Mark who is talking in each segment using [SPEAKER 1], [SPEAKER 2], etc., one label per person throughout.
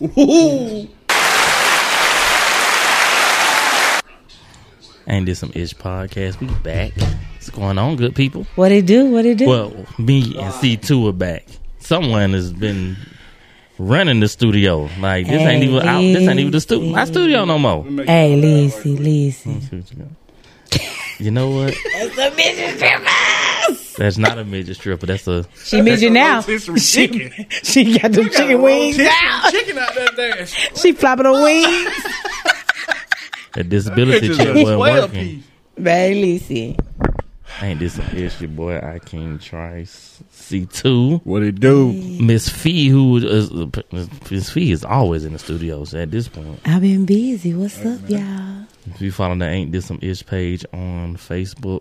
[SPEAKER 1] Woo! Ain't this some ish podcast? We back. What's going on, good people?
[SPEAKER 2] What it do? What it do?
[SPEAKER 1] Well, me and C two are back. Someone has been running the studio. Like this ain't even out. This ain't even the studio. My studio no more.
[SPEAKER 2] hey, Lisi, Lisi.
[SPEAKER 1] You know what?
[SPEAKER 2] It's a midget stripper.
[SPEAKER 1] That's not a midget stripper. That's a
[SPEAKER 2] She midget now.
[SPEAKER 3] It's some chicken.
[SPEAKER 2] She got them chicken wings out.
[SPEAKER 3] chicken out that dash.
[SPEAKER 2] She flopping her wings.
[SPEAKER 1] a disability
[SPEAKER 3] It's
[SPEAKER 1] check
[SPEAKER 3] a
[SPEAKER 1] wasn't
[SPEAKER 3] 12
[SPEAKER 1] working.
[SPEAKER 3] piece.
[SPEAKER 2] Baby, Lisi.
[SPEAKER 1] Ain't this some ish? Your boy I King Trice C two.
[SPEAKER 3] What it do?
[SPEAKER 1] Miss Fee, who is uh, Miss Fee is always in the studios at this point.
[SPEAKER 2] I've been busy. What's up, y'all?
[SPEAKER 1] If you follow the Ain't This Some Ish page on Facebook,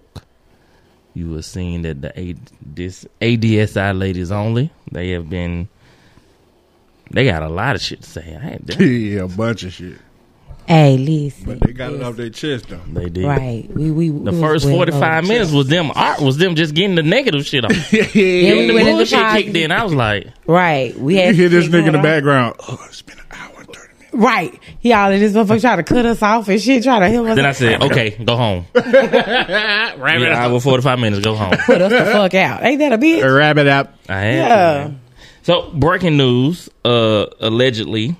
[SPEAKER 1] you will seen that the A, this ADSI ladies only. They have been. They got a lot of shit to say. I ain't, they,
[SPEAKER 3] Yeah, a bunch of shit.
[SPEAKER 2] Hey, Lisi.
[SPEAKER 3] But they got it off their chest though.
[SPEAKER 1] they did.
[SPEAKER 2] Right. We we
[SPEAKER 1] The first forty five minutes was them art was them just getting the negative shit on.
[SPEAKER 2] Yeah,
[SPEAKER 3] you
[SPEAKER 2] we
[SPEAKER 1] the
[SPEAKER 2] went in the
[SPEAKER 1] bullshit
[SPEAKER 2] pod-
[SPEAKER 1] kicked in. I was like,
[SPEAKER 2] Right. We had
[SPEAKER 3] hear this
[SPEAKER 2] shit
[SPEAKER 3] nigga in the
[SPEAKER 2] going on.
[SPEAKER 3] background. Oh, it's been an hour and thirty minutes.
[SPEAKER 2] Right. He all in this motherfucker trying to cut us off and shit, trying to help us
[SPEAKER 1] then I said, okay, go home. right yeah, hour forty five minutes, go home.
[SPEAKER 2] put us the fuck out. Ain't that a bitch?
[SPEAKER 3] Wrap it up.
[SPEAKER 1] I had to,
[SPEAKER 2] Yeah.
[SPEAKER 1] man. So breaking news, uh allegedly,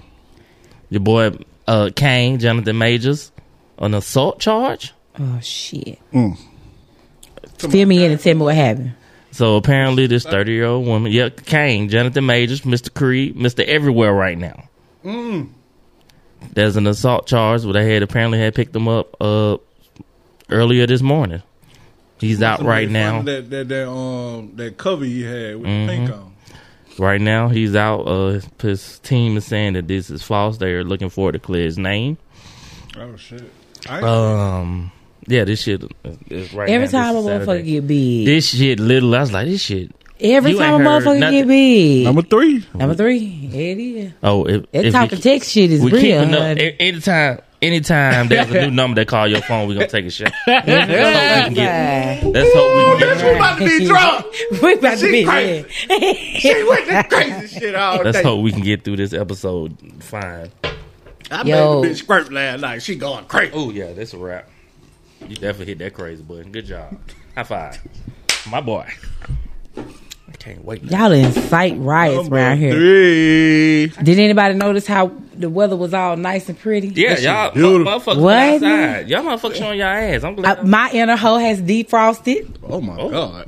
[SPEAKER 1] your boy uh Kane, Jonathan Majors, an assault charge.
[SPEAKER 2] Oh shit.
[SPEAKER 3] Mm.
[SPEAKER 2] Fill me in and tell me what happened.
[SPEAKER 1] So apparently this thirty year old woman, yeah, Kane, Jonathan Majors, Mr. Creed, Mr. Everywhere right now. There's an assault charge where they had apparently had picked him up uh earlier this morning. He's out right now.
[SPEAKER 3] That that that um that cover he had with the pink on.
[SPEAKER 1] Right now, he's out. Uh, his- his team is saying that this is false. They are looking forward to clear his name.
[SPEAKER 3] Oh shit. I
[SPEAKER 1] Um, yeah, this shit is- is right.
[SPEAKER 2] Every
[SPEAKER 1] now,
[SPEAKER 2] time a
[SPEAKER 1] this is
[SPEAKER 2] motherfucker
[SPEAKER 1] Saturday.
[SPEAKER 2] get big.
[SPEAKER 1] this shit little. I was like, this shit.
[SPEAKER 2] Every
[SPEAKER 1] you
[SPEAKER 2] time
[SPEAKER 1] ain't
[SPEAKER 2] a
[SPEAKER 1] heard
[SPEAKER 2] motherfucker
[SPEAKER 1] nothing.
[SPEAKER 2] get big.
[SPEAKER 3] Number three.
[SPEAKER 2] Number three. It is.
[SPEAKER 1] Oh, if,
[SPEAKER 2] That
[SPEAKER 1] if
[SPEAKER 2] talk
[SPEAKER 1] we,
[SPEAKER 2] and text shit is
[SPEAKER 1] we
[SPEAKER 2] real.
[SPEAKER 1] keeping up.
[SPEAKER 2] honey.
[SPEAKER 1] a- Anytime, anytime there's a new number that call your phone, we gonna take a shot. Let's hope we can get. Let's hope we can get.
[SPEAKER 3] Oh, about to be drunk.
[SPEAKER 2] we about to be
[SPEAKER 3] crazy.
[SPEAKER 2] here.
[SPEAKER 3] went this crazy shit all
[SPEAKER 1] Let's hope we can get through this episode fine.
[SPEAKER 3] I
[SPEAKER 2] Yo.
[SPEAKER 3] squirt last night. She going crazy.
[SPEAKER 1] Oh yeah, that's a wrap. You definitely hit that crazy button. Good job. High five, my boy. I can't wait.
[SPEAKER 2] Y'all incite riots around here.
[SPEAKER 3] Three.
[SPEAKER 2] Did anybody notice how the weather was all nice and pretty?
[SPEAKER 1] Yeah, y'all
[SPEAKER 3] shit beautiful.
[SPEAKER 1] motherfuckers been
[SPEAKER 2] What?
[SPEAKER 1] outside. Y'all motherfuckers showing y'all ass. I'm glad.
[SPEAKER 2] Uh, my inner hoe has defrosted.
[SPEAKER 3] Oh my god.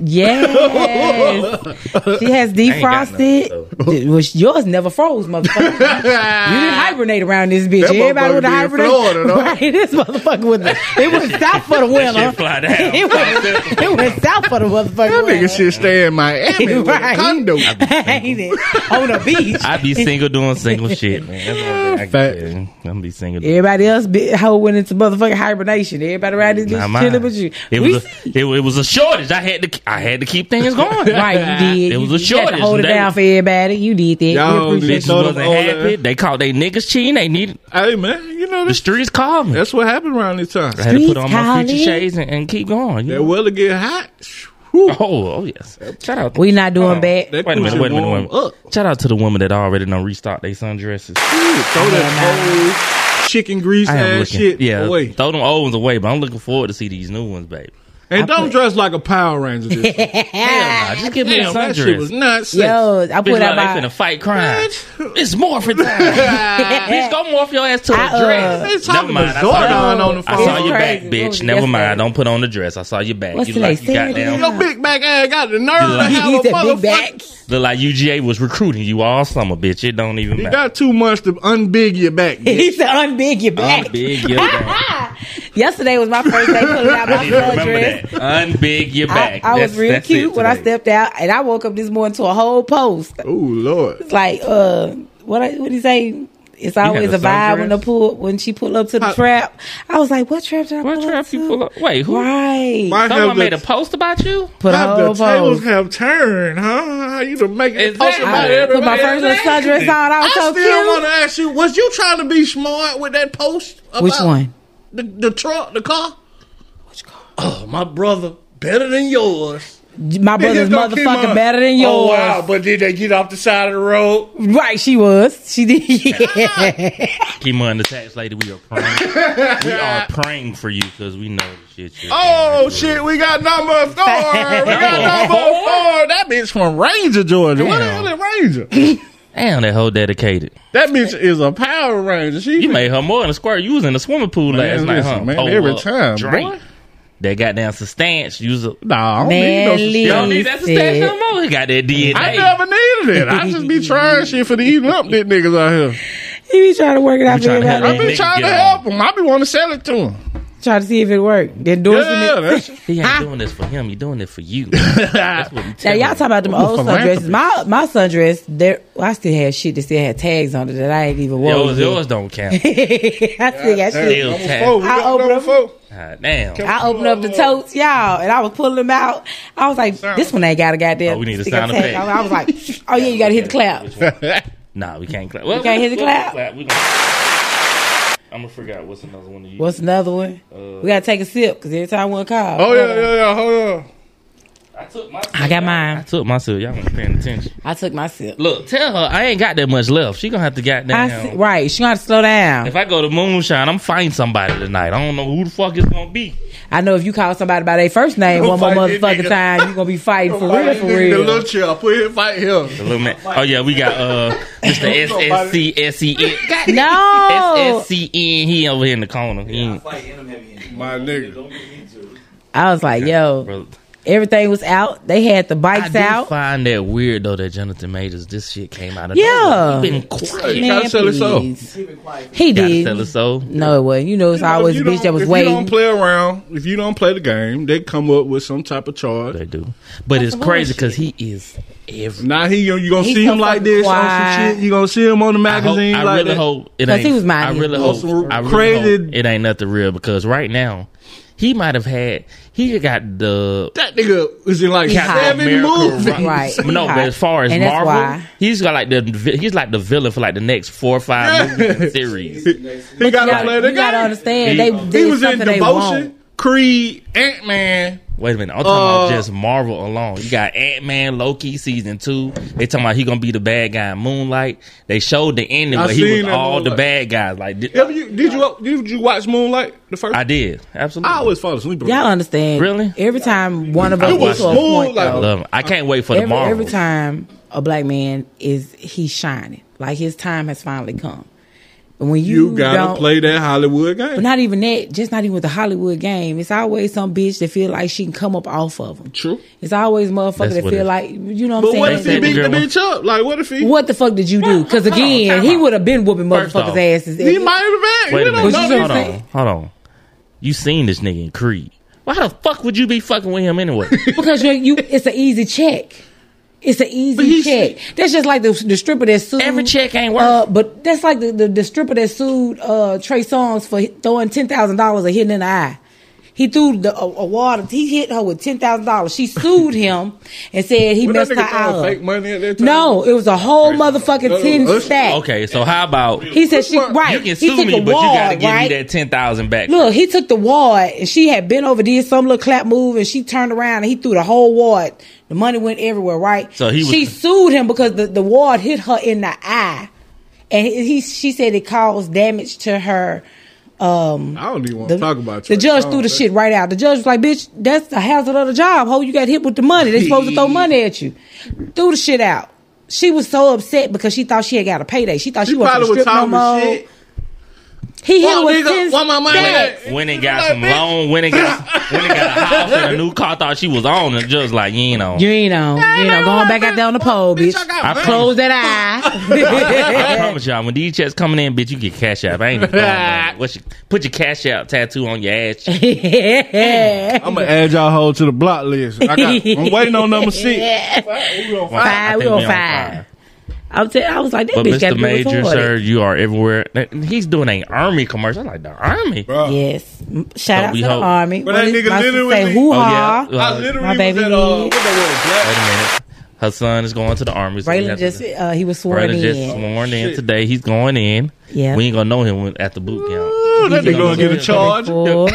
[SPEAKER 2] Yes, she has defrosted.
[SPEAKER 1] nothing,
[SPEAKER 2] Th- Which yours never froze, motherfucker.
[SPEAKER 3] Ah.
[SPEAKER 2] you
[SPEAKER 1] Uh,
[SPEAKER 2] didn't hibernate around this bitch.
[SPEAKER 3] That
[SPEAKER 2] Everybody
[SPEAKER 3] motherfucker
[SPEAKER 2] would
[SPEAKER 3] be in
[SPEAKER 2] have
[SPEAKER 3] Florida,
[SPEAKER 2] hibernated.
[SPEAKER 3] though.
[SPEAKER 2] Right, this motherfucker would. It would stop for the winter.
[SPEAKER 1] shit fly down.
[SPEAKER 2] it would. It would stop for the motherfucker.
[SPEAKER 3] That nigga should stay in Miami with a
[SPEAKER 2] Right.
[SPEAKER 3] condo.
[SPEAKER 2] Ain't it? On the beach.
[SPEAKER 1] I be single doing single shit, man. That's what I can
[SPEAKER 3] Fact.
[SPEAKER 1] tell you. I'm be single. Doing
[SPEAKER 2] Everybody else be, hoe went into motherfucking hibernation. Everybody around this
[SPEAKER 1] Not
[SPEAKER 2] bitch
[SPEAKER 1] mine.
[SPEAKER 2] chilling with you.
[SPEAKER 1] It
[SPEAKER 2] We
[SPEAKER 1] was a, it, it was a shortage. I had to I had to keep things going.
[SPEAKER 2] Right, you did.
[SPEAKER 1] It
[SPEAKER 2] You-
[SPEAKER 1] was a
[SPEAKER 2] you had to
[SPEAKER 1] shortage.
[SPEAKER 2] hold it
[SPEAKER 1] They-
[SPEAKER 2] down for everybody. You did that.
[SPEAKER 3] Y'all
[SPEAKER 2] we appreciate
[SPEAKER 1] Bitches
[SPEAKER 3] Throw
[SPEAKER 1] wasn't
[SPEAKER 3] them all
[SPEAKER 1] happy.
[SPEAKER 3] in.
[SPEAKER 1] They called they niggas cheating. They needed
[SPEAKER 3] Hey man, you know
[SPEAKER 1] the
[SPEAKER 3] this.
[SPEAKER 1] streets called me.
[SPEAKER 3] That's what happened around this time.
[SPEAKER 1] I had to put on my
[SPEAKER 2] Streets
[SPEAKER 1] future
[SPEAKER 2] calling.
[SPEAKER 1] shades and, and keep going. you
[SPEAKER 3] That
[SPEAKER 1] know?
[SPEAKER 3] weather get hot. Whew.
[SPEAKER 1] Oh, oh yes. Shout out.
[SPEAKER 2] We not
[SPEAKER 1] Oh,
[SPEAKER 2] doing bad.
[SPEAKER 3] That
[SPEAKER 1] Wait a minute,
[SPEAKER 3] coochie
[SPEAKER 1] wait a minute, wait a
[SPEAKER 3] warm
[SPEAKER 1] minute.
[SPEAKER 3] up.
[SPEAKER 1] Shout out to the woman that already done restocked their sundresses.
[SPEAKER 3] Ooh, Throw that old chicken grease
[SPEAKER 1] I am
[SPEAKER 3] ass
[SPEAKER 1] looking.
[SPEAKER 3] shit
[SPEAKER 1] yeah,
[SPEAKER 3] away.
[SPEAKER 1] throw them old ones away. But I'm looking forward to see these new ones, babe.
[SPEAKER 3] And don't
[SPEAKER 2] put-
[SPEAKER 3] dress like a Power Ranger. This time.
[SPEAKER 1] Nah, just give me a
[SPEAKER 3] Damn, that shit was
[SPEAKER 1] sundress.
[SPEAKER 3] nuts.
[SPEAKER 2] Yo, I
[SPEAKER 1] Bitch,
[SPEAKER 2] put out
[SPEAKER 1] like they
[SPEAKER 2] my.
[SPEAKER 1] finna fight crime.
[SPEAKER 3] What?
[SPEAKER 1] It's morphin' time. bitch, go morph your ass to a
[SPEAKER 2] I, uh,
[SPEAKER 1] dress.
[SPEAKER 3] They talking
[SPEAKER 1] Never
[SPEAKER 3] about
[SPEAKER 1] mind, I saw you.
[SPEAKER 3] Zordon on the
[SPEAKER 1] I saw
[SPEAKER 2] It's
[SPEAKER 3] phone.
[SPEAKER 1] your back,
[SPEAKER 2] crazy.
[SPEAKER 1] bitch.
[SPEAKER 2] Yes,
[SPEAKER 1] Never
[SPEAKER 2] sir.
[SPEAKER 1] mind. Don't put on the dress. I saw your back.
[SPEAKER 2] What's
[SPEAKER 1] you
[SPEAKER 2] today,
[SPEAKER 1] like you
[SPEAKER 2] Saturday?
[SPEAKER 1] goddamn.
[SPEAKER 2] No.
[SPEAKER 3] Your big back ass got the nerve
[SPEAKER 1] You
[SPEAKER 3] to
[SPEAKER 1] like-
[SPEAKER 3] have
[SPEAKER 2] He
[SPEAKER 3] a
[SPEAKER 2] said big back.
[SPEAKER 3] motherfucker.
[SPEAKER 1] Look like UGA was recruiting you all summer, bitch. It don't even
[SPEAKER 3] You
[SPEAKER 1] matter.
[SPEAKER 3] got two months to unbig your back. bitch.
[SPEAKER 2] He said, unbig your back.
[SPEAKER 1] Unbig your back.
[SPEAKER 2] Yesterday was my first day pulling out my
[SPEAKER 1] I didn't remember
[SPEAKER 2] sundress.
[SPEAKER 1] that. Unbig your
[SPEAKER 2] I,
[SPEAKER 1] back.
[SPEAKER 2] I was
[SPEAKER 1] That's-
[SPEAKER 2] real
[SPEAKER 1] that's
[SPEAKER 2] cute
[SPEAKER 1] it
[SPEAKER 2] when I
[SPEAKER 1] today.
[SPEAKER 2] stepped out, and I woke up this morning to a whole post.
[SPEAKER 3] Oh lord.
[SPEAKER 2] It's like, uh, what I, what do you say? It's always
[SPEAKER 1] had a
[SPEAKER 2] a vibe when the
[SPEAKER 1] sundress?
[SPEAKER 2] pull when she pull up to the
[SPEAKER 3] How-
[SPEAKER 2] trap. I was like, what trap did I
[SPEAKER 1] What
[SPEAKER 2] pull
[SPEAKER 1] trap
[SPEAKER 2] up
[SPEAKER 1] you
[SPEAKER 2] to?
[SPEAKER 1] pull up? Wait, who?
[SPEAKER 2] Right.
[SPEAKER 3] Why have
[SPEAKER 1] Someone
[SPEAKER 3] the-
[SPEAKER 1] made a post about you?
[SPEAKER 2] Put a
[SPEAKER 3] How
[SPEAKER 2] whole
[SPEAKER 3] the tables
[SPEAKER 2] post.
[SPEAKER 3] have turned, huh? How you done making it
[SPEAKER 1] Exactly.
[SPEAKER 3] about
[SPEAKER 2] I put my
[SPEAKER 3] everybody
[SPEAKER 2] first little
[SPEAKER 3] else?
[SPEAKER 2] sundress on. I was
[SPEAKER 3] I
[SPEAKER 2] so
[SPEAKER 3] still want
[SPEAKER 2] cute.
[SPEAKER 3] to ask you: Was you trying to be smart with that post? About
[SPEAKER 2] Which one?
[SPEAKER 3] The, the truck, the car. Which car? Oh, my brother, better than yours.
[SPEAKER 2] My brother's
[SPEAKER 4] Niggas don't keep
[SPEAKER 2] motherfucking
[SPEAKER 4] on-
[SPEAKER 2] better than yours.
[SPEAKER 4] Oh wow! But did they get off the side of the road?
[SPEAKER 2] Right, she was. She did. Yeah.
[SPEAKER 1] Kima and the tax lady, we are praying. we are praying for you because we know the shit. You're
[SPEAKER 3] Oh shit, we got number four. We got number four. That bitch from Ranger, Georgia. What the
[SPEAKER 1] Damn.
[SPEAKER 3] hell is Ranger?
[SPEAKER 1] Damn, that whole dedicated.
[SPEAKER 3] That bitch is a Power Ranger. She
[SPEAKER 1] You made her more than a squirt. You was in the swimming pool last
[SPEAKER 3] man,
[SPEAKER 1] night,
[SPEAKER 3] listen,
[SPEAKER 1] huh?
[SPEAKER 3] man,
[SPEAKER 1] Hold
[SPEAKER 3] every
[SPEAKER 1] up,
[SPEAKER 3] time,
[SPEAKER 1] drink.
[SPEAKER 3] boy.
[SPEAKER 1] That goddamn substance. You was a,
[SPEAKER 3] Nah, I don't need
[SPEAKER 2] Manly.
[SPEAKER 3] no
[SPEAKER 1] don't
[SPEAKER 3] shit.
[SPEAKER 1] need that substance no more. You got that DNA.
[SPEAKER 3] I never needed it. I just be trying shit for the eating up these niggas out here.
[SPEAKER 2] he be trying to work it out for
[SPEAKER 1] trying to
[SPEAKER 2] everybody.
[SPEAKER 1] help
[SPEAKER 3] I be
[SPEAKER 1] Nigga
[SPEAKER 3] trying to
[SPEAKER 1] get
[SPEAKER 3] help them. I be want to sell it to them.
[SPEAKER 2] Trying to see if it worked. The
[SPEAKER 3] Yeah,
[SPEAKER 2] endorsement.
[SPEAKER 3] that's
[SPEAKER 1] He ain't doing this for him. He doing it for you. That's what we
[SPEAKER 2] now
[SPEAKER 1] tell
[SPEAKER 2] y'all
[SPEAKER 1] him.
[SPEAKER 2] talking about them
[SPEAKER 3] I'm a
[SPEAKER 2] old sundresses. My my sundress, there I still had shit that still had tags on it that I ain't even wore.
[SPEAKER 1] Yours,
[SPEAKER 2] yet.
[SPEAKER 1] yours don't count.
[SPEAKER 2] I still got shit.
[SPEAKER 4] Number four. We
[SPEAKER 1] Hell, Tab.
[SPEAKER 2] I
[SPEAKER 4] got
[SPEAKER 2] opened
[SPEAKER 4] number
[SPEAKER 2] up-
[SPEAKER 4] four.
[SPEAKER 1] God Ah, damn.
[SPEAKER 2] I opened up the totes, y'all, and I was pulling them out. I was like, "This one ain't got a goddamn."
[SPEAKER 1] Oh, we need a
[SPEAKER 2] stick of
[SPEAKER 1] sound
[SPEAKER 2] tag.
[SPEAKER 1] effect.
[SPEAKER 2] I was like, "Oh yeah, you gotta hit the clap."
[SPEAKER 1] Nah, we can't clap. Well,
[SPEAKER 2] We can't
[SPEAKER 1] we-
[SPEAKER 2] hit the
[SPEAKER 1] we'll
[SPEAKER 2] clap?
[SPEAKER 1] We gonna, I'm gonna figure out what's another one of you.
[SPEAKER 2] What's another one?
[SPEAKER 4] Uh.
[SPEAKER 2] we gotta take a sip because every time one call.
[SPEAKER 3] Oh yeah, yeah, yeah. Hold on.
[SPEAKER 1] I took my.
[SPEAKER 2] I got mine.
[SPEAKER 1] I took my sip. Y'all wasn't paying attention.
[SPEAKER 2] I took my sip.
[SPEAKER 1] Look, tell her I ain't got that much left. She gonna have to
[SPEAKER 2] I
[SPEAKER 1] goddamn.
[SPEAKER 2] see, right, she gonna have to slow down.
[SPEAKER 1] If I go to moonshine, I'm fighting somebody tonight. I don't know who the fuck it's gonna be.
[SPEAKER 2] I know if you call somebody by their first name
[SPEAKER 4] Don't
[SPEAKER 2] one more
[SPEAKER 4] fight this
[SPEAKER 2] motherfucking
[SPEAKER 4] nigga.
[SPEAKER 2] time, you gonna be fighting for real,
[SPEAKER 4] Fight
[SPEAKER 2] for
[SPEAKER 4] this nigga, The
[SPEAKER 2] real.
[SPEAKER 4] little chill. Put him. Fight
[SPEAKER 1] The
[SPEAKER 4] him.
[SPEAKER 1] little man. Oh yeah, we got uh Mr. S S C S E N. God
[SPEAKER 2] No,
[SPEAKER 1] S S C N. He over here in the corner. He ain't,
[SPEAKER 4] My nigga.
[SPEAKER 2] I was like, yo,
[SPEAKER 1] bro.
[SPEAKER 2] everything was out. They had the bikes
[SPEAKER 1] I do
[SPEAKER 2] out.
[SPEAKER 1] find that weird though that Jonathan Majors this shit came out of
[SPEAKER 2] Yeah.
[SPEAKER 1] nowhere. He been quiet.
[SPEAKER 2] Man,
[SPEAKER 3] gotta sell his soul.
[SPEAKER 2] please. He
[SPEAKER 1] Gotta sell
[SPEAKER 2] did.
[SPEAKER 1] his soul.
[SPEAKER 2] No, it wasn't. You know, it's always
[SPEAKER 4] If
[SPEAKER 2] a
[SPEAKER 4] you
[SPEAKER 2] bitch that
[SPEAKER 4] don't-
[SPEAKER 2] was
[SPEAKER 4] if You don't
[SPEAKER 2] waiting.
[SPEAKER 4] play around. If you don't play the game, they come up with some type of charge.
[SPEAKER 1] They do, but it's crazy because he is every.
[SPEAKER 4] Now he you gonna
[SPEAKER 2] He
[SPEAKER 4] see
[SPEAKER 2] so
[SPEAKER 4] him like
[SPEAKER 2] fucking
[SPEAKER 4] this on some
[SPEAKER 2] quiet.
[SPEAKER 4] shit. You gonna see him on the
[SPEAKER 1] I, hope,
[SPEAKER 4] magazine
[SPEAKER 1] I
[SPEAKER 4] like
[SPEAKER 1] really
[SPEAKER 4] that.
[SPEAKER 1] hope it
[SPEAKER 2] 'Cause
[SPEAKER 1] ain't.
[SPEAKER 2] he was minding
[SPEAKER 1] I
[SPEAKER 2] his
[SPEAKER 1] really
[SPEAKER 4] business.
[SPEAKER 1] hope. I really
[SPEAKER 4] Crazy-
[SPEAKER 1] hope it ain't nothing real because right now he might have had. He got the
[SPEAKER 4] That nigga was in like
[SPEAKER 2] He hot.
[SPEAKER 4] seven
[SPEAKER 1] America
[SPEAKER 4] movies.
[SPEAKER 1] Rock-
[SPEAKER 2] Right.
[SPEAKER 1] But no,
[SPEAKER 2] He
[SPEAKER 1] but
[SPEAKER 2] hot.
[SPEAKER 1] as far as
[SPEAKER 2] And that's
[SPEAKER 1] Marvel,
[SPEAKER 2] why.
[SPEAKER 1] he's got like the vi- he's like the villain for like the next four or five movies and series.
[SPEAKER 4] He gotta
[SPEAKER 2] Y'all-
[SPEAKER 4] play the
[SPEAKER 2] you gotta
[SPEAKER 4] game.
[SPEAKER 2] understand.
[SPEAKER 1] He-
[SPEAKER 2] they
[SPEAKER 4] He
[SPEAKER 2] did
[SPEAKER 4] was in
[SPEAKER 2] something they
[SPEAKER 4] Devotion,
[SPEAKER 2] want.
[SPEAKER 4] Creed, Ant Man.
[SPEAKER 1] Wait a minute. I'm talking
[SPEAKER 2] Oh.
[SPEAKER 1] about
[SPEAKER 4] Uh,
[SPEAKER 1] just Marvel alone. You got Ant Man, Loki season two. They talking about he gonna be the bad guy in Moonlight. They showed the ending
[SPEAKER 4] I
[SPEAKER 1] where he
[SPEAKER 4] seen
[SPEAKER 1] was
[SPEAKER 4] that
[SPEAKER 1] all the
[SPEAKER 4] Moonlight.
[SPEAKER 1] bad guys. Like di-
[SPEAKER 4] Have you, did you did you watch Moonlight the first?
[SPEAKER 1] I
[SPEAKER 4] I,
[SPEAKER 1] did. Absolutely. I,
[SPEAKER 4] always fall asleep.
[SPEAKER 2] Y'all understand?
[SPEAKER 1] Really?
[SPEAKER 2] Every time one of
[SPEAKER 1] I
[SPEAKER 2] us
[SPEAKER 1] watched
[SPEAKER 2] gets to a
[SPEAKER 1] it.
[SPEAKER 2] point,
[SPEAKER 4] Moonlight.
[SPEAKER 2] though,
[SPEAKER 1] love him. I can't wait for the
[SPEAKER 2] Oh. every,
[SPEAKER 1] Marvel.
[SPEAKER 2] every time a black man is he's shining, like his time has finally come. And when
[SPEAKER 4] you
[SPEAKER 2] you,
[SPEAKER 4] gotta
[SPEAKER 2] don't,
[SPEAKER 4] play that Hollywood game.
[SPEAKER 2] but not even that, just not even with the Hollywood game. It's always some bitch that feel like she can come up off of them.
[SPEAKER 4] True.
[SPEAKER 2] It's always motherfucker
[SPEAKER 1] That's
[SPEAKER 2] that
[SPEAKER 1] what it
[SPEAKER 2] feel
[SPEAKER 1] is.
[SPEAKER 2] like you know what
[SPEAKER 4] But
[SPEAKER 2] I'm
[SPEAKER 4] what
[SPEAKER 1] They
[SPEAKER 4] if
[SPEAKER 2] saying.
[SPEAKER 4] he
[SPEAKER 1] said the
[SPEAKER 4] beat the
[SPEAKER 1] girl-
[SPEAKER 4] bitch up? Like what if he?
[SPEAKER 2] what the fuck did you do? Because again, he would have been whooping
[SPEAKER 1] First off,
[SPEAKER 2] motherfuckers' asses.
[SPEAKER 4] He might have been. We
[SPEAKER 1] Wait a
[SPEAKER 4] don't
[SPEAKER 1] minute.
[SPEAKER 2] But
[SPEAKER 4] know
[SPEAKER 2] you
[SPEAKER 1] Hold
[SPEAKER 2] know what I'm
[SPEAKER 1] on. Hold on. You seen this nigga in Creed. Why the fuck would you be fucking with him anyway?
[SPEAKER 2] Because you, you, it's an easy check. It's an easy
[SPEAKER 4] he's-
[SPEAKER 2] check. That's just like the, the stripper that sued.
[SPEAKER 1] Every check ain't worth
[SPEAKER 2] Uh, but that's like the, the, the stripper that sued uh, Trey Songz for hit- throwing ten thousand dollars and hitting in the eye. He threw the a, a water. He hit her with ten thousand dollars. She sued him and said he
[SPEAKER 4] When that
[SPEAKER 2] messed her
[SPEAKER 4] nigga throwing
[SPEAKER 2] eye
[SPEAKER 4] fake
[SPEAKER 2] up.
[SPEAKER 4] money at that time.
[SPEAKER 2] No, it was a whole motherfucking
[SPEAKER 4] No,
[SPEAKER 2] ten
[SPEAKER 4] us-
[SPEAKER 2] stack.
[SPEAKER 1] Okay, so how about
[SPEAKER 2] He said she right.
[SPEAKER 1] you can
[SPEAKER 2] he
[SPEAKER 1] sue
[SPEAKER 2] took
[SPEAKER 1] me,
[SPEAKER 2] the
[SPEAKER 1] but
[SPEAKER 2] wad,
[SPEAKER 1] you gotta give
[SPEAKER 2] right?
[SPEAKER 1] me that ten thousand back.
[SPEAKER 2] Look, he took the wad and she had bent over, did some little clap move, and she turned around and he threw the whole wad. The money went everywhere, right?
[SPEAKER 1] So he was-
[SPEAKER 2] she sued him because the, the wad hit her in the eye. And he, he- she said it caused damage to her. Um,
[SPEAKER 4] I don't even want
[SPEAKER 2] the,
[SPEAKER 4] to talk about
[SPEAKER 2] the
[SPEAKER 4] Trey
[SPEAKER 2] judge
[SPEAKER 4] Songz.
[SPEAKER 2] threw the shit right out. The judge was like, "Bitch, that's the hazard of the job. Ho, you got hit with the money. They supposed to throw money at you. Threw the shit out." She was so upset because she thought she had got a payday. She thought she,
[SPEAKER 4] She
[SPEAKER 2] wasn't
[SPEAKER 4] probably
[SPEAKER 2] gonna
[SPEAKER 4] was
[SPEAKER 2] strip no
[SPEAKER 4] talking
[SPEAKER 2] more.
[SPEAKER 4] shit.
[SPEAKER 2] He hit her
[SPEAKER 4] Fuck,
[SPEAKER 2] with
[SPEAKER 4] nigga,
[SPEAKER 2] ten
[SPEAKER 4] why my money?
[SPEAKER 2] stacks.
[SPEAKER 4] at?
[SPEAKER 1] When it got some
[SPEAKER 4] Like, bitch,
[SPEAKER 1] loan, when it got when it got a house and a new car, thought she was on and just like you know.
[SPEAKER 2] You ain't on. You ain't on. Going back out there on the pole, bitch.
[SPEAKER 4] I got
[SPEAKER 1] I
[SPEAKER 4] money.
[SPEAKER 1] promise-
[SPEAKER 2] Close that
[SPEAKER 1] I
[SPEAKER 2] eye.
[SPEAKER 1] promise y'all, when these checks coming in, bitch, you get cash out. I ain't even throwing money. What's your, put your cash out tattoo on your ass. cheek.
[SPEAKER 4] I'm gonna add y'all whole to the block list. I got, I'm waiting on number six.
[SPEAKER 1] I
[SPEAKER 2] Five,
[SPEAKER 1] think
[SPEAKER 2] we on
[SPEAKER 1] on
[SPEAKER 2] five. I'm tell- I was like, that
[SPEAKER 1] But
[SPEAKER 2] bitch got to
[SPEAKER 1] Mr.
[SPEAKER 2] be
[SPEAKER 1] Major,
[SPEAKER 2] retarded.
[SPEAKER 1] sir, you are everywhere. And He's doing an army commercial. I'm like the army.
[SPEAKER 4] Bro.
[SPEAKER 2] Yes. M- Shout
[SPEAKER 1] So Oh,
[SPEAKER 2] out
[SPEAKER 1] we
[SPEAKER 2] to the
[SPEAKER 1] hope.
[SPEAKER 2] army.
[SPEAKER 4] But that
[SPEAKER 2] What is
[SPEAKER 4] nigga
[SPEAKER 2] my sister
[SPEAKER 4] literally-
[SPEAKER 2] say? Hoo ha.
[SPEAKER 1] Oh, yeah.
[SPEAKER 4] I literally
[SPEAKER 2] My baby
[SPEAKER 4] was at uh,
[SPEAKER 2] did.
[SPEAKER 4] what that
[SPEAKER 1] Wait a minute. Her son is going to the army. so we
[SPEAKER 2] Braylon
[SPEAKER 1] have to-
[SPEAKER 2] just uh, he was sworn
[SPEAKER 1] Braylon
[SPEAKER 2] in.
[SPEAKER 1] just sworn in today. He's going in.
[SPEAKER 2] Yeah.
[SPEAKER 1] We ain't gonna know him when- at the boot camp.
[SPEAKER 4] was. Ooh, that nigga gonna get a charge.
[SPEAKER 2] Four.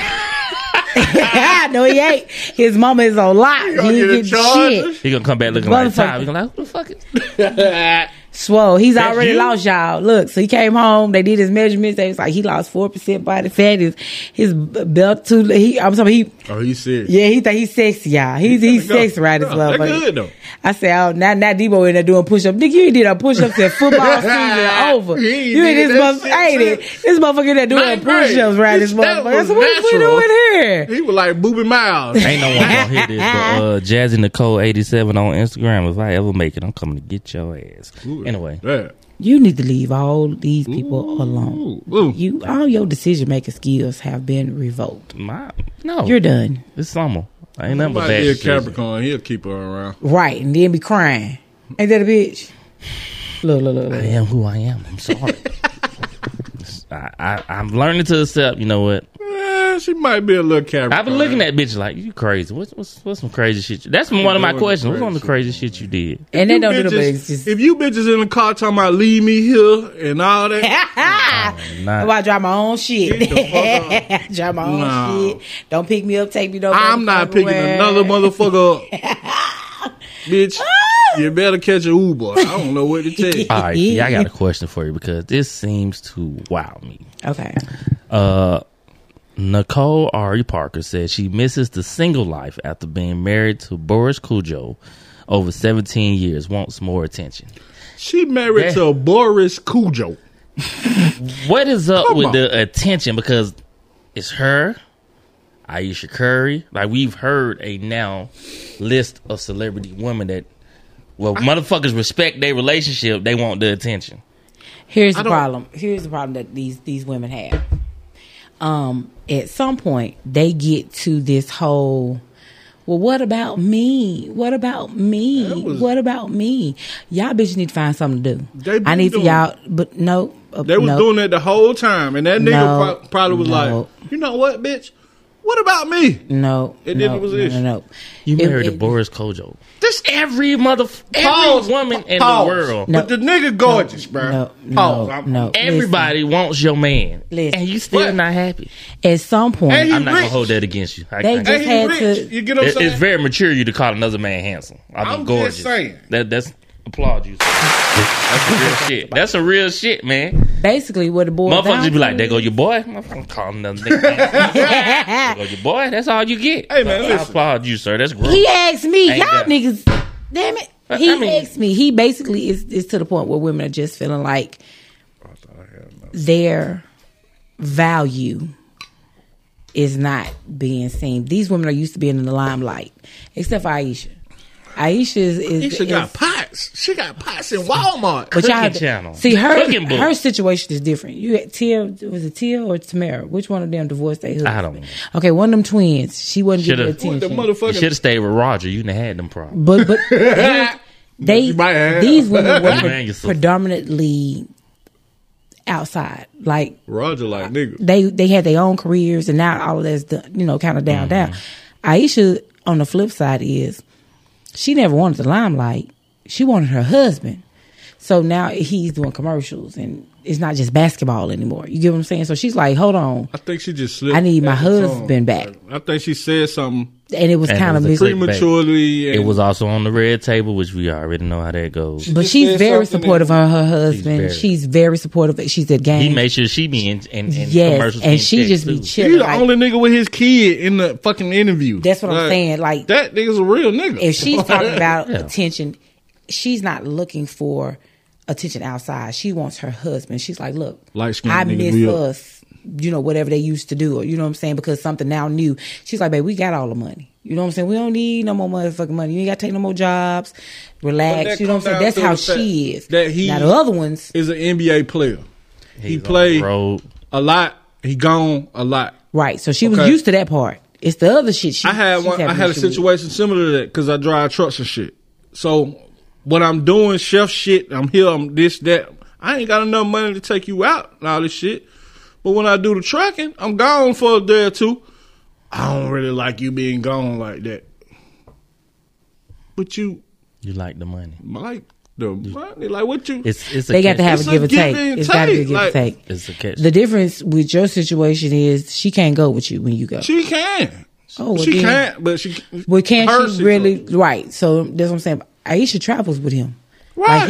[SPEAKER 2] No, he ain't. His mama is on lock. He
[SPEAKER 3] gonna
[SPEAKER 2] ain't
[SPEAKER 3] get a
[SPEAKER 2] getting
[SPEAKER 3] charger?
[SPEAKER 2] shit.
[SPEAKER 1] He gonna come back looking like
[SPEAKER 2] Motherfucker.
[SPEAKER 1] Top. He gonna like, what the fuck? Is?
[SPEAKER 2] Swole. He's already
[SPEAKER 1] you?
[SPEAKER 2] lost y'all. Look, so he came home. They did his measurements. They was like, he lost four percent body fat. His his b- belt too. He, I'm sorry. He
[SPEAKER 3] Oh, he serious.
[SPEAKER 2] yeah. He think he's sexy, y'all. He's he's sexy, right? This
[SPEAKER 3] That
[SPEAKER 2] motherfucker.
[SPEAKER 3] good though.
[SPEAKER 2] I said, oh, now, now Debo in there doing push up. Nigga, you ain't did a push up since football season over.
[SPEAKER 3] He ain't
[SPEAKER 2] you ain't
[SPEAKER 3] did
[SPEAKER 2] this
[SPEAKER 3] that
[SPEAKER 2] motherfucker. ain't
[SPEAKER 3] shit
[SPEAKER 2] it? This motherfucker in there doing
[SPEAKER 3] Ninth grade.
[SPEAKER 2] push ups, right? This
[SPEAKER 3] Bitch, that
[SPEAKER 2] motherfucker. I
[SPEAKER 3] was
[SPEAKER 2] said, what we
[SPEAKER 3] natural.
[SPEAKER 2] doing here?
[SPEAKER 3] He was like Booby Miles.
[SPEAKER 1] Ain't no one gonna hear this, but uh, Jazzy Nicole eighty seven on Instagram. If I ever make it, I'm coming to get your ass. Anyway,
[SPEAKER 3] Yeah.
[SPEAKER 2] You need to leave all these people alone.
[SPEAKER 3] Ooh, ooh.
[SPEAKER 2] You all your decision making skills have been revoked.
[SPEAKER 1] my no,
[SPEAKER 2] You're done.
[SPEAKER 1] it's summer. I ain't nothing but
[SPEAKER 3] Somebody
[SPEAKER 1] bad.
[SPEAKER 3] did
[SPEAKER 1] decisions.
[SPEAKER 3] Capricorn. He'll keep her around.
[SPEAKER 2] Right, and then be crying. Ain't that a bitch? Look, look, look,
[SPEAKER 1] I
[SPEAKER 2] look.
[SPEAKER 1] am who I am. I'm sorry. I, I I'm learning to accept. You know what?
[SPEAKER 3] Eh, she might be a little Capricorn.
[SPEAKER 1] I've been looking at bitch like you crazy. What's what's what's some crazy shit? You, that's one of my
[SPEAKER 3] doing
[SPEAKER 1] questions. What's
[SPEAKER 3] crazy
[SPEAKER 1] one of the crazy shit you did?
[SPEAKER 2] And they
[SPEAKER 3] You
[SPEAKER 2] don't do the
[SPEAKER 3] bitches-
[SPEAKER 2] business.
[SPEAKER 3] If you bitches in the car talking about leave me here and all that, Ah!
[SPEAKER 1] Nah.
[SPEAKER 2] Oh, I drive my own
[SPEAKER 3] Get the fuck
[SPEAKER 2] shit. drive my own
[SPEAKER 3] No.
[SPEAKER 2] shit. Don't pick me up. Take me no.
[SPEAKER 3] I'm not
[SPEAKER 2] motherfucking
[SPEAKER 3] picking
[SPEAKER 2] where.
[SPEAKER 3] another motherfucker up. Bitch,
[SPEAKER 2] Oh.
[SPEAKER 3] you better catch an Uber. I don't know what to tell you.
[SPEAKER 1] All right, yeah, I got a question for you because this seems to wow me.
[SPEAKER 2] Okay.
[SPEAKER 1] Uh, Nicole Ari Parker says she misses the single life after being married to Boris Cujo over 17 years, wants more attention.
[SPEAKER 3] She married
[SPEAKER 1] Yeah.
[SPEAKER 3] to Boris Cujo.
[SPEAKER 1] What is up
[SPEAKER 3] Come
[SPEAKER 1] with
[SPEAKER 3] on.
[SPEAKER 1] the attention? Because it's her, Aisha Curry. Like, we've heard a now list of celebrity women that, well, motherfuckers respect their relationship, they want the attention.
[SPEAKER 2] Here's the
[SPEAKER 3] don't-
[SPEAKER 2] problem. Here's the problem that these these women have. Um, at some point they get to this whole. Well, what about me? What about me?
[SPEAKER 3] was-
[SPEAKER 2] what about me? Y'all bitches need to find something to do.
[SPEAKER 3] They been
[SPEAKER 2] I need for
[SPEAKER 3] doing-
[SPEAKER 2] y'all, but no. uh,
[SPEAKER 3] They was
[SPEAKER 2] no.
[SPEAKER 3] doing that the whole time, and that nigga
[SPEAKER 2] No.
[SPEAKER 3] pro- probably was
[SPEAKER 2] No.
[SPEAKER 3] like, "You know what, bitch? What about me?
[SPEAKER 2] No,
[SPEAKER 3] It
[SPEAKER 2] no,
[SPEAKER 3] didn't was
[SPEAKER 2] no,
[SPEAKER 3] ish.
[SPEAKER 2] no, no.
[SPEAKER 1] You
[SPEAKER 2] It-
[SPEAKER 1] married
[SPEAKER 2] it-
[SPEAKER 1] to Boris Kojo. This every mother, every
[SPEAKER 3] Pause.
[SPEAKER 1] woman in
[SPEAKER 3] Pause.
[SPEAKER 1] the world.
[SPEAKER 2] No.
[SPEAKER 3] But the nigga gorgeous, bruh.
[SPEAKER 2] no, no,
[SPEAKER 3] Pause. I'm-
[SPEAKER 2] no.
[SPEAKER 1] Everybody wants your man,
[SPEAKER 2] Listen.
[SPEAKER 1] and you still
[SPEAKER 3] What?
[SPEAKER 1] not happy.
[SPEAKER 2] At some point,
[SPEAKER 3] Hey, he-
[SPEAKER 1] I'm not gonna
[SPEAKER 3] rich.
[SPEAKER 1] hold that against you. I,
[SPEAKER 2] They
[SPEAKER 1] I-
[SPEAKER 2] just-
[SPEAKER 3] And
[SPEAKER 2] had
[SPEAKER 3] he rich.
[SPEAKER 2] to-
[SPEAKER 3] You get what I'm
[SPEAKER 1] it,
[SPEAKER 3] saying?
[SPEAKER 1] it's very mature of you to call another man handsome. I mean,
[SPEAKER 3] I'm just
[SPEAKER 1] gorgeous.
[SPEAKER 3] saying.
[SPEAKER 1] That, that's applaud you. sir. that's some real shit. That's some real shit, man.
[SPEAKER 2] basically what the boy
[SPEAKER 1] Motherfuckers just be like, "There go your boy." Motherfucker, call him another nigga. handsome. there go your boy. That's all you get.
[SPEAKER 3] Hey, man,
[SPEAKER 1] So I
[SPEAKER 3] listen.
[SPEAKER 1] applaud you, sir. That's gross.
[SPEAKER 2] He asked me,
[SPEAKER 1] Ain't
[SPEAKER 2] y'all
[SPEAKER 1] that-
[SPEAKER 2] niggas, damn it.
[SPEAKER 1] I-
[SPEAKER 2] He
[SPEAKER 1] I mean-
[SPEAKER 2] asked me. He basically is is to the point where women are just feeling like their value is not being seen. These women are used to being in the limelight, except for Aisha. Aisha is, is,
[SPEAKER 3] She
[SPEAKER 2] is-
[SPEAKER 3] got pots. She got pots in Walmart.
[SPEAKER 2] but y'all
[SPEAKER 1] Cooking channel.
[SPEAKER 2] see her
[SPEAKER 1] Cooking book.
[SPEAKER 2] her situation is different. You had Tia was it Tia or Tamara? Which one of them divorced their husband?
[SPEAKER 1] I don't know.
[SPEAKER 2] Okay, one of them twins. She wasn't getting
[SPEAKER 1] Shoulda-
[SPEAKER 3] With the
[SPEAKER 2] attention.
[SPEAKER 1] You should
[SPEAKER 3] motherfucking
[SPEAKER 1] have stayed with Roger. You done had them problems.
[SPEAKER 2] But but they- they
[SPEAKER 3] You might have.
[SPEAKER 2] these women were
[SPEAKER 1] You
[SPEAKER 2] pre-
[SPEAKER 1] hang yourself.
[SPEAKER 2] predominantly outside. Like
[SPEAKER 3] Roger, like nigga.
[SPEAKER 2] they they had their own careers, and now all of that's done, you know kind of down down.
[SPEAKER 1] Mm-hmm.
[SPEAKER 2] Aisha on the flip side is she never wanted the limelight. She wanted her husband. So now he's doing commercials, and it's not just basketball anymore. You get what I'm saying? So she's like, hold on.
[SPEAKER 3] I think she just slipped.
[SPEAKER 2] I need my
[SPEAKER 3] at the tongue.
[SPEAKER 2] husband back,
[SPEAKER 3] I think she said something
[SPEAKER 2] and it was
[SPEAKER 1] And it
[SPEAKER 2] kind of
[SPEAKER 1] was a
[SPEAKER 2] mis-
[SPEAKER 1] click-
[SPEAKER 3] prematurely.
[SPEAKER 1] It
[SPEAKER 3] and-
[SPEAKER 1] was also on the red table, which we already know how that goes.
[SPEAKER 2] But
[SPEAKER 3] Just
[SPEAKER 2] she's
[SPEAKER 3] said
[SPEAKER 2] very
[SPEAKER 3] something
[SPEAKER 2] supportive of her husband.
[SPEAKER 1] very-
[SPEAKER 2] She's very, supportive. She's at games.
[SPEAKER 1] He made sure she be in, in, in
[SPEAKER 2] yes,
[SPEAKER 1] commercials. being
[SPEAKER 2] and she
[SPEAKER 1] checked,
[SPEAKER 2] just be
[SPEAKER 1] too.
[SPEAKER 3] He
[SPEAKER 2] chilling.
[SPEAKER 3] the
[SPEAKER 2] like,
[SPEAKER 3] only nigga with his kid in the fucking interview.
[SPEAKER 2] that's what I'm
[SPEAKER 3] Like,
[SPEAKER 2] saying. Like
[SPEAKER 3] That nigga's a real nigga.
[SPEAKER 2] if she's talking about
[SPEAKER 1] Yeah.
[SPEAKER 2] attention, she's not looking for attention outside. She wants her husband. She's like, look,
[SPEAKER 3] Light-skinned
[SPEAKER 2] I
[SPEAKER 3] niggas
[SPEAKER 2] miss
[SPEAKER 3] be up.
[SPEAKER 2] us. You know, whatever they used to do, or you know what I'm saying, because something now new. She's like, babe, we got all the money. You know what I'm saying? We don't need no more motherfucking money. You ain't got to take no more jobs. Relax.
[SPEAKER 3] that
[SPEAKER 2] You know what I'm saying?
[SPEAKER 3] comes down
[SPEAKER 2] That's
[SPEAKER 3] to
[SPEAKER 2] how
[SPEAKER 3] the fact
[SPEAKER 2] she is.
[SPEAKER 3] that he-
[SPEAKER 2] now the other ones,
[SPEAKER 3] is an NBA player.
[SPEAKER 1] He's
[SPEAKER 3] he
[SPEAKER 1] on the
[SPEAKER 3] played
[SPEAKER 1] road.
[SPEAKER 3] a lot. He gone a lot.
[SPEAKER 2] right? So she was
[SPEAKER 3] Okay.
[SPEAKER 2] used to that part. It's the other shit. She,
[SPEAKER 3] I had
[SPEAKER 2] she's
[SPEAKER 3] one. I
[SPEAKER 2] having
[SPEAKER 3] had a
[SPEAKER 2] issue with.
[SPEAKER 3] situation similar to that because I drive trucks and shit. So when I'm doing chef shit, I'm here. I'm this that. I ain't got enough money to take you out and all this shit. But when I do the trucking, I'm gone for a day or two. I don't really like you being gone like that. But you
[SPEAKER 1] You like the money.
[SPEAKER 3] like the money, like what you?
[SPEAKER 1] It's it's a
[SPEAKER 2] They got
[SPEAKER 1] catch-
[SPEAKER 2] to have
[SPEAKER 3] It's
[SPEAKER 2] a
[SPEAKER 3] a
[SPEAKER 2] give and
[SPEAKER 3] give
[SPEAKER 2] take.
[SPEAKER 3] and
[SPEAKER 2] It's got to be a
[SPEAKER 3] take,
[SPEAKER 2] give and
[SPEAKER 3] like-
[SPEAKER 2] take.
[SPEAKER 1] It's a catch.
[SPEAKER 2] The difference with your situation is she can't go with you when you go.
[SPEAKER 3] she can.
[SPEAKER 2] Oh, well,
[SPEAKER 3] she
[SPEAKER 2] then-
[SPEAKER 3] can't, but she.
[SPEAKER 2] Well, can
[SPEAKER 3] her
[SPEAKER 2] she
[SPEAKER 3] situation-
[SPEAKER 2] really? Right. So that's what I'm saying. Aisha travels with him.
[SPEAKER 3] Right.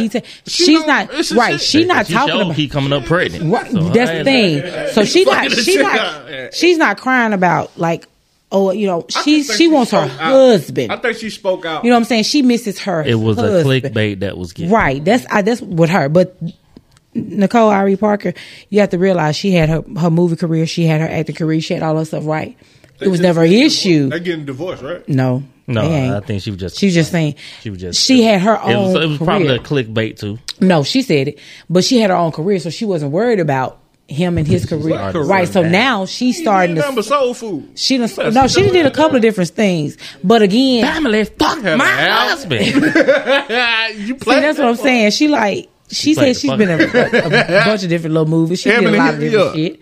[SPEAKER 2] Like he ta-
[SPEAKER 3] She
[SPEAKER 2] she's
[SPEAKER 3] don't-
[SPEAKER 2] not
[SPEAKER 3] it's a
[SPEAKER 2] right.
[SPEAKER 3] shit.
[SPEAKER 2] She not
[SPEAKER 1] She
[SPEAKER 2] talking
[SPEAKER 1] showed
[SPEAKER 2] about.
[SPEAKER 1] he coming up pregnant.
[SPEAKER 2] Right,
[SPEAKER 1] So her
[SPEAKER 2] that's the
[SPEAKER 1] ass-
[SPEAKER 2] thing. So she not
[SPEAKER 3] fucking
[SPEAKER 2] she
[SPEAKER 3] the shit
[SPEAKER 2] not
[SPEAKER 3] out.
[SPEAKER 2] she's not crying about like oh you know
[SPEAKER 3] I
[SPEAKER 2] she
[SPEAKER 3] just think
[SPEAKER 2] she wants her
[SPEAKER 3] spoke out.
[SPEAKER 2] husband.
[SPEAKER 3] I think she spoke out.
[SPEAKER 2] you know what I'm saying? She misses her.
[SPEAKER 1] It was a
[SPEAKER 2] husband.
[SPEAKER 1] clickbait that was given.
[SPEAKER 2] Right. That's I, that's with her. But Nicole Irie Parker, you have to realize she had her her movie career, she had her acting career, she had all her stuff right. It was never an issue.
[SPEAKER 3] They're getting divorced, right?
[SPEAKER 2] No,
[SPEAKER 1] No,
[SPEAKER 2] they ain't.
[SPEAKER 1] I think she was just
[SPEAKER 2] She was just saying
[SPEAKER 1] she was just
[SPEAKER 2] she had her own.
[SPEAKER 1] It was, it was probably
[SPEAKER 2] career.
[SPEAKER 1] a clickbait too.
[SPEAKER 2] No, she said it, but she had her own career, so she wasn't worried about him and his career.
[SPEAKER 1] already
[SPEAKER 2] Right. So
[SPEAKER 1] done that.
[SPEAKER 2] now she's starting
[SPEAKER 3] number
[SPEAKER 2] to.
[SPEAKER 3] soul food.
[SPEAKER 2] She done, no, she did a couple of different things, but again,
[SPEAKER 1] Family, fuck
[SPEAKER 3] Have
[SPEAKER 1] my
[SPEAKER 3] a house.
[SPEAKER 1] husband.
[SPEAKER 3] you
[SPEAKER 2] see,
[SPEAKER 3] played
[SPEAKER 2] that's what I'm saying. She like she,
[SPEAKER 1] played
[SPEAKER 2] said
[SPEAKER 1] the
[SPEAKER 2] she's been in a, a bunch of different little movies. She did
[SPEAKER 3] Ebony
[SPEAKER 2] a lot of
[SPEAKER 3] hit me
[SPEAKER 2] different
[SPEAKER 3] up.
[SPEAKER 2] shit.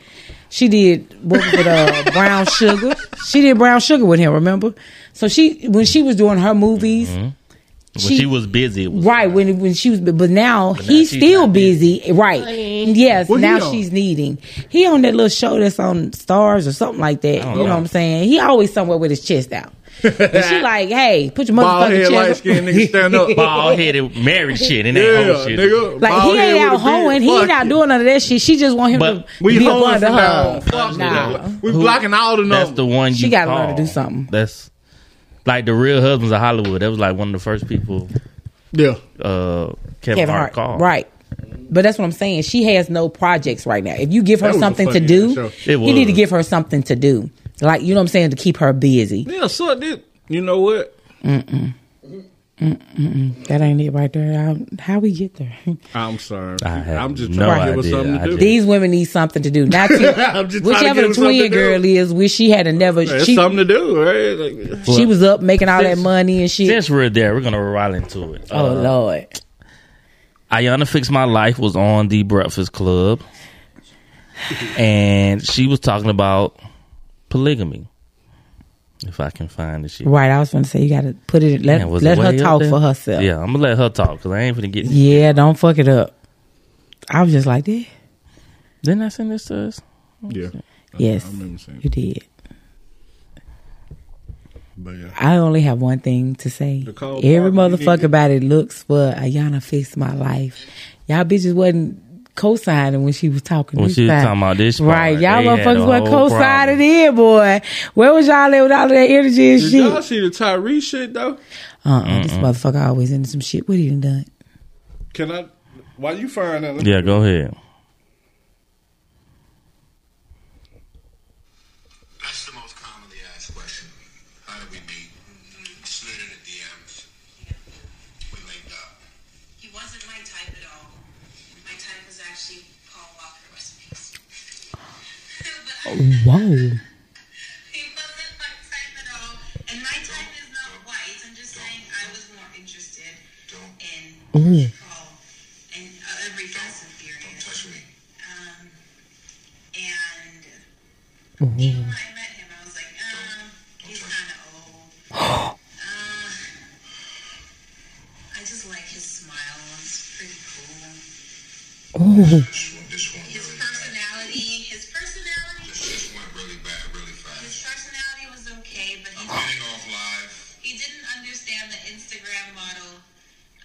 [SPEAKER 2] She did work with uh, Brown Sugar. She did Brown Sugar with him. Remember? So she when she was doing her movies.
[SPEAKER 1] when she was busy, it was
[SPEAKER 2] Right when when she was, but
[SPEAKER 1] now
[SPEAKER 2] now he's
[SPEAKER 1] she's
[SPEAKER 2] still
[SPEAKER 1] not
[SPEAKER 2] busy. Right? Yes.
[SPEAKER 3] What he
[SPEAKER 2] now
[SPEAKER 3] on?
[SPEAKER 2] she's needing. He on that little show that's on Stars or something like that. You know.
[SPEAKER 1] know.
[SPEAKER 2] what I'm saying? He always somewhere with his chest out. and she like, hey, put your
[SPEAKER 3] Bald
[SPEAKER 2] motherfucking
[SPEAKER 3] head,
[SPEAKER 2] chest.
[SPEAKER 3] light
[SPEAKER 2] up.
[SPEAKER 3] skinned nigga stand up.
[SPEAKER 1] bald headed married shit and
[SPEAKER 3] Yeah,
[SPEAKER 1] that whole shit.
[SPEAKER 3] nigga.
[SPEAKER 2] Like
[SPEAKER 3] Bald
[SPEAKER 2] he ain't
[SPEAKER 3] head with a
[SPEAKER 2] out hoeing.
[SPEAKER 3] beard.
[SPEAKER 2] He
[SPEAKER 3] Fuck
[SPEAKER 2] not
[SPEAKER 3] it.
[SPEAKER 2] doing none of that shit. She just want him
[SPEAKER 1] But
[SPEAKER 2] to
[SPEAKER 3] We
[SPEAKER 2] be a
[SPEAKER 3] hoeing
[SPEAKER 2] part
[SPEAKER 3] from
[SPEAKER 2] of
[SPEAKER 3] now.
[SPEAKER 2] her.
[SPEAKER 3] Fuck
[SPEAKER 2] Nah.
[SPEAKER 3] that. We blocking all the
[SPEAKER 1] That's
[SPEAKER 3] numbers.
[SPEAKER 1] the one you
[SPEAKER 2] She gotta learn
[SPEAKER 1] call.
[SPEAKER 2] to do something.
[SPEAKER 1] That's like the real husbands of Hollywood. That was like one of the first people
[SPEAKER 3] yeah.
[SPEAKER 1] uh, Kevin,
[SPEAKER 2] Kevin
[SPEAKER 1] Hart,
[SPEAKER 2] Hart.
[SPEAKER 1] called.
[SPEAKER 2] Right. But that's what I'm saying. She has no projects right now. If you give her
[SPEAKER 3] That was a
[SPEAKER 2] something to
[SPEAKER 3] funny
[SPEAKER 2] do,
[SPEAKER 3] show.
[SPEAKER 1] It
[SPEAKER 2] you need to
[SPEAKER 1] was.
[SPEAKER 2] give her something to do. Like you know what I'm saying to keep her busy.
[SPEAKER 3] Yeah, suck it. You know what?
[SPEAKER 2] That ain't it right there. How, how we get there?
[SPEAKER 3] I'm sorry.
[SPEAKER 1] I have
[SPEAKER 3] I'm just
[SPEAKER 1] no
[SPEAKER 3] trying to give her
[SPEAKER 1] idea.
[SPEAKER 3] something
[SPEAKER 1] I
[SPEAKER 3] to do.
[SPEAKER 1] just-
[SPEAKER 2] These women need something to do. Not to,
[SPEAKER 3] I'm just trying
[SPEAKER 2] whichever
[SPEAKER 3] to give
[SPEAKER 2] the
[SPEAKER 3] her something to
[SPEAKER 2] twin
[SPEAKER 3] do.
[SPEAKER 2] girl is, wish she had a never.
[SPEAKER 3] It's
[SPEAKER 2] She,
[SPEAKER 3] something to do, right? Like,
[SPEAKER 2] she was up making all that
[SPEAKER 1] Since-
[SPEAKER 2] money and shit.
[SPEAKER 1] Since we're there, we're gonna roll into it.
[SPEAKER 2] oh
[SPEAKER 1] Uh,
[SPEAKER 2] lord,
[SPEAKER 1] Ayana Fix My Life was on the Breakfast Club, and she was talking about polygamy. If I can find the shit,
[SPEAKER 2] right? I was going to say you got to put it. Let
[SPEAKER 1] Man, was it
[SPEAKER 2] let her
[SPEAKER 1] way up
[SPEAKER 2] talk
[SPEAKER 1] there?
[SPEAKER 2] for herself.
[SPEAKER 1] Yeah, I'm gonna let her talk because I ain't finna get.
[SPEAKER 2] Yeah, don't fuck it up. I was just like, that.
[SPEAKER 1] Didn't I send this to us?
[SPEAKER 3] yeah.
[SPEAKER 2] yes,
[SPEAKER 3] I remember saying
[SPEAKER 2] you did.
[SPEAKER 3] But yeah.
[SPEAKER 2] I only have one thing to say.
[SPEAKER 3] Nicole
[SPEAKER 2] Every
[SPEAKER 3] Parker, you
[SPEAKER 2] motherfucker
[SPEAKER 3] did-
[SPEAKER 2] about it looks for Ayana fixed my life. Y'all bitches wasn't co-signing when she was talking.
[SPEAKER 1] When
[SPEAKER 2] this
[SPEAKER 1] she was
[SPEAKER 2] time.
[SPEAKER 1] talking about this part,
[SPEAKER 2] right? Y'all
[SPEAKER 1] they had a
[SPEAKER 2] motherfuckers wasn't
[SPEAKER 1] whole
[SPEAKER 2] co-signing
[SPEAKER 1] problem.
[SPEAKER 2] in, boy. Where was y'all at with all of that energy and
[SPEAKER 3] Did
[SPEAKER 2] shit?
[SPEAKER 3] y'all see the Tyree shit though?
[SPEAKER 2] Uh-uh, this motherfucker always into some shit. What he done done?
[SPEAKER 3] Can I? While you find out, let me-
[SPEAKER 1] Yeah, go ahead.
[SPEAKER 5] That's the most commonly asked question. How did we meet? Slid in the DMs. We linked up.
[SPEAKER 6] He wasn't my type at all. My type was actually Paul Walker recipes. but I,
[SPEAKER 5] Oh.
[SPEAKER 2] Whoa.
[SPEAKER 6] he wasn't my type at all. And my type is not white. I'm just saying I was more interested in Paul and uh, other recent
[SPEAKER 5] Don't
[SPEAKER 6] experience.
[SPEAKER 5] touch me.
[SPEAKER 6] Um, and even when I met him, I was like, um, he's kind of old. uh, I just like his smile. It's pretty cool.
[SPEAKER 5] This one, this one
[SPEAKER 6] His
[SPEAKER 5] really bad.
[SPEAKER 6] personality, his personality,
[SPEAKER 5] This went really bad, really
[SPEAKER 6] his
[SPEAKER 5] fast.
[SPEAKER 6] personality was okay, but
[SPEAKER 5] I'm
[SPEAKER 6] he,
[SPEAKER 5] getting off live.
[SPEAKER 6] he didn't understand the Instagram model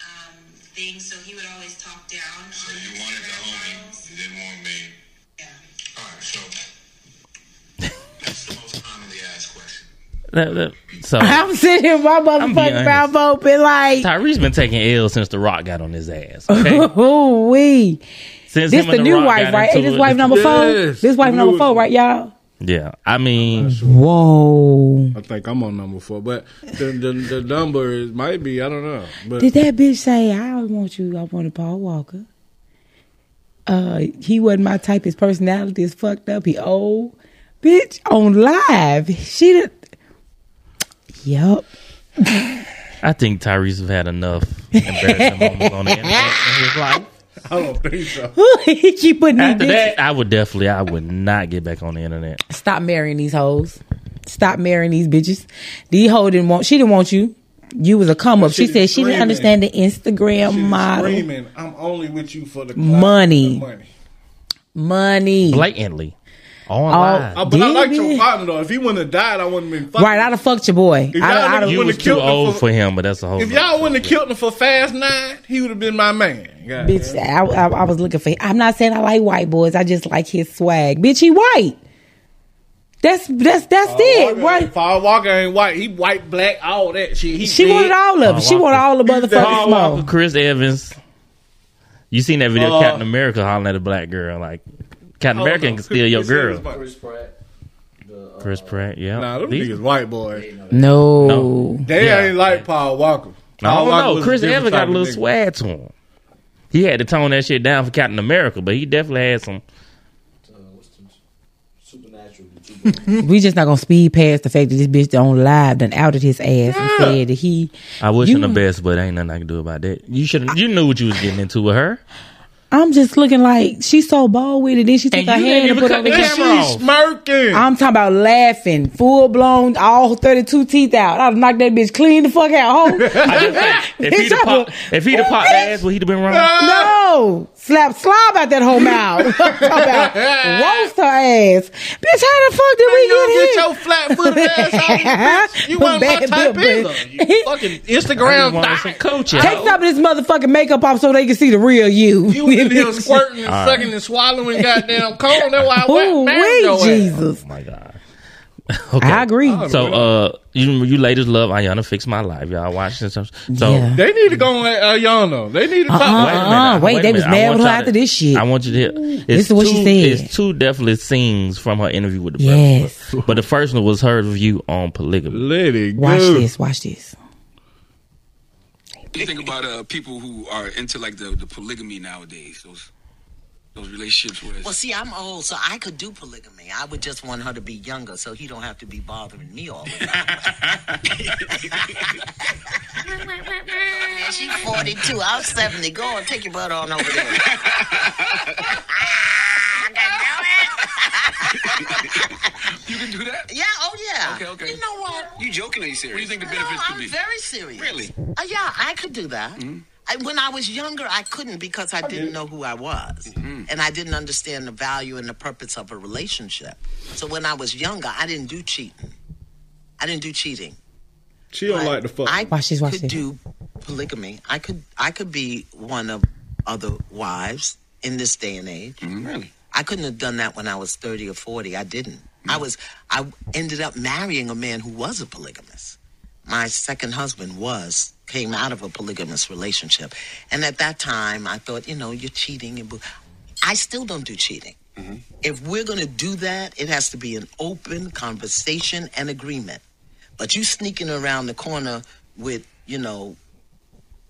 [SPEAKER 6] um, thing, so he would always talk down on
[SPEAKER 5] So you wanted the
[SPEAKER 6] Instagram
[SPEAKER 5] homie,
[SPEAKER 6] models.
[SPEAKER 5] you didn't want me.
[SPEAKER 6] Yeah.
[SPEAKER 5] All right, so that's the most commonly asked question.
[SPEAKER 1] That- that- so
[SPEAKER 2] I'm sitting here, with my motherfucking
[SPEAKER 1] being
[SPEAKER 2] mouth open, like,
[SPEAKER 1] Tyree's been taking L since The Rock got on his ass. Okay,
[SPEAKER 2] ooh wee.
[SPEAKER 1] since
[SPEAKER 2] This
[SPEAKER 1] him
[SPEAKER 2] the
[SPEAKER 1] and
[SPEAKER 2] new
[SPEAKER 1] Rock
[SPEAKER 2] wife,
[SPEAKER 1] got
[SPEAKER 2] right?
[SPEAKER 1] into
[SPEAKER 2] Ain't this
[SPEAKER 1] it-
[SPEAKER 2] wife number four?
[SPEAKER 3] Yes.
[SPEAKER 2] This wife
[SPEAKER 3] New
[SPEAKER 2] number
[SPEAKER 3] one.
[SPEAKER 2] four, right, y'all?
[SPEAKER 1] Yeah, I mean,
[SPEAKER 2] Whoa.
[SPEAKER 3] I think I'm on number four, but the the, the number is, might be I don't know. But
[SPEAKER 2] Did that bitch say, I want you, I wanted Paul Walker? Uh, he wasn't my type. His personality is fucked up. He old. Bitch, on live. She did. Yup.
[SPEAKER 1] I think Tyrese have had enough embarrassing moments on the internet in his life.
[SPEAKER 3] I don't think so.
[SPEAKER 2] he keep putting these
[SPEAKER 1] After
[SPEAKER 2] bitches.
[SPEAKER 1] that, I would definitely, I would not get back on the internet.
[SPEAKER 2] Stop marrying these hoes. Stop marrying these bitches. These hoe didn't want, she didn't want you. You was a come up. She, said
[SPEAKER 3] She
[SPEAKER 2] she didn't
[SPEAKER 3] screaming.
[SPEAKER 2] understand the Instagram
[SPEAKER 3] She's
[SPEAKER 2] model.
[SPEAKER 3] screaming, I'm only with you for the clout
[SPEAKER 2] Money.
[SPEAKER 3] and the money.
[SPEAKER 2] Money.
[SPEAKER 1] Blatantly, On
[SPEAKER 2] Oh,
[SPEAKER 1] live.
[SPEAKER 3] I, Uh, but I
[SPEAKER 2] Did
[SPEAKER 3] liked
[SPEAKER 2] he?
[SPEAKER 3] your partner though. If he wouldn't have died, I wouldn't have been fucking.
[SPEAKER 2] Right, I'd have fucked your boy.
[SPEAKER 3] If
[SPEAKER 2] I'd,
[SPEAKER 3] y'all
[SPEAKER 2] I'd
[SPEAKER 3] niggas
[SPEAKER 1] you
[SPEAKER 2] have,
[SPEAKER 3] wouldn't
[SPEAKER 1] was
[SPEAKER 3] have
[SPEAKER 1] too
[SPEAKER 3] killed him
[SPEAKER 1] old
[SPEAKER 3] for-
[SPEAKER 1] for him, but that's a whole.
[SPEAKER 3] If y'all wouldn't have killed him for Fast Nine, he would have been my man. God.
[SPEAKER 2] bitch, I, I, I was looking for. I'm not saying I like white boys. I just like his swag. Bitch, he white. That's that's that's
[SPEAKER 1] Oh,
[SPEAKER 2] it. Right?
[SPEAKER 3] Paul Walker ain't white. He white, black, all that shit. He
[SPEAKER 2] She
[SPEAKER 3] dead.
[SPEAKER 2] wanted all of
[SPEAKER 1] Paul
[SPEAKER 2] it. She wanted
[SPEAKER 1] Walker.
[SPEAKER 2] all the motherfucking
[SPEAKER 3] Paul
[SPEAKER 1] Paul Walker,
[SPEAKER 2] smoke.
[SPEAKER 1] Chris Evans. You seen that video,
[SPEAKER 3] Uh,
[SPEAKER 1] Captain America hollering at a black girl? Like Captain
[SPEAKER 3] Oh,
[SPEAKER 1] America
[SPEAKER 3] no.
[SPEAKER 1] can steal your
[SPEAKER 3] Chris Evans
[SPEAKER 1] girl.
[SPEAKER 3] white.
[SPEAKER 1] Chris Pratt, yeah.
[SPEAKER 3] Nah, them
[SPEAKER 1] These-
[SPEAKER 3] niggas white boys.
[SPEAKER 2] No.
[SPEAKER 1] No.
[SPEAKER 3] They
[SPEAKER 1] Yeah.
[SPEAKER 3] ain't like Paul Walker.
[SPEAKER 1] I
[SPEAKER 3] Paul Walker
[SPEAKER 1] don't know.
[SPEAKER 3] was
[SPEAKER 1] Chris
[SPEAKER 3] different
[SPEAKER 1] Evans
[SPEAKER 3] type
[SPEAKER 1] got a
[SPEAKER 3] of
[SPEAKER 1] little
[SPEAKER 3] nigga.
[SPEAKER 1] swag to him. He had to tone that shit down for Captain America, but he definitely had some.
[SPEAKER 7] Supernatural.
[SPEAKER 2] We just not gonna speed past the fact that this bitch on live done outed his ass and said that he.
[SPEAKER 1] I wish him the
[SPEAKER 2] You-
[SPEAKER 1] best, but ain't nothing I can do about that. You should. You knew what you was getting into with her.
[SPEAKER 2] I'm just looking like she's so bald with it. Then she took
[SPEAKER 1] And
[SPEAKER 2] her
[SPEAKER 1] you didn't
[SPEAKER 2] hand and
[SPEAKER 1] even
[SPEAKER 2] put
[SPEAKER 1] cut
[SPEAKER 2] it on the
[SPEAKER 1] that
[SPEAKER 2] camera.
[SPEAKER 1] shit. Camera
[SPEAKER 3] She
[SPEAKER 1] off.
[SPEAKER 3] smirking.
[SPEAKER 2] I'm talking about laughing, full blown, all 32 teeth out. I'd knock that bitch clean the fuck out, ho.
[SPEAKER 1] I just think if he'd have
[SPEAKER 2] Bitch, I'm
[SPEAKER 1] popped, if he'd have popped ass, would he'd have been wrong?
[SPEAKER 2] No, slap slob out that whole mouth. I'm talking about roast her ass, bitch. How the fuck did we
[SPEAKER 3] you don't
[SPEAKER 2] get
[SPEAKER 3] get
[SPEAKER 2] here?
[SPEAKER 3] your flat footed ass out, bitch. You
[SPEAKER 2] But
[SPEAKER 3] wasn't my
[SPEAKER 2] bad
[SPEAKER 3] type
[SPEAKER 2] boy,
[SPEAKER 3] either.
[SPEAKER 2] but-
[SPEAKER 3] You fucking Instagram
[SPEAKER 1] I just
[SPEAKER 3] thot.
[SPEAKER 1] wanted some coaching.
[SPEAKER 2] Take some of this motherfucking makeup off so they can see the real you.
[SPEAKER 3] You was in here squirting and
[SPEAKER 1] All right.
[SPEAKER 3] sucking and swallowing goddamn cone. That's why I
[SPEAKER 2] Ooh,
[SPEAKER 3] went
[SPEAKER 2] wait,
[SPEAKER 3] married Jesus.
[SPEAKER 2] Jesus.
[SPEAKER 1] Oh my god. Okay.
[SPEAKER 2] I agree.
[SPEAKER 3] Oh,
[SPEAKER 1] So, uh, you you ladies love Ayana Fix My Life. Y'all watch this. So,
[SPEAKER 2] Yeah.
[SPEAKER 3] They need to go on Ayana. They need to talk.
[SPEAKER 1] Wait
[SPEAKER 2] Uh-uh.
[SPEAKER 1] a minute.
[SPEAKER 2] Uh-uh. Wait,
[SPEAKER 1] a
[SPEAKER 2] they was
[SPEAKER 1] minute. I
[SPEAKER 2] mad
[SPEAKER 1] want
[SPEAKER 2] with her
[SPEAKER 1] y'all
[SPEAKER 2] after
[SPEAKER 1] to-
[SPEAKER 2] this shit.
[SPEAKER 1] I want you to hear. It's
[SPEAKER 2] This is what
[SPEAKER 1] two,
[SPEAKER 2] she said.
[SPEAKER 1] It's two definitely scenes from her interview with the
[SPEAKER 2] Yes.
[SPEAKER 1] press. But the first one was her view on polygamy.
[SPEAKER 3] Let it go.
[SPEAKER 2] Watch this. Watch this.
[SPEAKER 5] You think about uh, people who are into like the, the polygamy nowadays, those those relationships where it's,
[SPEAKER 8] Well, see, I'm old, so I could do polygamy. I would just want her to be younger, so he don't have to be bothering me all the time. She's 42. I'm 70. Go on, take your butt on over there.
[SPEAKER 5] you can do that.
[SPEAKER 8] Yeah, oh yeah.
[SPEAKER 5] Okay, okay.
[SPEAKER 8] You know what?
[SPEAKER 5] You joking? Or you serious? What do you think the
[SPEAKER 8] No,
[SPEAKER 5] benefits could
[SPEAKER 8] I'm
[SPEAKER 5] be?
[SPEAKER 8] very serious.
[SPEAKER 5] Really? Mm-hmm.
[SPEAKER 8] Uh, yeah, I could do that. I, when I was younger, I couldn't because I didn't know who I was. And I didn't understand the value and the purpose of a relationship. So when I was younger, I didn't do cheating. I didn't do cheating.
[SPEAKER 3] She don't
[SPEAKER 8] I-
[SPEAKER 3] like the fuck.
[SPEAKER 8] I
[SPEAKER 2] Watch this, watch
[SPEAKER 8] could
[SPEAKER 2] this.
[SPEAKER 8] do polygamy. I could I could be one of other wives in this day and age.
[SPEAKER 5] Really?
[SPEAKER 8] I couldn't have done that when I was thirty or forty. I didn't. I was I ended up marrying a man who was a polygamist. My second husband was came out of a polygamous relationship, and at that time I thought, you know, you're cheating. And bo- I still don't do cheating. If we're going to do that, it has to be an open conversation and agreement. But you sneaking around the corner with, you know,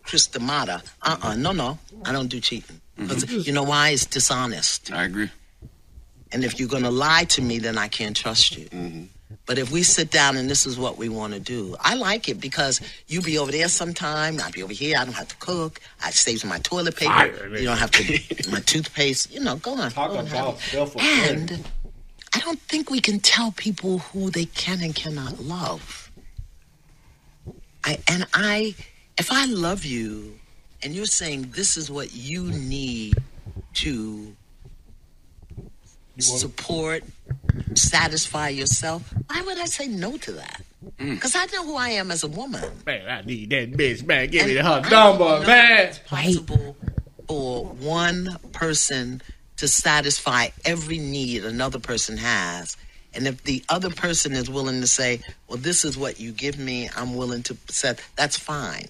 [SPEAKER 8] Chris D'Amata. Uh-uh. No, no. I don't do cheating. 'Cause you know why? It's dishonest.
[SPEAKER 5] I agree.
[SPEAKER 8] And if you're going to lie to me, then I can't trust you. But if we sit down and this is what we want to do, I like it because you be over there sometime, I'll be over here, I don't have to cook, I save my toilet paper, you don't have to, my toothpaste, you know, go on. Talk about And I don't think we can tell people who they can and cannot love. I, and I, if I love you and you're saying this is what you need to support, satisfy yourself, why would I say no to that? Because I know who I am as a woman.
[SPEAKER 3] Man, I need that bitch back. Give me
[SPEAKER 8] And
[SPEAKER 3] her
[SPEAKER 8] I don't know
[SPEAKER 3] number, man.
[SPEAKER 8] if It's possible for one person to satisfy every need another person has. And if the other person is willing to say, well, this is what you give me, I'm willing to set, that's fine.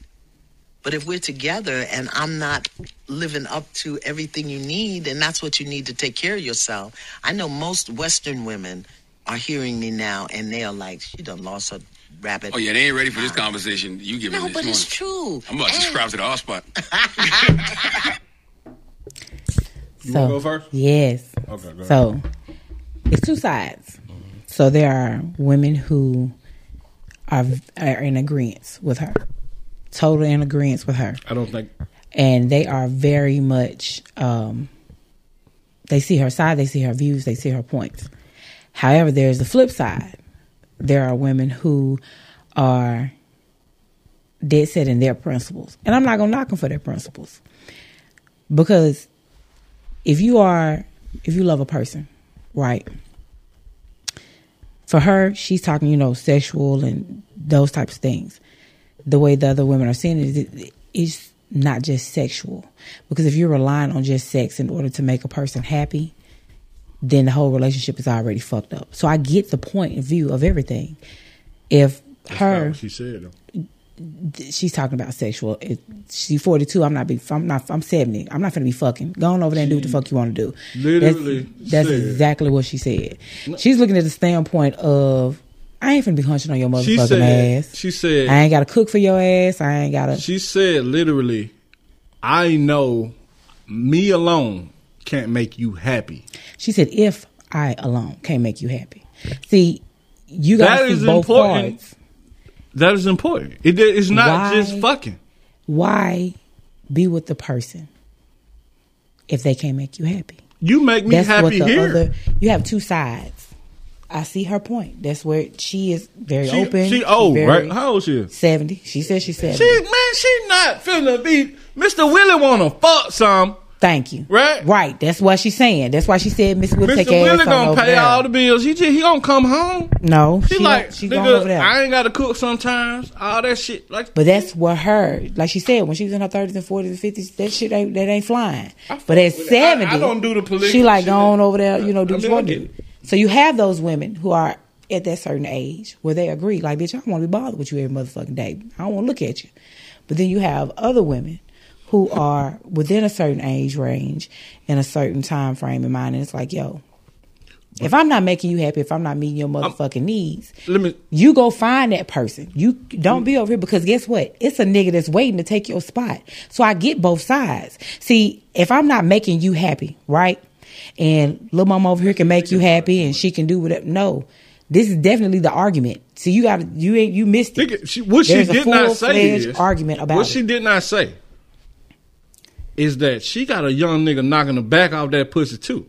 [SPEAKER 8] But if we're together and I'm not living up to everything you need, and that's what you need to take care of yourself, I know most Western women are hearing me now and they are like, she done lost her rabbit.
[SPEAKER 5] Oh yeah, they ain't ready for this conversation. You give it
[SPEAKER 8] No,
[SPEAKER 5] this
[SPEAKER 8] but
[SPEAKER 5] morning.
[SPEAKER 8] it's true.
[SPEAKER 5] I'm about to
[SPEAKER 8] And-
[SPEAKER 5] subscribe to the R spot.
[SPEAKER 2] You so,
[SPEAKER 3] go first?
[SPEAKER 2] Yes.
[SPEAKER 3] Okay, go
[SPEAKER 2] So it's two sides. So there are women who are are in agreement with her, total in agreement with her,
[SPEAKER 3] I don't think.
[SPEAKER 2] and they are very much. Um, they see her side, they see her views, they see her points. However, there's the flip side. There are women who are dead set in their principles, and I'm not gonna knock them for their principles because if you are if you love a person right for her, she's talking, you know, sexual and those types of things. The way the other women are seeing it, it it's not just sexual. Because if you're relying on just sex in order to make a person happy, then the whole relationship is already fucked up. So I get the point of view of everything. If
[SPEAKER 3] That's
[SPEAKER 2] her
[SPEAKER 3] what she said though.
[SPEAKER 2] she's talking about sexual. It, she's forty two. I'm not be. I'm not. I'm seventy. I'm not gonna be fucking. Go on over there and do what the fuck you want to do.
[SPEAKER 3] literally
[SPEAKER 2] That's, that's
[SPEAKER 3] said-
[SPEAKER 2] exactly what she said. She's looking at the standpoint of I ain't finna be hunching on your motherfucking
[SPEAKER 3] She said.
[SPEAKER 2] ass.
[SPEAKER 3] She said.
[SPEAKER 2] I ain't gotta cook for your ass. I ain't gotta.
[SPEAKER 3] She said literally, I know me alone can't make you happy.
[SPEAKER 2] She said if I alone can't make you happy. See, you gotta
[SPEAKER 3] That
[SPEAKER 2] see
[SPEAKER 3] is
[SPEAKER 2] both
[SPEAKER 3] important.
[SPEAKER 2] parts.
[SPEAKER 3] That is important. It, it's not
[SPEAKER 2] Why?
[SPEAKER 3] just fucking.
[SPEAKER 2] Why be with the person if they can't make you happy?
[SPEAKER 3] You make me
[SPEAKER 2] that's
[SPEAKER 3] happy
[SPEAKER 2] what the
[SPEAKER 3] here.
[SPEAKER 2] other you have two sides i see her point that's where she is very
[SPEAKER 3] she,
[SPEAKER 2] open
[SPEAKER 3] she old,
[SPEAKER 2] very-
[SPEAKER 3] right? How old she is?
[SPEAKER 2] 70 she says she's 70
[SPEAKER 3] She man, she not finna be Mr. Willie wanna fuck some.
[SPEAKER 2] thank you
[SPEAKER 3] Right.
[SPEAKER 2] right that's what she's saying that's why she said miss will take
[SPEAKER 3] Mr.
[SPEAKER 2] your ass
[SPEAKER 3] Willie
[SPEAKER 2] on
[SPEAKER 3] gonna
[SPEAKER 2] over
[SPEAKER 3] pay
[SPEAKER 2] there.
[SPEAKER 3] all the bills. He just he gonna come home.
[SPEAKER 2] no
[SPEAKER 3] She,
[SPEAKER 2] she
[SPEAKER 3] like,
[SPEAKER 2] like she's going over
[SPEAKER 3] nigga,
[SPEAKER 2] there
[SPEAKER 3] I ain't gotta cook sometimes. All that shit. Like
[SPEAKER 2] but that's what her, like she said, when she was in her thirties and forties and fifties, that shit ain't, that ain't flying.
[SPEAKER 3] I
[SPEAKER 2] But at
[SPEAKER 3] fuck with it. I- I
[SPEAKER 2] seventy,
[SPEAKER 3] don't do the polygamy
[SPEAKER 2] She like
[SPEAKER 3] shit.
[SPEAKER 2] going over there, you know, do
[SPEAKER 3] I
[SPEAKER 2] what
[SPEAKER 3] mean,
[SPEAKER 2] you want
[SPEAKER 3] I
[SPEAKER 2] to
[SPEAKER 3] get
[SPEAKER 2] do. So you have those women who are at that certain age where they agree, like, bitch, I don't want to be bothered with you every motherfucking day. I don't want to look at you. But then you have other women who are within a certain age range and a certain time frame in mind, and it's like, yo. If I'm not making you happy, if I'm not meeting your motherfucking needs,
[SPEAKER 3] let me
[SPEAKER 2] you go find that person. You don't be over here because guess what? It's a nigga that's waiting to take your spot. So I get both sides. See, if I'm not making you happy, right? And little mama over here can make you happy and she can do whatever. No, this is definitely the argument. So you got to you ain't you missed it.
[SPEAKER 3] Nigga, she, what she
[SPEAKER 2] There's a
[SPEAKER 3] did not say
[SPEAKER 2] full-fledged
[SPEAKER 3] is
[SPEAKER 2] argument about
[SPEAKER 3] what
[SPEAKER 2] it.
[SPEAKER 3] she did not say is that she got a young nigga knocking the back off that pussy too.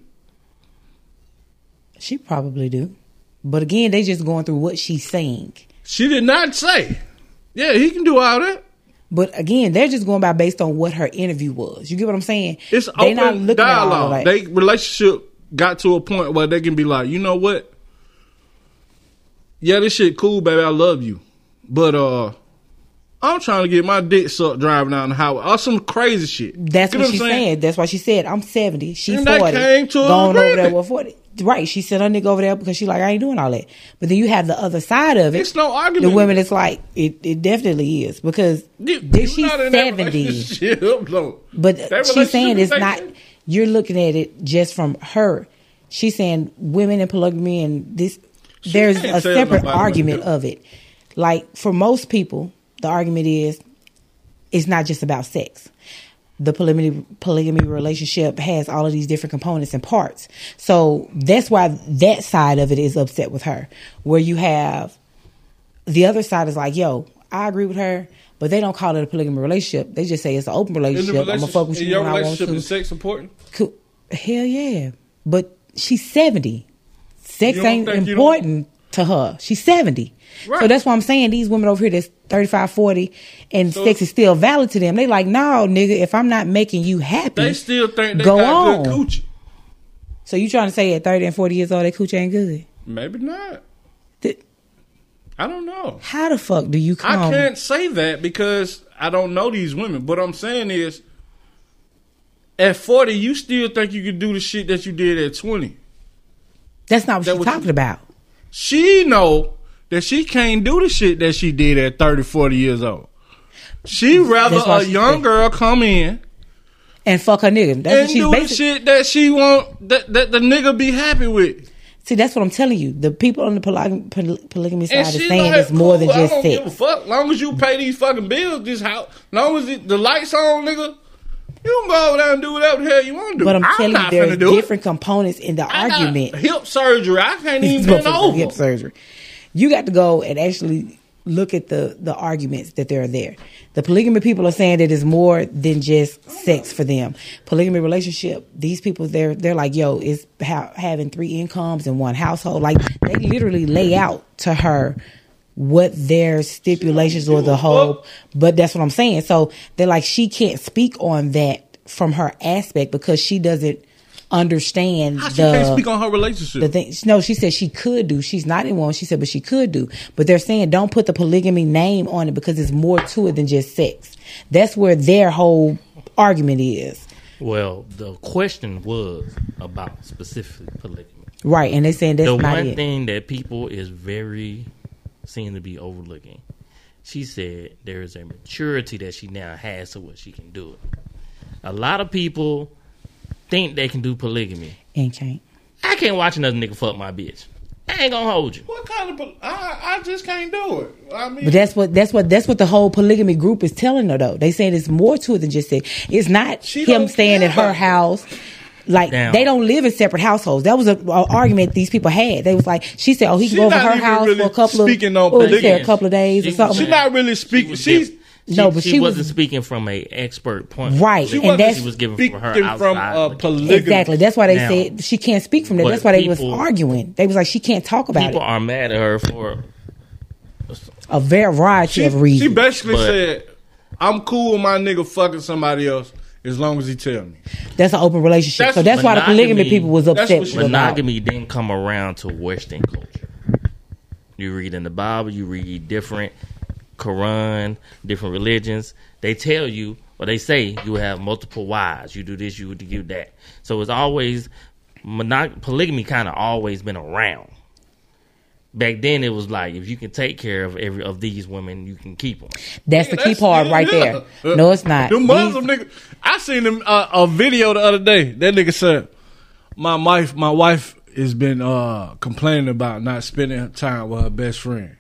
[SPEAKER 2] She probably do, but again, they just going through what she's saying.
[SPEAKER 3] She did not say, yeah, he can do all that.
[SPEAKER 2] But again, they're just going by based on what her interview was. You get what I'm saying?
[SPEAKER 3] It's
[SPEAKER 2] They
[SPEAKER 3] open
[SPEAKER 2] not looking at all of that.
[SPEAKER 3] dialogue. They relationship got to a point where they can be like, you know what? Yeah, this shit cool, baby. I love you, but uh. I'm trying to get my dick sucked driving down the highway or some crazy shit.
[SPEAKER 2] That's
[SPEAKER 3] Get
[SPEAKER 2] what she
[SPEAKER 3] I'm saying?
[SPEAKER 2] said. That's why she said, I'm 70. She
[SPEAKER 3] And they
[SPEAKER 2] 40.
[SPEAKER 3] came to an
[SPEAKER 2] going over there
[SPEAKER 3] agreement.
[SPEAKER 2] with 40. Right. She sent her nigga over there because she like, I ain't doing all that. But then you have the other side of it.
[SPEAKER 3] It's no argument.
[SPEAKER 2] The women, it's like, it, it definitely is because
[SPEAKER 3] You-
[SPEAKER 2] then
[SPEAKER 3] you
[SPEAKER 2] she's
[SPEAKER 3] not in that
[SPEAKER 2] 70.
[SPEAKER 3] relationship, no. That
[SPEAKER 2] But she's
[SPEAKER 3] relationship
[SPEAKER 2] saying
[SPEAKER 3] is
[SPEAKER 2] it's not,
[SPEAKER 3] like-
[SPEAKER 2] you're looking at it just from her. She's saying women and polygamy and this, there's
[SPEAKER 3] can't
[SPEAKER 2] a
[SPEAKER 3] tell
[SPEAKER 2] separate
[SPEAKER 3] nobody what to
[SPEAKER 2] argument
[SPEAKER 3] do.
[SPEAKER 2] of it. Like for most people, the argument is it's not just about sex. The polygamy, polygamy relationship has all of these different components and parts. So that's why that side of it is upset with her. Where you have the other side is like, yo, I agree with her, but they don't call it a polygamy relationship. They just say it's an open
[SPEAKER 3] In the
[SPEAKER 2] relationship. I'm gonna
[SPEAKER 3] relationship,
[SPEAKER 2] fuck with
[SPEAKER 3] in
[SPEAKER 2] you
[SPEAKER 3] your
[SPEAKER 2] when I want
[SPEAKER 3] relationship
[SPEAKER 2] to.
[SPEAKER 3] is sex important?
[SPEAKER 2] Cool. Hell yeah. But she's 70. Sex
[SPEAKER 3] You don't
[SPEAKER 2] ain't
[SPEAKER 3] think you
[SPEAKER 2] important to her. She's 70. So
[SPEAKER 3] Right.
[SPEAKER 2] that's why I'm saying these women over here that's 35, 40, and
[SPEAKER 3] So-
[SPEAKER 2] sex is still valid to them. They like, no, nigga, if I'm not making you happy,
[SPEAKER 3] They still think they
[SPEAKER 2] go
[SPEAKER 3] got
[SPEAKER 2] on.
[SPEAKER 3] good coochie.
[SPEAKER 2] So you trying to say at 30 and 40 years old, that cooch ain't good?
[SPEAKER 3] Maybe not.
[SPEAKER 2] Th-
[SPEAKER 3] I don't know.
[SPEAKER 2] How the fuck do you come?
[SPEAKER 3] I can't say that because I don't know these women. But I'm saying is, at 40, you still think you can do the shit that you did at 20.
[SPEAKER 2] That's not what
[SPEAKER 3] That
[SPEAKER 2] she's
[SPEAKER 3] what you-
[SPEAKER 2] talking about.
[SPEAKER 3] She know that she can't do the shit that she did at 30, 40 years old. She rather
[SPEAKER 2] That's why
[SPEAKER 3] a
[SPEAKER 2] she
[SPEAKER 3] young
[SPEAKER 2] said-
[SPEAKER 3] girl come in
[SPEAKER 2] And fuck her nigga. That's
[SPEAKER 3] and
[SPEAKER 2] what she's
[SPEAKER 3] do the
[SPEAKER 2] basically.
[SPEAKER 3] shit that she want that, that the nigga be happy with.
[SPEAKER 2] See, that's what I'm telling you. The people on the polyg- poly- polygamy side
[SPEAKER 3] And
[SPEAKER 2] is
[SPEAKER 3] she
[SPEAKER 2] saying
[SPEAKER 3] like,
[SPEAKER 2] it's more than
[SPEAKER 3] "Cool,
[SPEAKER 2] just
[SPEAKER 3] I don't
[SPEAKER 2] sex.
[SPEAKER 3] Give a fuck. Long as you pay these fucking bills, this house. Long as it, the lights on, nigga. You can go over there and do whatever the hell you want to do.
[SPEAKER 2] But I'm, telling you,
[SPEAKER 3] not
[SPEAKER 2] there's
[SPEAKER 3] finna do it.
[SPEAKER 2] different components in the
[SPEAKER 3] I got
[SPEAKER 2] argument.
[SPEAKER 3] Hip surgery. I can't
[SPEAKER 2] This
[SPEAKER 3] even bend
[SPEAKER 2] motherfucker
[SPEAKER 3] over.
[SPEAKER 2] hip surgery. You got to go and actually look at the the arguments that there are there. The polygamy people are saying that it's more than just sex for them. Polygamy relationship. These people they're they're like, yo, it's ha- having three incomes in one household. Like they literally lay out to her what their stipulations or the whole. But that's what I'm saying. So they're like, she can't speak on that from her aspect because she doesn't understand
[SPEAKER 3] How she can't speak
[SPEAKER 2] the
[SPEAKER 3] on her relationship?
[SPEAKER 2] the thing. No, she said she could do. She's not in one. She said, but she could do. But they're saying don't put the polygamy name on it because it's more to it than just sex. That's where their whole argument is.
[SPEAKER 1] Well, the question was about specific polygamy.
[SPEAKER 2] Right, and they saying that's
[SPEAKER 1] the
[SPEAKER 2] not
[SPEAKER 1] one
[SPEAKER 2] it.
[SPEAKER 1] thing that people is very seem to be overlooking. She said there is a maturity that she now has to what she can do. A lot of people think they can do polygamy.
[SPEAKER 2] and can't.
[SPEAKER 1] I can't watch another nigga fuck my bitch. I ain't gonna hold you.
[SPEAKER 3] what kind of? pol- I I just can't do it. I mean,
[SPEAKER 2] But that's what that's what that's what the whole polygamy group is telling her though. They saying it's more to it than just sex. It's not
[SPEAKER 3] She
[SPEAKER 2] him
[SPEAKER 3] don't
[SPEAKER 2] staying
[SPEAKER 3] care
[SPEAKER 2] at her
[SPEAKER 3] about that.
[SPEAKER 2] house. Like
[SPEAKER 1] Damn.
[SPEAKER 2] they don't live in separate households. That was an argument these people had. They was like, she said, "Oh, he can
[SPEAKER 3] She
[SPEAKER 2] go over
[SPEAKER 3] not
[SPEAKER 2] her
[SPEAKER 3] even
[SPEAKER 2] house
[SPEAKER 3] really
[SPEAKER 2] for a couple of
[SPEAKER 3] speaking on
[SPEAKER 2] oh, he said
[SPEAKER 3] polygamy.
[SPEAKER 2] a couple of days or
[SPEAKER 1] She-
[SPEAKER 2] something."
[SPEAKER 3] she not really speaking.
[SPEAKER 1] was
[SPEAKER 3] She's
[SPEAKER 1] different.
[SPEAKER 2] No, but she was-
[SPEAKER 1] wasn't speaking from a expert point,
[SPEAKER 2] Right,
[SPEAKER 1] She
[SPEAKER 2] and
[SPEAKER 1] wasn't-
[SPEAKER 2] that's-
[SPEAKER 1] she was giving
[SPEAKER 3] speaking
[SPEAKER 1] from her outside.
[SPEAKER 3] from a
[SPEAKER 1] looking in.
[SPEAKER 3] polygamy.
[SPEAKER 2] exactly. That's why they
[SPEAKER 1] Now-
[SPEAKER 2] said she can't speak from that.
[SPEAKER 1] But
[SPEAKER 2] That's why they
[SPEAKER 1] people-
[SPEAKER 2] was arguing. They was like, she can't talk about
[SPEAKER 1] People
[SPEAKER 2] it.
[SPEAKER 1] are mad at her for
[SPEAKER 2] A variety
[SPEAKER 3] She,
[SPEAKER 2] of reasons.
[SPEAKER 3] she basically
[SPEAKER 1] But-
[SPEAKER 3] said, "I'm cool with my nigga fucking somebody else as long as he tell me."
[SPEAKER 2] that's an open relationship.
[SPEAKER 3] That's
[SPEAKER 2] So that's why the
[SPEAKER 1] monogamy.
[SPEAKER 2] polygamy people was
[SPEAKER 3] That's
[SPEAKER 2] upset.
[SPEAKER 3] what she-
[SPEAKER 2] about.
[SPEAKER 1] monogamy didn't come around to Western culture. You read in the Bible, you read different Quran, different religions. They tell you, or they say, you have multiple wives. You do this, you do that. So it's always monog- polygamy. Kind of always been around. Back then, it was like if you can take care of every of these women, you can keep them.
[SPEAKER 2] That's the key
[SPEAKER 3] That's-
[SPEAKER 2] part
[SPEAKER 3] yeah,
[SPEAKER 2] right
[SPEAKER 3] yeah.
[SPEAKER 2] there. No, it's not.
[SPEAKER 3] Them
[SPEAKER 2] These-
[SPEAKER 3] Muslim nigga. I seen them uh, a video the other day. That nigga said, "My wife, my wife has been uh, complaining about not spending time with her best friend."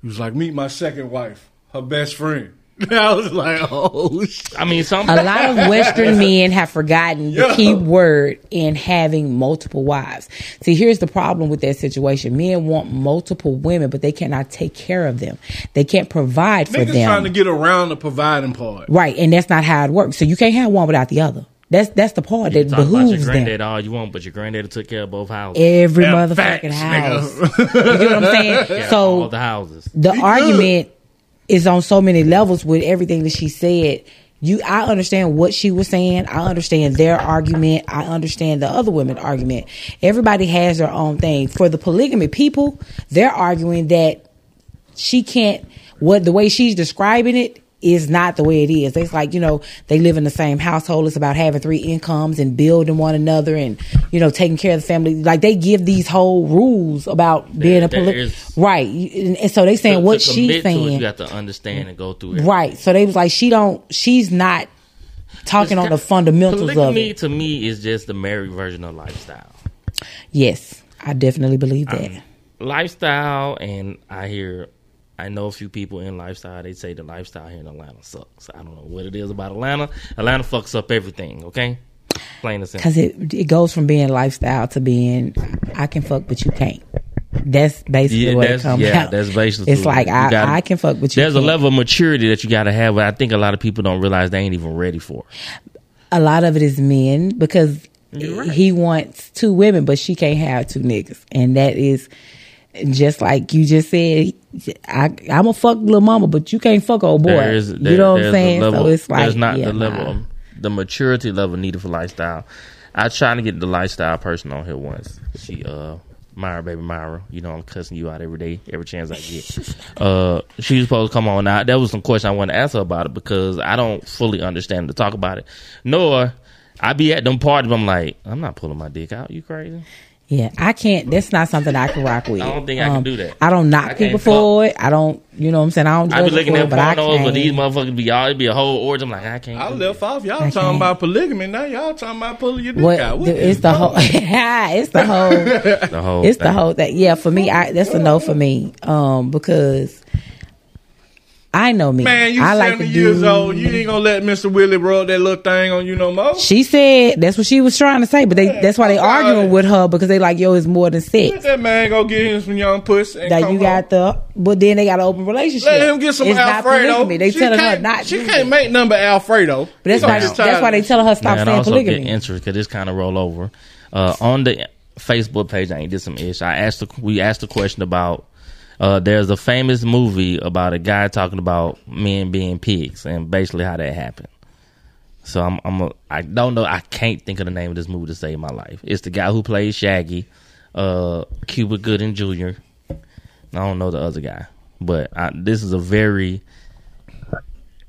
[SPEAKER 3] He was like, "Meet my second wife, her best friend." I was like, "Oh shit."
[SPEAKER 1] I mean, some
[SPEAKER 2] A lot of Western men have forgotten the
[SPEAKER 3] Yeah.
[SPEAKER 2] key word in having multiple wives. See, here's the problem with that situation. Men want multiple women, but they cannot take care of them. They can't provide for
[SPEAKER 3] Niggas
[SPEAKER 2] them.
[SPEAKER 3] trying to get around the providing part.
[SPEAKER 2] right, and that's not how it works. So you can't have one without the other. That's that's the part that
[SPEAKER 1] talk about your
[SPEAKER 2] behooves
[SPEAKER 1] granddad
[SPEAKER 2] them.
[SPEAKER 1] all you want, but your granddad took care of both houses.
[SPEAKER 2] Every
[SPEAKER 3] Them
[SPEAKER 2] motherfucking
[SPEAKER 3] facts,
[SPEAKER 2] house.
[SPEAKER 3] nigga.
[SPEAKER 2] You know what I'm saying?
[SPEAKER 1] Yeah,
[SPEAKER 2] so
[SPEAKER 1] all the houses.
[SPEAKER 2] the
[SPEAKER 3] He
[SPEAKER 2] argument is on so many levels with everything that she said. You, I understand what she was saying. I understand their argument. I understand the other women' argument. Everybody has their own thing. For the polygamy people, they're arguing that she can't what the way she's describing it is not the way it is. It's like, you know, they live in the same household. It's about having three incomes and building one another and, you know, taking care of the family. Like they give these whole rules about being a
[SPEAKER 1] there
[SPEAKER 2] poly-
[SPEAKER 1] is-
[SPEAKER 2] right. You- And, and so they
[SPEAKER 1] To-
[SPEAKER 2] saying what
[SPEAKER 1] to
[SPEAKER 2] she's
[SPEAKER 1] commit to it, you
[SPEAKER 2] saying.
[SPEAKER 1] got to understand and go through it.
[SPEAKER 2] right. So they was like she don't she's not talking
[SPEAKER 1] It's
[SPEAKER 2] on
[SPEAKER 1] ki-
[SPEAKER 2] the fundamentals of
[SPEAKER 1] Polygamy
[SPEAKER 2] it.
[SPEAKER 1] to me is just the married version of lifestyle.
[SPEAKER 2] Yes. I definitely believe that.
[SPEAKER 1] Lifestyle, and I hear, I know a few people in lifestyle. They say the lifestyle here in Atlanta sucks. I don't know what it is about Atlanta. Atlanta fucks up everything. Okay, plain and simple.
[SPEAKER 2] Cause it it goes from being lifestyle to being I can fuck but you can't. That's basically
[SPEAKER 1] Yeah,
[SPEAKER 2] what it
[SPEAKER 1] that's-
[SPEAKER 2] comes
[SPEAKER 1] yeah,
[SPEAKER 2] out.
[SPEAKER 1] that's basically
[SPEAKER 2] It's
[SPEAKER 1] what
[SPEAKER 2] like
[SPEAKER 1] it-
[SPEAKER 2] I,
[SPEAKER 1] you gotta-
[SPEAKER 2] I can fuck but you.
[SPEAKER 1] There's a
[SPEAKER 2] can't.
[SPEAKER 1] level of maturity that you got to have. But I think a lot of people don't realize they ain't even ready for. it.
[SPEAKER 2] A lot of it is men because he wants two women, but she can't have two niggas, and that is just like you just said. I I'm a fuck little mama, but you can't fuck old boy.
[SPEAKER 1] There is- there-
[SPEAKER 2] you know what
[SPEAKER 1] there's
[SPEAKER 2] I'm
[SPEAKER 1] a
[SPEAKER 2] saying?
[SPEAKER 1] level-
[SPEAKER 2] so it's like
[SPEAKER 1] there's not
[SPEAKER 2] yeah,
[SPEAKER 1] the level,
[SPEAKER 2] nah.
[SPEAKER 1] of- the maturity level needed for lifestyle. I tried to get the lifestyle person on here once. She, uh, Myra, baby Myra, you know I'm cussing you out every day, every chance I get. uh, she was supposed to come on out. That was some question I wanted to ask her about it because I don't fully understand to talk about it. Nor I be at them parties. I'm like, I'm not pulling my dick out. You crazy?
[SPEAKER 2] Yeah, I can't. That's not something I can rock with.
[SPEAKER 1] I don't think I can do that.
[SPEAKER 2] Um, I don't knock
[SPEAKER 1] I can't
[SPEAKER 2] people for it. I don't. You know what I'm saying? I don't.
[SPEAKER 1] I be
[SPEAKER 2] judge
[SPEAKER 1] looking
[SPEAKER 2] for
[SPEAKER 1] at
[SPEAKER 2] it, but I
[SPEAKER 1] pornos, but
[SPEAKER 2] can't.
[SPEAKER 1] these motherfuckers be all. It be a whole orgy. I'm like, I can't.
[SPEAKER 3] I
[SPEAKER 1] do
[SPEAKER 3] left off. Y'all
[SPEAKER 2] I
[SPEAKER 3] talking
[SPEAKER 2] can't.
[SPEAKER 3] about polygamy. Now y'all talking about pulling your dick
[SPEAKER 2] What,
[SPEAKER 3] out. What
[SPEAKER 2] the, it's
[SPEAKER 3] is-
[SPEAKER 2] the whole. it's the whole.
[SPEAKER 1] that. the whole.
[SPEAKER 2] It's the
[SPEAKER 1] thing.
[SPEAKER 2] whole thing. Yeah, for me, I that's a no for me. Um, because I know me.
[SPEAKER 3] Man, you
[SPEAKER 2] I
[SPEAKER 3] seventy years old. You ain't gonna let Mr. Willie rub that little thing on you no more.
[SPEAKER 2] She said that's what she was trying to say, but they that's why they
[SPEAKER 3] fuck outta
[SPEAKER 2] arguing
[SPEAKER 3] here.
[SPEAKER 2] with her because they like, yo, it's more than
[SPEAKER 3] Let
[SPEAKER 2] sex.
[SPEAKER 3] that man go get him some young pussy. And
[SPEAKER 2] That
[SPEAKER 3] come
[SPEAKER 2] you got
[SPEAKER 3] home.
[SPEAKER 2] the, but then they got an open relationship.
[SPEAKER 3] Let him get some
[SPEAKER 2] it's not
[SPEAKER 3] Alfredo.
[SPEAKER 2] polygamy. They
[SPEAKER 3] she
[SPEAKER 2] telling her
[SPEAKER 3] can't-
[SPEAKER 2] not.
[SPEAKER 3] She
[SPEAKER 2] do
[SPEAKER 3] can't
[SPEAKER 2] that.
[SPEAKER 3] make nothing but Alfredo.
[SPEAKER 2] But that's
[SPEAKER 3] You
[SPEAKER 2] why.
[SPEAKER 3] know,
[SPEAKER 2] That's why they telling her stop
[SPEAKER 1] Man, I
[SPEAKER 2] saying
[SPEAKER 1] also get
[SPEAKER 2] polygamy.
[SPEAKER 1] interest because this kind of roll over. Uh, on the Facebook page, I ain't did some ish. I asked the, we asked a question about. Uh, there's a famous movie about a guy talking about men being pigs and basically how that happened. So I'm I'm a, I don't know I can't think of the name of this movie to save my life. It's the guy who plays Shaggy, uh, Cuba Gooding Jr. I don't know the other guy, but I, this is a very.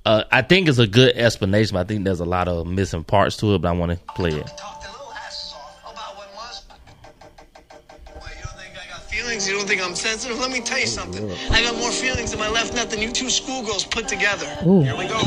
[SPEAKER 1] Uh, I think it's a good explanation. But I think there's a lot of missing parts to it, but I want to play it.
[SPEAKER 5] Talk their little asses off about what was. Why, you don't think I got feelings? You don't think I'm sensitive? Let me tell you something. I got more feelings in my left nut than you two schoolgirls put together. Here we go.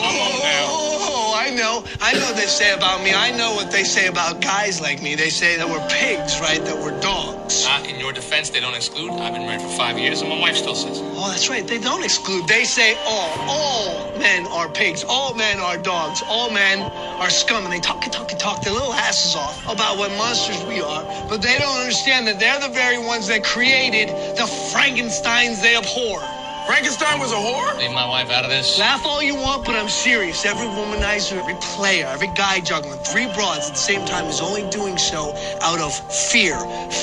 [SPEAKER 5] Oh, I know. I know they say about me. I know what they say about guys like me. They say that we're pigs, right? That we're dogs.
[SPEAKER 7] Uh, in your defense, they don't exclude. I've been married for five years, and my wife still says it.
[SPEAKER 5] Oh, that's right. They don't exclude. They say all. All men are pigs. All men are dogs. All men are scum. And they talk and talk and talk their little asses off about what monsters we are. But they don't understand that they're the very ones that created the Frankensteins they abhor.
[SPEAKER 7] Frankenstein was a whore. Leave my wife out of this.
[SPEAKER 5] Laugh all you want, but I'm serious. Every womanizer, every player, every guy juggling three broads at the same time is only doing so out of fear.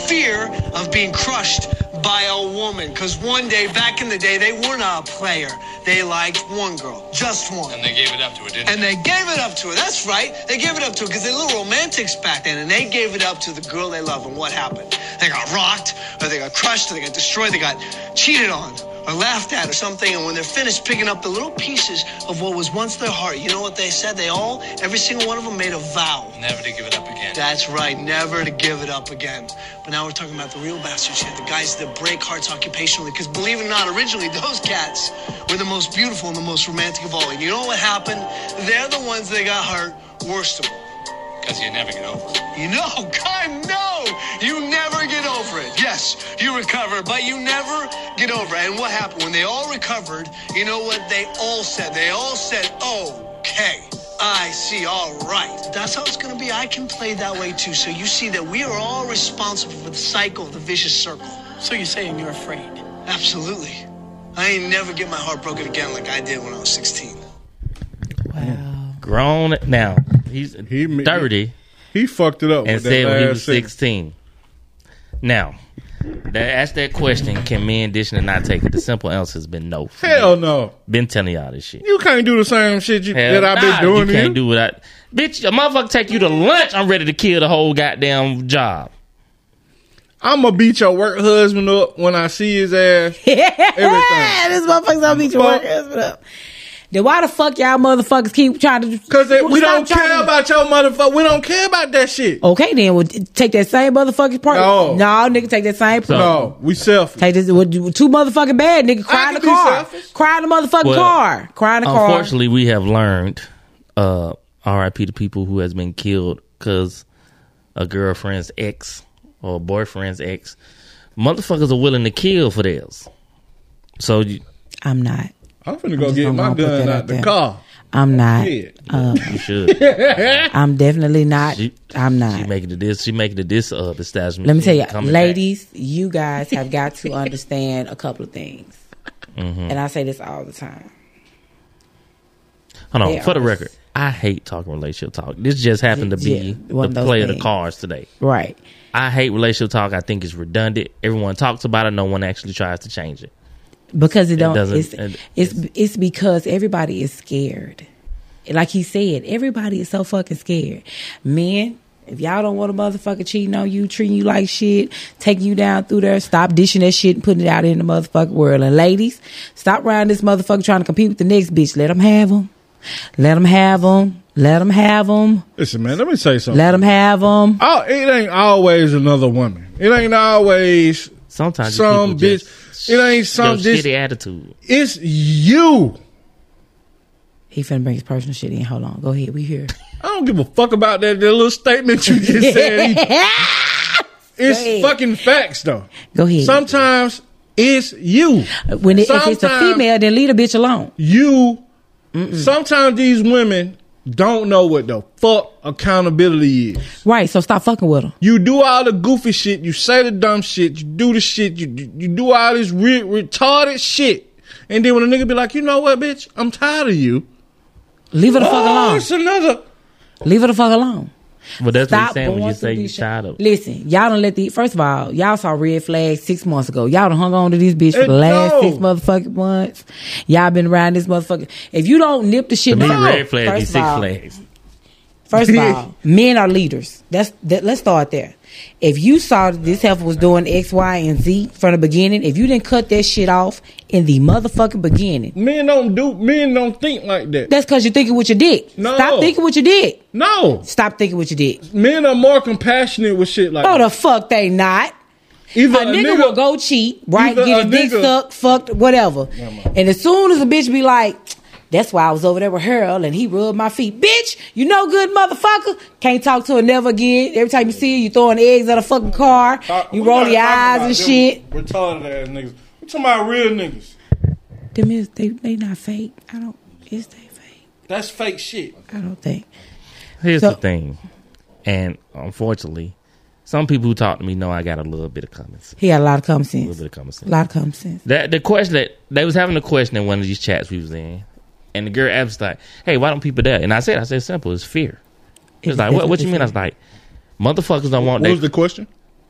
[SPEAKER 5] Fear of being crushed by a woman. Because one day, back in the day, they were not a player. They liked one girl, just one.
[SPEAKER 7] And they gave it up to her, didn't
[SPEAKER 5] And they gave it up to her. That's right. They gave it up to her because they were little romantics back then, and they gave it up to the girl they love. And what happened? They got rocked, or they got crushed, or they got destroyed, they got cheated on, or laughed at, or something. And when they're finished picking up the little pieces of what was once their heart, you know what they said? They all, every single one of them, made a vow.
[SPEAKER 7] they? Never to give it up again.
[SPEAKER 5] That's right, never to give it up again. But now we're talking about the real bastard shit, the guys that break hearts occupationally. Because believe it or not, originally those cats were the most beautiful and the most romantic of all. And you know what happened? They're the ones that got hurt worst of all.
[SPEAKER 7] Because you never get over it.
[SPEAKER 5] You know, God, no! You never get over it. Yes, you recover, but you never get over it. And what happened? When they all recovered, you know what they all said? They all said, okay. I see, all right. That's how it's gonna be. I can play that way too. So you see that we are all responsible for the cycle, the vicious circle.
[SPEAKER 9] So you're saying you're afraid?
[SPEAKER 5] Absolutely. I ain't never get my heart broken again like I did when I was 16.
[SPEAKER 2] Wow.
[SPEAKER 1] Grown now, he's
[SPEAKER 4] He ma-
[SPEAKER 1] thirty.
[SPEAKER 4] He fucked it up
[SPEAKER 1] and
[SPEAKER 4] with that
[SPEAKER 1] said when he
[SPEAKER 4] last
[SPEAKER 1] was
[SPEAKER 4] sentence.
[SPEAKER 1] 16. Now, they ask that question can men dish and not take it? The simple answer has been no. for me.
[SPEAKER 4] Hell no.
[SPEAKER 1] Been telling y'all this shit.
[SPEAKER 4] You can't do the same shit you,
[SPEAKER 1] Hell
[SPEAKER 4] that I've been
[SPEAKER 1] nah,
[SPEAKER 4] doing
[SPEAKER 1] You
[SPEAKER 4] to
[SPEAKER 1] can't
[SPEAKER 4] you.
[SPEAKER 1] do what I. Bitch, a motherfucker take you to lunch. I'm ready to kill the whole goddamn job.
[SPEAKER 4] I'm gonna beat your work husband up when I see his ass. Everything.
[SPEAKER 2] this motherfucker's gonna beat your
[SPEAKER 4] Fuck.
[SPEAKER 2] work husband up. Then why the fuck y'all motherfuckers keep trying to?
[SPEAKER 4] Cause it- we
[SPEAKER 2] Stop
[SPEAKER 4] don't care
[SPEAKER 2] trying to-
[SPEAKER 4] about your motherfucker. We don't care about that shit.
[SPEAKER 2] Okay, then we'll t- take that same motherfucking part.
[SPEAKER 4] No.
[SPEAKER 2] nigga, take that same. part.
[SPEAKER 4] No, we selfish.
[SPEAKER 2] Take this. We'll do too motherfucking bad, nigga.
[SPEAKER 4] I
[SPEAKER 2] Cry in the
[SPEAKER 4] can be
[SPEAKER 2] car.
[SPEAKER 4] selfish.
[SPEAKER 2] Cry in the motherfucking
[SPEAKER 1] Well,
[SPEAKER 2] car. Cry in the car.
[SPEAKER 1] Unfortunately, we have learned uh, RIP to people who has been killed because a girlfriend's ex or a boyfriend's ex. Motherfuckers are willing to kill for theirs. So you,
[SPEAKER 2] I'm not.
[SPEAKER 4] I'm finna go
[SPEAKER 2] just
[SPEAKER 4] get
[SPEAKER 2] gonna
[SPEAKER 4] my
[SPEAKER 2] put
[SPEAKER 4] gun
[SPEAKER 2] that
[SPEAKER 4] out
[SPEAKER 2] out
[SPEAKER 4] the
[SPEAKER 2] there.
[SPEAKER 4] car.
[SPEAKER 2] I'm not.
[SPEAKER 4] Yeah.
[SPEAKER 1] you should.
[SPEAKER 2] I'm definitely not.
[SPEAKER 1] She-
[SPEAKER 2] I'm
[SPEAKER 1] She
[SPEAKER 2] not.
[SPEAKER 1] making the dis. She making the dis uh, establishment.
[SPEAKER 2] Let me tell you,
[SPEAKER 1] coming back.
[SPEAKER 2] ladies, you guys have got to understand a couple of things.
[SPEAKER 1] Mm-hmm.
[SPEAKER 2] And I say this all the time.
[SPEAKER 1] Hold
[SPEAKER 2] they
[SPEAKER 1] on. For the
[SPEAKER 2] are-
[SPEAKER 1] record, I hate talking relationship talk. This just happened to
[SPEAKER 2] Yeah,
[SPEAKER 1] be
[SPEAKER 2] one of
[SPEAKER 1] the
[SPEAKER 2] those
[SPEAKER 1] play of the
[SPEAKER 2] things.
[SPEAKER 1] cards today.
[SPEAKER 2] Right.
[SPEAKER 1] I hate relationship talk. I think it's redundant. Everyone talks about it. No one actually tries to change it.
[SPEAKER 2] Because it don't
[SPEAKER 1] doesn't-
[SPEAKER 2] it's,
[SPEAKER 1] it-
[SPEAKER 2] it's it's because everybody is scared. Like he said, everybody is so fucking scared. Men, if y'all don't want a motherfucker cheating on you, treating you like shit, taking you down through there, stop dishing that shit and putting it out in the motherfucking world. And ladies, stop around this motherfucker trying to compete with the next bitch. Let them have them. Let them have them. Let them have them.
[SPEAKER 4] Listen, man, let me say something.
[SPEAKER 2] Let them have them.
[SPEAKER 4] Oh, it ain't always another woman. It ain't always
[SPEAKER 1] Sometimes you
[SPEAKER 4] some
[SPEAKER 1] people
[SPEAKER 4] bitch.
[SPEAKER 1] just
[SPEAKER 4] It ain't
[SPEAKER 1] Some
[SPEAKER 4] some bitch.
[SPEAKER 1] shitty attitude.
[SPEAKER 4] It's you.
[SPEAKER 2] He finna bring his personal shit in. Hold on. Go ahead. We here.
[SPEAKER 4] I don't give a fuck about that, that little statement you just said.
[SPEAKER 2] ahead.
[SPEAKER 4] It's fucking facts though.
[SPEAKER 2] Go ahead.
[SPEAKER 4] Sometimes it's you.
[SPEAKER 2] when it, if it's a
[SPEAKER 4] Sometimes-
[SPEAKER 2] female, then leave the bitch alone.
[SPEAKER 4] You sometimes these women don't know what the fuck accountability is.
[SPEAKER 2] Right. So stop fucking with her.
[SPEAKER 4] You do all the goofy shit. You say the dumb shit. You do the shit. You you you do all this re- retarded shit. And then when a nigga be like, you know what, bitch, I'm tired of you.
[SPEAKER 2] Leave her the fuck
[SPEAKER 4] Oh,
[SPEAKER 2] alone.
[SPEAKER 4] it's another.
[SPEAKER 2] Leave her the fuck alone.
[SPEAKER 1] But that's
[SPEAKER 2] Stop
[SPEAKER 1] what you're saying when
[SPEAKER 2] going
[SPEAKER 1] you
[SPEAKER 2] to
[SPEAKER 1] say you
[SPEAKER 2] these sh-
[SPEAKER 1] tired of.
[SPEAKER 2] Listen, y'all don't let the first of all, y'all saw red flags six months ago. Y'all done hung on to this bitch for
[SPEAKER 4] And
[SPEAKER 2] the last
[SPEAKER 4] no.
[SPEAKER 2] six motherfucking months. Y'all been around this motherfucker. If you don't nip the shit
[SPEAKER 1] To me,
[SPEAKER 2] down,
[SPEAKER 1] red flags be
[SPEAKER 2] first
[SPEAKER 1] six
[SPEAKER 2] of all,
[SPEAKER 1] flags.
[SPEAKER 2] First of all, men are leaders. That's that, let's start there. If you saw that this heifer was doing X, Y, and Z from the beginning, if you didn't cut that shit off in the motherfucking beginning,
[SPEAKER 3] Men don't do. Men don't think like that.
[SPEAKER 2] that's because you're thinking with your dick.
[SPEAKER 3] No.
[SPEAKER 2] Stop thinking with your dick.
[SPEAKER 3] No,
[SPEAKER 2] Stop thinking with your dick.
[SPEAKER 3] men are more compassionate with shit like
[SPEAKER 2] Oh
[SPEAKER 3] that.
[SPEAKER 2] the fuck they not.
[SPEAKER 3] Either
[SPEAKER 2] a nigga, will go cheat, right?
[SPEAKER 3] either
[SPEAKER 2] Get
[SPEAKER 3] a
[SPEAKER 2] his dick
[SPEAKER 3] nigga-
[SPEAKER 2] sucked, fucked, whatever. And as soon as a bitch be like, that's why I was over there with Harold and he rubbed my feet. Bitch, you no good motherfucker. Can't talk to her never again. Every time you see her, you throwing eggs at a fucking car.
[SPEAKER 3] Uh,
[SPEAKER 2] You roll your eyes and shit.
[SPEAKER 3] Retarded ass niggas. We talking about real niggas.
[SPEAKER 2] Them is they they not fake. I don't is they fake?
[SPEAKER 3] That's fake shit.
[SPEAKER 2] I don't think.
[SPEAKER 1] Here's
[SPEAKER 2] So-
[SPEAKER 1] the thing, and unfortunately, some people who talk to me know I got a little bit of common sense.
[SPEAKER 2] He had a lot of common
[SPEAKER 1] A little
[SPEAKER 2] sense.
[SPEAKER 1] bit of common sense.
[SPEAKER 2] A lot of common sense.
[SPEAKER 1] That the question that they was having a question in one of these chats we was in, and the girl asked like, "Hey, why don't people that?" And I said, "I said simple, it's fear." It's like, "What? What you mean?" I was like, "Motherfuckers don't want
[SPEAKER 3] What was
[SPEAKER 1] that.
[SPEAKER 3] the question?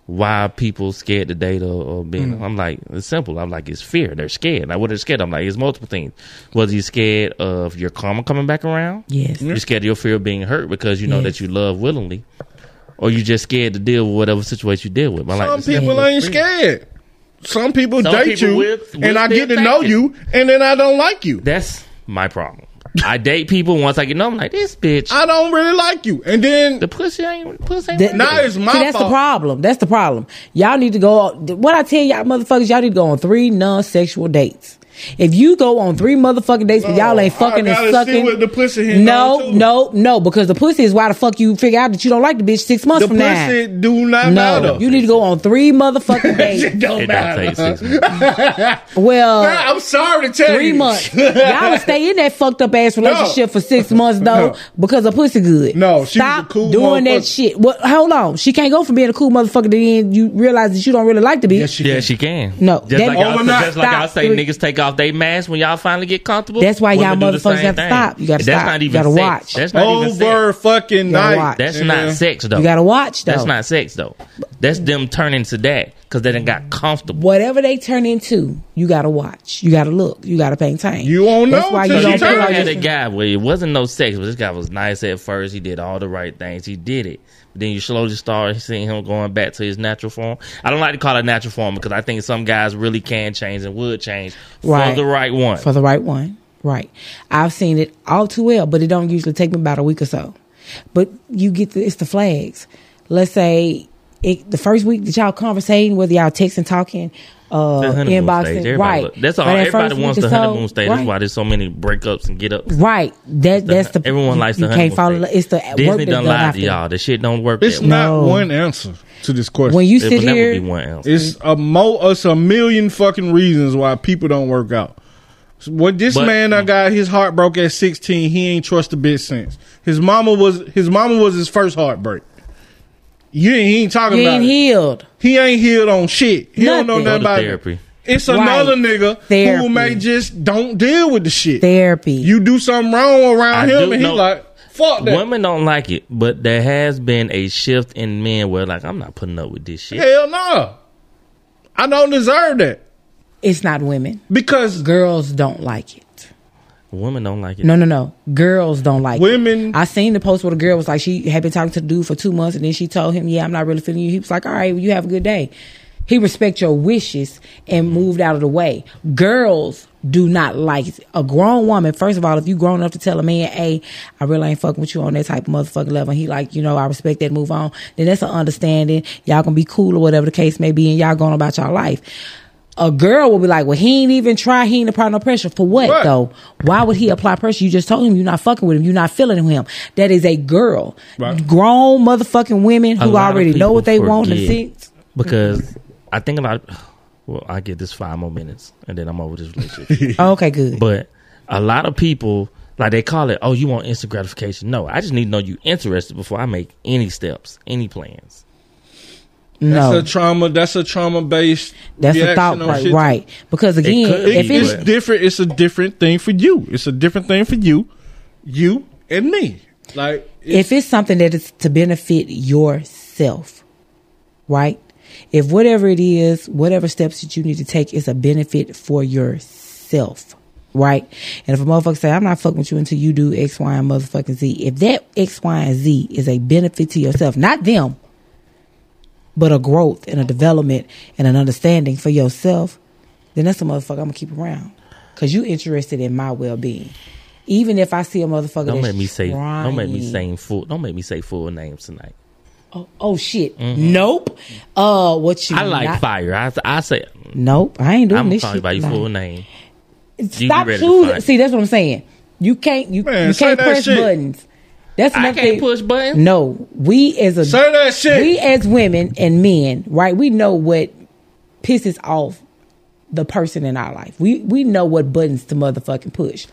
[SPEAKER 1] why people scared to date or, or being?" I'm like, "It's simple. I'm like, it's fear. They're scared. Like, what are they scared? of? I'm like, it's multiple things. Was you scared of your karma coming back around?
[SPEAKER 2] Yes.
[SPEAKER 1] You're scared of your fear of being hurt because you know
[SPEAKER 2] Yes.
[SPEAKER 1] that you love willingly, or you just scared to deal with whatever situation you deal with." I'm like,
[SPEAKER 3] Some
[SPEAKER 1] it's simple.
[SPEAKER 3] people ain't scared. Some people
[SPEAKER 1] Some
[SPEAKER 3] date
[SPEAKER 1] people
[SPEAKER 3] you,
[SPEAKER 1] with- with
[SPEAKER 3] and I
[SPEAKER 1] their
[SPEAKER 3] get to know
[SPEAKER 1] thinking.
[SPEAKER 3] you, and then I don't like you.
[SPEAKER 1] That's my problem. I date people once I get know. I'm like this bitch.
[SPEAKER 3] I don't really like you, and then
[SPEAKER 1] the pussy ain't pussy. Ain't
[SPEAKER 2] That-
[SPEAKER 1] real.
[SPEAKER 3] now it's my
[SPEAKER 2] See, that's
[SPEAKER 3] fault.
[SPEAKER 2] the problem. That's the problem. Y'all need to go. on- What I tell y'all motherfuckers, y'all need to go on three non-sexual dates. If you go on three motherfucking dates, but y'all ain't
[SPEAKER 3] Oh, I
[SPEAKER 2] fucking
[SPEAKER 3] gotta see
[SPEAKER 2] and sucking.
[SPEAKER 3] what the pussy hitting
[SPEAKER 2] no,
[SPEAKER 3] on, too.
[SPEAKER 2] no, no, because the pussy is why the fuck you figure out that you don't like the bitch six months
[SPEAKER 3] the
[SPEAKER 2] from
[SPEAKER 3] pussy do not
[SPEAKER 2] now. No,
[SPEAKER 3] matter.
[SPEAKER 2] you need to go on three motherfucking
[SPEAKER 3] it
[SPEAKER 2] dates.
[SPEAKER 3] don't
[SPEAKER 1] it don't
[SPEAKER 3] matter.
[SPEAKER 1] take six months.
[SPEAKER 2] Well,
[SPEAKER 3] I'm sorry to tell
[SPEAKER 2] three
[SPEAKER 3] you.
[SPEAKER 2] months. Y'all would stay in that fucked up ass relationship for six months though
[SPEAKER 3] No.
[SPEAKER 2] because of pussy good.
[SPEAKER 3] No, she was
[SPEAKER 2] stop
[SPEAKER 3] a cool
[SPEAKER 2] doing that
[SPEAKER 3] motherfucker.
[SPEAKER 2] shit. Well, hold on. She can't go from being a cool motherfucker to then you realize that you don't really like the bitch.
[SPEAKER 1] Yeah, she can.
[SPEAKER 2] No,
[SPEAKER 1] just
[SPEAKER 2] that-
[SPEAKER 1] like, y'all,
[SPEAKER 3] Overnight.
[SPEAKER 1] just like y'all
[SPEAKER 2] Stop.
[SPEAKER 1] say, niggas take off their masks when y'all finally get comfortable.
[SPEAKER 2] That's why y'all
[SPEAKER 1] Women do the
[SPEAKER 2] motherfuckers
[SPEAKER 1] same
[SPEAKER 2] have to
[SPEAKER 1] thing.
[SPEAKER 2] stop. You gotta
[SPEAKER 1] That's
[SPEAKER 2] stop.
[SPEAKER 1] not
[SPEAKER 2] You
[SPEAKER 1] even
[SPEAKER 2] gotta
[SPEAKER 1] sex.
[SPEAKER 2] watch.
[SPEAKER 1] That's not even
[SPEAKER 3] Over
[SPEAKER 1] sex.
[SPEAKER 3] fucking
[SPEAKER 2] gotta
[SPEAKER 3] night.
[SPEAKER 2] watch.
[SPEAKER 1] That's
[SPEAKER 3] Yeah.
[SPEAKER 1] not sex though.
[SPEAKER 2] You gotta watch though.
[SPEAKER 1] That's not sex though. That's them turning to that because they done got comfortable.
[SPEAKER 2] Whatever they turn into, you gotta watch. You gotta look. You gotta pay attention.
[SPEAKER 3] You won't
[SPEAKER 2] That's
[SPEAKER 3] know
[SPEAKER 2] why
[SPEAKER 3] till
[SPEAKER 2] you
[SPEAKER 1] So
[SPEAKER 3] you
[SPEAKER 1] she
[SPEAKER 2] don't
[SPEAKER 3] turn.
[SPEAKER 2] put
[SPEAKER 1] probably
[SPEAKER 2] all
[SPEAKER 1] had a
[SPEAKER 2] your.
[SPEAKER 1] guy where it wasn't no sex, but this guy was nice at first. He did all the right things. He did it. But then you slowly start seeing him going back to his natural form. I don't like to call it natural form because I think some guys really can change and would change
[SPEAKER 2] Right.
[SPEAKER 1] for the right one.
[SPEAKER 2] for the right one. Right. I've seen it all too well, but it don't usually take me about a week or so. But you get the, it's the flags. Let's say it, the first week that y'all conversating, whether y'all texting, talking, uh,
[SPEAKER 1] the honeymoon stage.
[SPEAKER 2] inboxing,
[SPEAKER 1] Everybody
[SPEAKER 2] right?
[SPEAKER 1] look- That's all.
[SPEAKER 2] But that
[SPEAKER 1] everybody
[SPEAKER 2] first week
[SPEAKER 1] wants
[SPEAKER 2] or
[SPEAKER 1] the
[SPEAKER 2] so,
[SPEAKER 1] honeymoon stage. That's
[SPEAKER 2] right.
[SPEAKER 1] why there's so many breakups and get ups.
[SPEAKER 2] Right. That that's the
[SPEAKER 1] everyone
[SPEAKER 2] you-
[SPEAKER 1] likes
[SPEAKER 2] you
[SPEAKER 1] the
[SPEAKER 2] can't
[SPEAKER 1] honeymoon
[SPEAKER 2] follow.
[SPEAKER 1] stage.
[SPEAKER 2] It's the
[SPEAKER 1] Disney
[SPEAKER 2] work that's
[SPEAKER 1] done
[SPEAKER 2] done
[SPEAKER 1] lied
[SPEAKER 2] after.
[SPEAKER 1] to y'all. The shit don't work.
[SPEAKER 3] It's
[SPEAKER 1] that way.
[SPEAKER 2] No.
[SPEAKER 3] not one answer to this question.
[SPEAKER 2] When you
[SPEAKER 1] It
[SPEAKER 2] sit
[SPEAKER 1] will never be
[SPEAKER 2] here,
[SPEAKER 1] one else.
[SPEAKER 3] It's a mo. It's a million fucking reasons why people don't work out. So When this
[SPEAKER 1] But- Mm.
[SPEAKER 3] man I got his heart broke at sixteen, he ain't trust a bitch since. His mama was his mama was his first heartbreak. You ain't, he ain't talking
[SPEAKER 2] you
[SPEAKER 3] about
[SPEAKER 2] ain't
[SPEAKER 3] it.
[SPEAKER 2] healed.
[SPEAKER 3] He ain't healed on shit. He don't know
[SPEAKER 2] Nothing.
[SPEAKER 3] nothing
[SPEAKER 1] Go to
[SPEAKER 3] about
[SPEAKER 1] therapy.
[SPEAKER 3] it. It's
[SPEAKER 2] Right.
[SPEAKER 3] another nigga
[SPEAKER 2] Therapy.
[SPEAKER 3] who may just don't deal with the shit.
[SPEAKER 2] Therapy.
[SPEAKER 3] You do something wrong around
[SPEAKER 1] I
[SPEAKER 3] him,
[SPEAKER 1] do
[SPEAKER 3] and he
[SPEAKER 1] know-
[SPEAKER 3] like fuck that.
[SPEAKER 1] Women don't like it, but there has been a shift in men where like I'm not putting up with this shit.
[SPEAKER 3] Hell no, I don't deserve that
[SPEAKER 2] it's not women.
[SPEAKER 3] because
[SPEAKER 2] Girls don't like it.
[SPEAKER 1] Women don't like it.
[SPEAKER 2] No, no, no. Girls don't like it.
[SPEAKER 3] Women-
[SPEAKER 2] I seen the post where the girl was like, she had been talking to the dude for two months, and then she told him, "Yeah, I'm not really feeling you." He was like, "All right, well, you have a good day." He respect your wishes and moved out of the way. Girls do not like it. a grown woman. First of all, if you grown enough to tell a man, "Hey, I really ain't fucking with you on that type of motherfucking level," and he like, you know, I respect that. Move on. Then that's an understanding. Y'all gonna be cool or whatever the case may be, and y'all going about y'all life. A girl will be like, well, he ain't even try. He ain't apply no pressure. For what,
[SPEAKER 3] Right.
[SPEAKER 2] though? Why would he apply pressure? You just told him you're not fucking with him. You're not feeling him. That is a girl.
[SPEAKER 3] Right.
[SPEAKER 2] Grown motherfucking women
[SPEAKER 1] A
[SPEAKER 2] who
[SPEAKER 1] lot of
[SPEAKER 2] already know
[SPEAKER 1] people
[SPEAKER 2] what they want and
[SPEAKER 1] forget
[SPEAKER 2] see.
[SPEAKER 1] because I think about. Well, I get this five more minutes, and then I'm over this relationship.
[SPEAKER 2] Okay, good.
[SPEAKER 1] But a lot of people, like they call it, oh, you want instant gratification. No, I just need to know you interested before I make any steps, any plans.
[SPEAKER 2] no,
[SPEAKER 3] That's
[SPEAKER 2] that's
[SPEAKER 3] a trauma. That's a trauma based.
[SPEAKER 2] a thought, right? right. Because again,
[SPEAKER 1] could
[SPEAKER 2] if
[SPEAKER 1] be,
[SPEAKER 2] it's
[SPEAKER 3] It's different. It's a different thing for you. It's a different thing for you, you and me. Like
[SPEAKER 2] if
[SPEAKER 3] it's,
[SPEAKER 2] it's something that is to benefit yourself, right? If whatever it is, whatever steps that you need to take is a benefit for yourself, right? And if a motherfucker say, I'm not fucking with you until you do X, Y, and motherfucking Z, if that X, Y, and Z is a benefit to yourself, not them, but a growth and a development and an understanding for yourself, then that's a motherfucker I'm gonna keep around. Cause you interested in my well being. Even if I see a motherfucker
[SPEAKER 1] Don't
[SPEAKER 2] that's
[SPEAKER 1] make me say.
[SPEAKER 2] trying.
[SPEAKER 1] Don't make me say full. Don't make me say full names tonight.
[SPEAKER 2] Oh, oh shit. Nope. Uh what you
[SPEAKER 1] Mm-hmm. I like
[SPEAKER 2] not-
[SPEAKER 1] fire. I, I say
[SPEAKER 2] Nope. I ain't doing
[SPEAKER 1] I'm
[SPEAKER 2] this
[SPEAKER 1] talking
[SPEAKER 2] shit.
[SPEAKER 1] about your
[SPEAKER 2] tonight.
[SPEAKER 1] full name. be
[SPEAKER 2] Stop
[SPEAKER 1] ready to
[SPEAKER 2] choosing.
[SPEAKER 1] fight.
[SPEAKER 2] See, that's what I'm saying. You can't you,
[SPEAKER 4] Man,
[SPEAKER 2] you
[SPEAKER 4] say
[SPEAKER 2] can't
[SPEAKER 4] that
[SPEAKER 2] press
[SPEAKER 4] shit.
[SPEAKER 2] buttons. That's
[SPEAKER 1] I
[SPEAKER 2] another
[SPEAKER 1] can't
[SPEAKER 2] thing.
[SPEAKER 1] push buttons.
[SPEAKER 2] No, we as a
[SPEAKER 4] Say that shit.
[SPEAKER 2] we as women and men, right? We know what pisses off the person in our life. We we know what buttons to motherfucking push,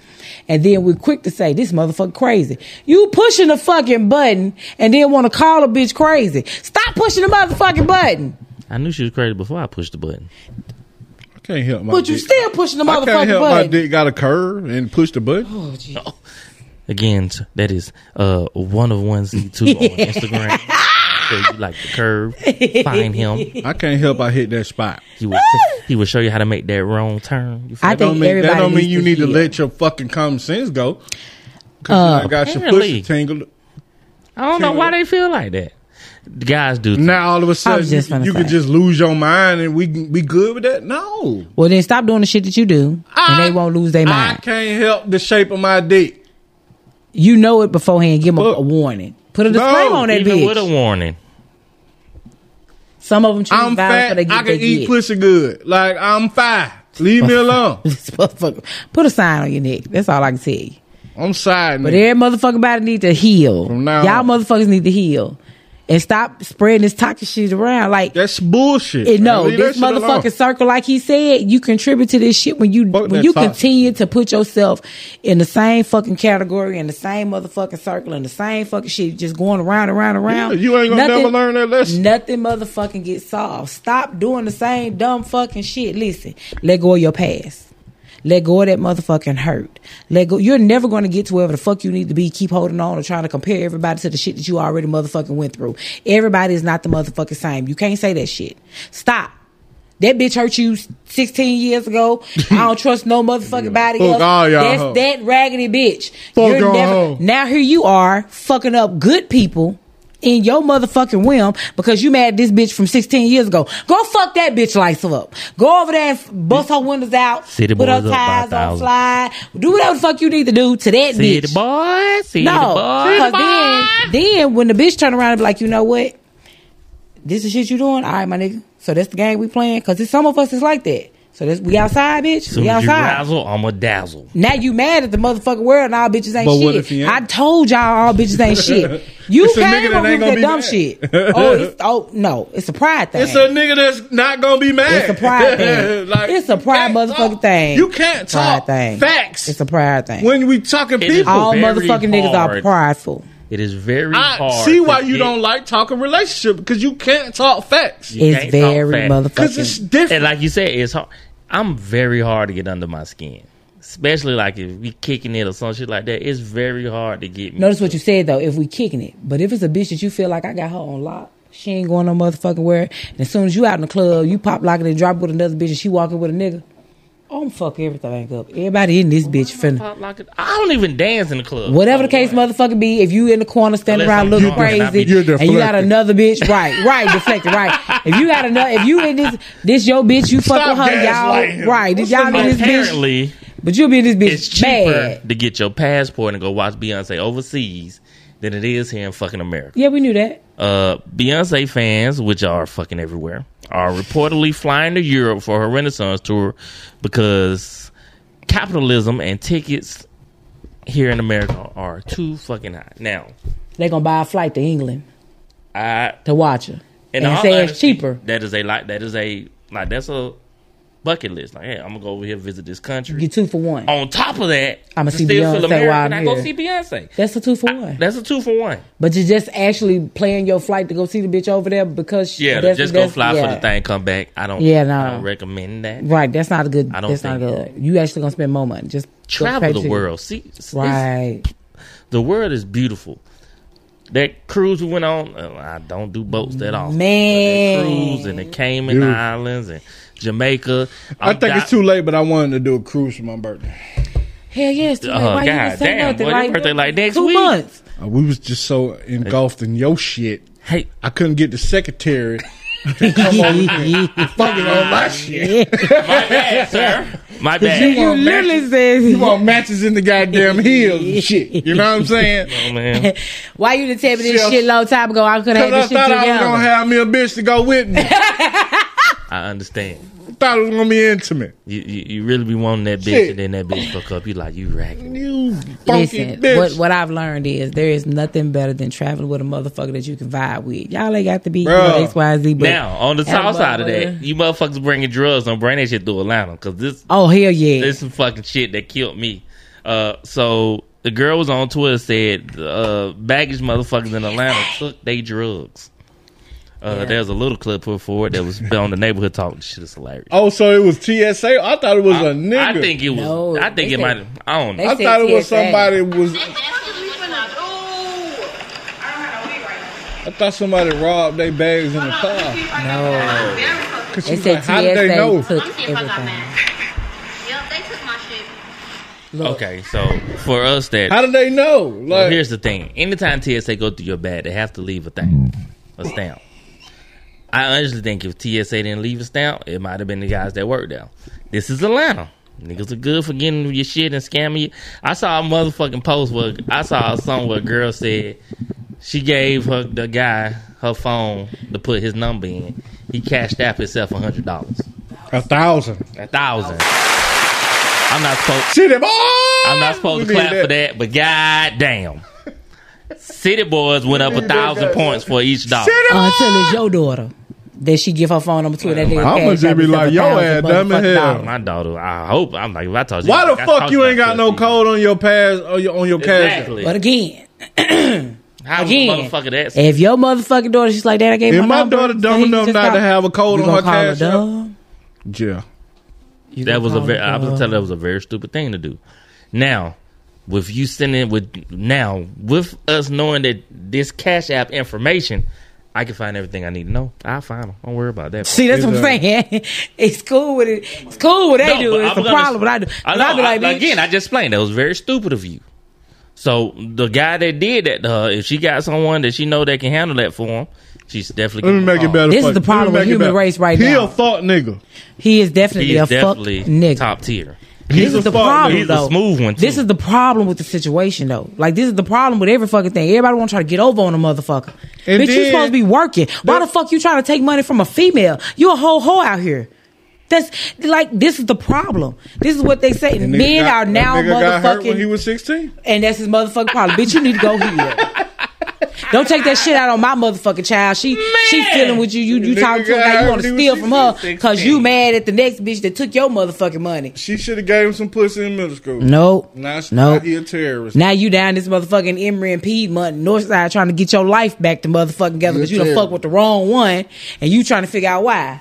[SPEAKER 2] and then we're quick to say this motherfucker crazy. You pushing the fucking button, and then want to call a bitch crazy. Stop pushing the motherfucking button,
[SPEAKER 1] I knew she was crazy before I pushed the button.
[SPEAKER 4] I can't help my.
[SPEAKER 2] but you
[SPEAKER 4] dick.
[SPEAKER 2] still pushing the
[SPEAKER 4] I can't
[SPEAKER 2] motherfucking
[SPEAKER 4] help my
[SPEAKER 2] button.
[SPEAKER 4] dick got a curve and push the button.
[SPEAKER 1] Again, t- that is uh one of one z two on Instagram. So you like the curve? Find
[SPEAKER 2] Oh.
[SPEAKER 1] him.
[SPEAKER 4] I can't help I hit that spot.
[SPEAKER 1] He will. he will show you how to make that wrong turn. You feel
[SPEAKER 2] I
[SPEAKER 1] me?
[SPEAKER 4] That don't
[SPEAKER 2] think
[SPEAKER 4] mean, that
[SPEAKER 2] everybody
[SPEAKER 4] don't mean
[SPEAKER 2] needs
[SPEAKER 4] you
[SPEAKER 2] to
[SPEAKER 4] need to
[SPEAKER 2] hear.
[SPEAKER 4] let your fucking common sense go.
[SPEAKER 2] Uh,
[SPEAKER 4] 'Cause I got your
[SPEAKER 1] Apparently.
[SPEAKER 4] pussy tingled.
[SPEAKER 1] I don't know why they feel like that. The guys do.
[SPEAKER 4] Now all of a sudden
[SPEAKER 2] just
[SPEAKER 4] you,
[SPEAKER 2] finna
[SPEAKER 4] you
[SPEAKER 2] say.
[SPEAKER 4] could just lose your mind and we we good with that. No,
[SPEAKER 2] Well, then stop doing the shit that you do, and
[SPEAKER 4] I-
[SPEAKER 2] they won't lose their
[SPEAKER 4] I
[SPEAKER 2] mind.
[SPEAKER 4] can't help the shape of my dick.
[SPEAKER 2] You know it beforehand. Give them a,
[SPEAKER 4] Look.
[SPEAKER 2] a warning. Put a disclaimer on that
[SPEAKER 1] even
[SPEAKER 2] bitch.
[SPEAKER 1] with a warning.
[SPEAKER 2] Some of them choose
[SPEAKER 4] I'm
[SPEAKER 2] violence,
[SPEAKER 4] fat.
[SPEAKER 2] but they
[SPEAKER 4] I
[SPEAKER 2] get
[SPEAKER 4] can
[SPEAKER 2] they
[SPEAKER 4] eat
[SPEAKER 2] get.
[SPEAKER 4] pussy good. Like I'm fine. Leave me alone.
[SPEAKER 2] This motherfucker. Put a sign on your neck. That's all I can tell you.
[SPEAKER 4] I'm side.
[SPEAKER 2] But
[SPEAKER 4] nigga.
[SPEAKER 2] every motherfucker body need to heal.
[SPEAKER 4] From now
[SPEAKER 2] Y'all
[SPEAKER 4] on.
[SPEAKER 2] motherfuckers need to heal and stop spreading this toxic shit around. Like
[SPEAKER 4] That's bullshit.
[SPEAKER 2] it,
[SPEAKER 4] man.
[SPEAKER 2] no,
[SPEAKER 4] Leave
[SPEAKER 2] this
[SPEAKER 4] that shit alone.
[SPEAKER 2] motherfucking circle, like he said, you contribute to this shit when you
[SPEAKER 4] Fuck
[SPEAKER 2] when
[SPEAKER 4] that
[SPEAKER 2] you
[SPEAKER 4] toxic.
[SPEAKER 2] continue to put yourself in the same fucking category, in the same motherfucking circle, in the same fucking shit, just going around, around, around.
[SPEAKER 4] Yeah, you ain't gonna never learn that lesson.
[SPEAKER 2] Nothing motherfucking gets solved. Stop doing the same dumb fucking shit. Listen, let go of your past. Let go of that motherfucking hurt. Let go. You're never going to get to wherever the fuck you need to be. Keep holding on and trying to compare everybody to the shit that you already motherfucking went through. Everybody is not the motherfucking same. You can't say that shit. Stop. That bitch hurt you 16 years ago. I don't trust no motherfucking body
[SPEAKER 4] Fuck
[SPEAKER 2] else.
[SPEAKER 4] all y'all
[SPEAKER 2] That's
[SPEAKER 4] hoes.
[SPEAKER 2] that raggedy bitch.
[SPEAKER 4] Fuck
[SPEAKER 2] You're
[SPEAKER 4] y'all
[SPEAKER 2] never-
[SPEAKER 4] hoes.
[SPEAKER 2] now here you are fucking up good people in your motherfucking whim because you mad at this bitch from 16 years ago. Go fuck that bitch lights up. Go over there and f- bust her windows out.
[SPEAKER 1] City
[SPEAKER 2] put her
[SPEAKER 1] boys up by
[SPEAKER 2] tires on
[SPEAKER 1] 1,000.
[SPEAKER 2] slide. Do whatever the fuck you need to do to that
[SPEAKER 1] See
[SPEAKER 2] bitch.
[SPEAKER 1] the boy. See
[SPEAKER 2] No,
[SPEAKER 1] the
[SPEAKER 2] because
[SPEAKER 1] boy.
[SPEAKER 2] then, then when the bitch turn around and be like, you know what? This is shit you doing? All right, my nigga. So that's the game we playing? Because some of us is like that. So that's, we outside, bitch.
[SPEAKER 1] Soon
[SPEAKER 2] we
[SPEAKER 1] as you
[SPEAKER 2] outside.
[SPEAKER 1] razzle, I'm a dazzle.
[SPEAKER 2] Now you mad at the motherfucking world and all bitches ain't
[SPEAKER 4] But
[SPEAKER 2] shit.
[SPEAKER 4] what if he ain't?
[SPEAKER 2] I told y'all all bitches ain't shit. You
[SPEAKER 4] It's a
[SPEAKER 2] came
[SPEAKER 4] nigga that
[SPEAKER 2] up with
[SPEAKER 4] ain't
[SPEAKER 2] that
[SPEAKER 4] gonna be
[SPEAKER 2] dumb
[SPEAKER 4] mad.
[SPEAKER 2] shit. Oh, it's, oh no, it's a pride thing.
[SPEAKER 4] It's a nigga that's not gonna be mad.
[SPEAKER 2] It's a pride thing.
[SPEAKER 4] Like,
[SPEAKER 2] It's a pride
[SPEAKER 4] you can't
[SPEAKER 2] motherfucking
[SPEAKER 4] talk-
[SPEAKER 2] thing.
[SPEAKER 4] You can't
[SPEAKER 2] Pride
[SPEAKER 4] talk facts.
[SPEAKER 2] It's a pride thing.
[SPEAKER 4] when we talking
[SPEAKER 1] It is
[SPEAKER 4] people.
[SPEAKER 2] all
[SPEAKER 1] very
[SPEAKER 2] motherfucking niggas are
[SPEAKER 1] hard.
[SPEAKER 2] prideful.
[SPEAKER 1] It is very
[SPEAKER 4] I
[SPEAKER 1] hard.
[SPEAKER 4] see
[SPEAKER 1] to
[SPEAKER 4] why you
[SPEAKER 1] get-
[SPEAKER 4] don't like talking relationship because you can't talk facts.
[SPEAKER 1] You
[SPEAKER 2] It's
[SPEAKER 1] can't talk
[SPEAKER 2] very
[SPEAKER 1] fat.
[SPEAKER 4] Because it's
[SPEAKER 2] motherfucking.
[SPEAKER 1] And
[SPEAKER 4] different.
[SPEAKER 1] like you said, it's hard. I'm very hard to get under my skin, especially like if we kicking it or some shit like that. It's very hard to get me.
[SPEAKER 2] Notice what you said though. If we kicking it, but if it's a bitch that you feel like I got her on lock, she ain't going no motherfucking where. And as soon as you out in the club, you pop locking and drop with another bitch, and she walking with a nigga. Oh, I'm fuck everything up. Everybody in this bitch finna.
[SPEAKER 1] Pop lock it. I don't even dance in the club. Oh.
[SPEAKER 2] Whatever the case, motherfucker, be if you in the corner standing
[SPEAKER 1] Unless
[SPEAKER 2] around
[SPEAKER 1] I'm
[SPEAKER 2] looking
[SPEAKER 1] drunk and I
[SPEAKER 2] crazy,
[SPEAKER 1] be-
[SPEAKER 4] You're
[SPEAKER 2] and you got
[SPEAKER 4] deflecting.
[SPEAKER 2] another bitch, right, right, deflecting, right. If you got another, if you in this, this your bitch, you fuck
[SPEAKER 4] Stop
[SPEAKER 2] with her,
[SPEAKER 4] gaslighting
[SPEAKER 2] y'all,
[SPEAKER 4] him.
[SPEAKER 2] right? This y'all in this bitch,
[SPEAKER 1] Apparently,
[SPEAKER 2] but you be in this
[SPEAKER 1] it's
[SPEAKER 2] bitch
[SPEAKER 1] cheaper
[SPEAKER 2] bad.
[SPEAKER 1] to get your passport and go watch Beyonce overseas than it is here in fucking America.
[SPEAKER 2] Yeah, we knew that.
[SPEAKER 1] Uh, Beyonce fans, which are fucking everywhere, are reportedly flying to Europe for her Renaissance tour because capitalism and tickets here in America are too fucking high. Now,
[SPEAKER 2] They gonna buy a flight to England
[SPEAKER 1] I
[SPEAKER 2] to watch her,
[SPEAKER 1] in
[SPEAKER 2] and,
[SPEAKER 1] all
[SPEAKER 2] say it's
[SPEAKER 1] honesty,
[SPEAKER 2] cheaper.
[SPEAKER 1] That is a like that is a like that's a bucket list. Like, hey, I'm gonna go over here visit this country.
[SPEAKER 2] Get two for one.
[SPEAKER 1] On top of that,
[SPEAKER 2] I'ma
[SPEAKER 1] to
[SPEAKER 2] see
[SPEAKER 1] still
[SPEAKER 2] Beyonce
[SPEAKER 1] feel
[SPEAKER 2] while
[SPEAKER 1] American.
[SPEAKER 2] I'm
[SPEAKER 1] I go
[SPEAKER 2] here.
[SPEAKER 1] see Beyonce.
[SPEAKER 2] That's a two for one.
[SPEAKER 1] That's a two for one.
[SPEAKER 2] but you're just actually playing your flight to go see the bitch over there because she-
[SPEAKER 1] Yeah, to
[SPEAKER 2] that's-
[SPEAKER 1] just go
[SPEAKER 2] that's-
[SPEAKER 1] fly for
[SPEAKER 2] yeah.
[SPEAKER 1] the thing, come back. I don't.
[SPEAKER 2] Yeah,
[SPEAKER 1] I
[SPEAKER 2] no.
[SPEAKER 1] don't recommend that.
[SPEAKER 2] Right, that's not a good.
[SPEAKER 1] I don't
[SPEAKER 2] that's not
[SPEAKER 1] think-
[SPEAKER 2] good. You actually gonna spend more money. Just go pay
[SPEAKER 1] Travel
[SPEAKER 2] to-
[SPEAKER 1] the world. See, it's- it's-
[SPEAKER 2] Right.
[SPEAKER 1] the world is beautiful. that cruise we went on. uh, I don't do boats that often.
[SPEAKER 2] Man.
[SPEAKER 1] but that cruise and the Cayman
[SPEAKER 3] Dude.
[SPEAKER 1] Islands and Jamaica.
[SPEAKER 3] I think it's too late, but I wanted to do a cruise for my birthday.
[SPEAKER 2] Hell yes.
[SPEAKER 1] Uh,
[SPEAKER 2] why you
[SPEAKER 1] God
[SPEAKER 2] didn't say
[SPEAKER 1] damn,
[SPEAKER 2] nothing?
[SPEAKER 1] boy, your birthday like next
[SPEAKER 2] two
[SPEAKER 1] week.
[SPEAKER 2] months.
[SPEAKER 3] Uh, we was just so engulfed in your shit.
[SPEAKER 1] Hey,
[SPEAKER 3] I couldn't get the secretary to come over and fucking on
[SPEAKER 2] Ah,
[SPEAKER 3] my shit.
[SPEAKER 1] my bad, sir. My
[SPEAKER 3] You
[SPEAKER 1] bad.
[SPEAKER 2] You
[SPEAKER 3] want
[SPEAKER 2] literally
[SPEAKER 3] matches, you
[SPEAKER 2] says,
[SPEAKER 3] want matches in the goddamn heels and shit. You know what I'm saying?
[SPEAKER 1] Oh, man.
[SPEAKER 2] "Why you didn't tell me this
[SPEAKER 3] Shelf.
[SPEAKER 2] shit long time ago? I could have
[SPEAKER 3] Because I
[SPEAKER 2] had this shit
[SPEAKER 3] thought I was going to
[SPEAKER 2] together."
[SPEAKER 3] have me a bitch to go with me.
[SPEAKER 1] I understand.
[SPEAKER 3] thought it was going to be intimate.
[SPEAKER 1] You, you you really be wanting that bitch,
[SPEAKER 3] Shit.
[SPEAKER 1] and then that bitch fuck up. You like you ragging.
[SPEAKER 3] You funky
[SPEAKER 2] Listen,
[SPEAKER 3] bitch.
[SPEAKER 2] what what I've learned is there is nothing better than traveling with a motherfucker that you can vibe with. Y'all ain't got to be you know,
[SPEAKER 3] Bruh.
[SPEAKER 2] X Y Z. But uh,
[SPEAKER 1] Now on the
[SPEAKER 2] Have
[SPEAKER 1] south
[SPEAKER 2] a
[SPEAKER 1] side of that,
[SPEAKER 2] mother.
[SPEAKER 1] you motherfuckers bringing drugs. Don't bring that shit through Atlanta because this
[SPEAKER 2] oh hell yeah,
[SPEAKER 1] This some fucking shit that killed me. Uh, so the girl was on Twitter said uh, baggage motherfuckers in Atlanta took they drugs. Uh, There's a little clip put forward that was on the neighborhood talking shit. It's hilarious.
[SPEAKER 3] oh, so it was TSA? I thought it was a nigga.
[SPEAKER 1] I think it was.
[SPEAKER 2] No,
[SPEAKER 1] I think
[SPEAKER 2] they
[SPEAKER 1] it
[SPEAKER 2] said-
[SPEAKER 1] might. I don't know.
[SPEAKER 2] they
[SPEAKER 3] I thought it was
[SPEAKER 2] TSA.
[SPEAKER 3] somebody was. I thought somebody robbed their bags in the car.
[SPEAKER 10] No.
[SPEAKER 3] Cause
[SPEAKER 2] they
[SPEAKER 3] she's
[SPEAKER 2] said
[SPEAKER 3] like, how did they know?
[SPEAKER 2] TSA took everything.
[SPEAKER 10] Yep, they took my shit.
[SPEAKER 1] Okay, so for us that
[SPEAKER 3] How did they know?
[SPEAKER 1] Well,
[SPEAKER 3] Like,
[SPEAKER 1] here's the thing. Anytime TSA go through your bag, they have to leave a thing, a stamp. I honestly think if TSA didn't leave a stamp, it might have been the guys that worked there. This is Atlanta. Niggas are good for getting your shit and scamming you. I saw a motherfucking post where I saw a song where a girl said she gave her the guy her phone to put his number in. He cashed out himself a hundred dollars,
[SPEAKER 3] a thousand.
[SPEAKER 1] a thousand. I'm not supposed.
[SPEAKER 3] City boy.
[SPEAKER 1] I'm not supposed to
[SPEAKER 3] Oh, We need
[SPEAKER 1] clap for that, but goddamn. City boys went up a thousand points for each dollar.
[SPEAKER 3] City boy.
[SPEAKER 2] Until Uh, it's your daughter. Then she give her phone number to her. That nigga
[SPEAKER 3] I'ma
[SPEAKER 2] cash
[SPEAKER 3] just
[SPEAKER 2] out
[SPEAKER 3] be
[SPEAKER 2] herself
[SPEAKER 3] like,
[SPEAKER 2] a
[SPEAKER 3] yo
[SPEAKER 2] thousand
[SPEAKER 3] ass
[SPEAKER 2] motherfucking
[SPEAKER 3] dumb as hell.
[SPEAKER 2] dollars.
[SPEAKER 1] My daughter, I hope I'm like if I talk.
[SPEAKER 3] Why the fuck you ain't got no code on your pass or your on your cash?
[SPEAKER 1] Exactly.
[SPEAKER 2] But again,
[SPEAKER 1] How was the
[SPEAKER 2] again,
[SPEAKER 1] motherfucker that?
[SPEAKER 2] if your motherfucking daughter, she's like that, I gave
[SPEAKER 3] If my
[SPEAKER 2] number,
[SPEAKER 3] daughter
[SPEAKER 2] so
[SPEAKER 3] dumb
[SPEAKER 2] he
[SPEAKER 3] enough
[SPEAKER 2] just
[SPEAKER 3] not
[SPEAKER 2] call-
[SPEAKER 3] to have a code
[SPEAKER 2] You
[SPEAKER 3] on
[SPEAKER 2] gonna
[SPEAKER 3] her
[SPEAKER 2] call her
[SPEAKER 3] cash, app,
[SPEAKER 2] dumb?
[SPEAKER 3] yeah.
[SPEAKER 2] You
[SPEAKER 1] That
[SPEAKER 2] gonna
[SPEAKER 1] was a
[SPEAKER 2] call her
[SPEAKER 1] very. I was
[SPEAKER 2] dumb?
[SPEAKER 1] telling that was a very stupid thing to do. Now, with you sending with now with us knowing that this Cash App information, I can find everything I need to know. I'll find them. Don't worry about that.
[SPEAKER 2] See, that's what I'm saying. It's cool with it. It's cool what they
[SPEAKER 1] No,
[SPEAKER 2] do.
[SPEAKER 1] but
[SPEAKER 2] It's
[SPEAKER 1] I'm
[SPEAKER 2] a
[SPEAKER 1] gonna-
[SPEAKER 2] problem what I do. 'Cause
[SPEAKER 1] know,
[SPEAKER 2] I be like,
[SPEAKER 1] I-
[SPEAKER 2] bitch,
[SPEAKER 1] again, I just explained that was very stupid of you. So the guy that did that to her, if she got someone that she know that can handle that for him, she's definitely.
[SPEAKER 3] Let me
[SPEAKER 1] gonna
[SPEAKER 3] make it
[SPEAKER 1] call.
[SPEAKER 3] better.
[SPEAKER 2] This
[SPEAKER 3] for
[SPEAKER 2] is the
[SPEAKER 3] you. Let me
[SPEAKER 2] problem with
[SPEAKER 3] make it
[SPEAKER 2] human
[SPEAKER 3] better.
[SPEAKER 2] race right
[SPEAKER 3] he
[SPEAKER 2] now.
[SPEAKER 3] a thought nigga.
[SPEAKER 2] he is definitely
[SPEAKER 1] He
[SPEAKER 2] a
[SPEAKER 1] is
[SPEAKER 2] fuck
[SPEAKER 1] definitely
[SPEAKER 2] nigga.
[SPEAKER 1] top tier.
[SPEAKER 3] He's
[SPEAKER 2] This
[SPEAKER 3] a
[SPEAKER 2] is the
[SPEAKER 3] fuck
[SPEAKER 2] problem,
[SPEAKER 3] nigga.
[SPEAKER 1] He's a
[SPEAKER 2] though.
[SPEAKER 1] smooth one, too.
[SPEAKER 2] This is the problem with the situation, though. Like this is the problem with every fucking thing. Everybody want to try to get over on a motherfucker.
[SPEAKER 3] And
[SPEAKER 2] Bitch, you
[SPEAKER 3] then-
[SPEAKER 2] supposed to be working. Why the fuck you trying to take money from a female? You a whole hoe out here. That's like this is the problem. This is what they say.
[SPEAKER 3] Nigga
[SPEAKER 2] Men
[SPEAKER 3] got-
[SPEAKER 2] are now
[SPEAKER 3] that nigga got hurt
[SPEAKER 2] motherfucking,
[SPEAKER 3] when he was sixteen.
[SPEAKER 2] and that's his motherfucking problem. Bitch, you need to go heal. Don't take that shit out on my motherfucking child. She she feeling with you. You you
[SPEAKER 3] Nigga
[SPEAKER 2] talking to her
[SPEAKER 3] got
[SPEAKER 2] like you
[SPEAKER 3] hurt
[SPEAKER 2] want
[SPEAKER 3] when
[SPEAKER 2] to
[SPEAKER 3] he
[SPEAKER 2] steal
[SPEAKER 3] was
[SPEAKER 2] from her because you mad at the next bitch that took your motherfucking money.
[SPEAKER 3] She should have gave him some pussy in middle school.
[SPEAKER 2] Nope.
[SPEAKER 3] Now, she- now
[SPEAKER 2] nope.
[SPEAKER 3] he a terrorist.
[SPEAKER 2] Now you down this motherfucking Emory and Piedmont Northside trying to get your life back to motherfucking together because you done
[SPEAKER 3] Yeah.
[SPEAKER 2] fuck with the wrong one and you trying to figure out why.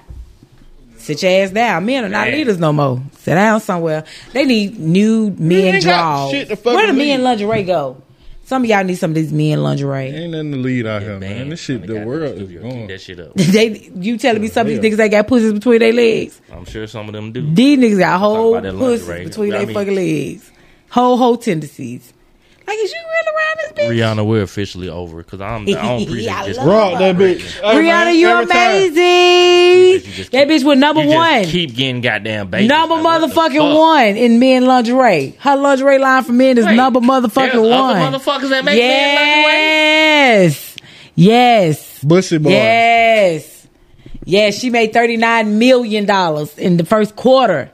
[SPEAKER 2] Sit your ass down. Men are not
[SPEAKER 1] Man.
[SPEAKER 2] leaders no more. Sit down somewhere. They need new men
[SPEAKER 3] ain't got
[SPEAKER 2] draws.
[SPEAKER 3] shit to fucking
[SPEAKER 2] Where the men
[SPEAKER 3] lead.
[SPEAKER 2] lingerie go? Some of y'all need some of these men lingerie.
[SPEAKER 3] Ain't nothing to lead out here,
[SPEAKER 1] Man,
[SPEAKER 3] man. This shit,
[SPEAKER 1] I
[SPEAKER 3] the
[SPEAKER 1] got
[SPEAKER 3] world
[SPEAKER 1] that
[SPEAKER 3] is
[SPEAKER 1] studio. Keep
[SPEAKER 3] going.
[SPEAKER 1] that shit up.
[SPEAKER 2] they, you telling me some of these niggas ain't got pussies between their legs?
[SPEAKER 1] I'm sure some of them do.
[SPEAKER 2] These niggas got whole
[SPEAKER 1] about that lingerie.
[SPEAKER 2] pussies between
[SPEAKER 1] I
[SPEAKER 2] their
[SPEAKER 1] mean-
[SPEAKER 2] fucking legs. Whole, whole tendencies. Like, is you really around this bitch?
[SPEAKER 1] Rihanna, we're officially over because I'm. I don't appreciate
[SPEAKER 2] I
[SPEAKER 1] this.
[SPEAKER 2] love
[SPEAKER 3] Rock that bitch. Hey, man,
[SPEAKER 2] Rihanna, you
[SPEAKER 3] every time.
[SPEAKER 2] amazing.
[SPEAKER 1] You just
[SPEAKER 2] That bitch was number
[SPEAKER 1] You just
[SPEAKER 2] one.
[SPEAKER 1] keep getting goddamn babies.
[SPEAKER 2] Number
[SPEAKER 1] Like, what the
[SPEAKER 2] motherfucking
[SPEAKER 1] fuck?
[SPEAKER 2] one in men lingerie. Her lingerie line for men is
[SPEAKER 1] Wait,
[SPEAKER 2] number motherfucking
[SPEAKER 1] there's
[SPEAKER 2] one.
[SPEAKER 1] Other motherfuckers that make men look away?
[SPEAKER 2] yes. Yes.
[SPEAKER 3] Bussy boy.
[SPEAKER 2] Yes. Yes. She made $39 million in the first quarter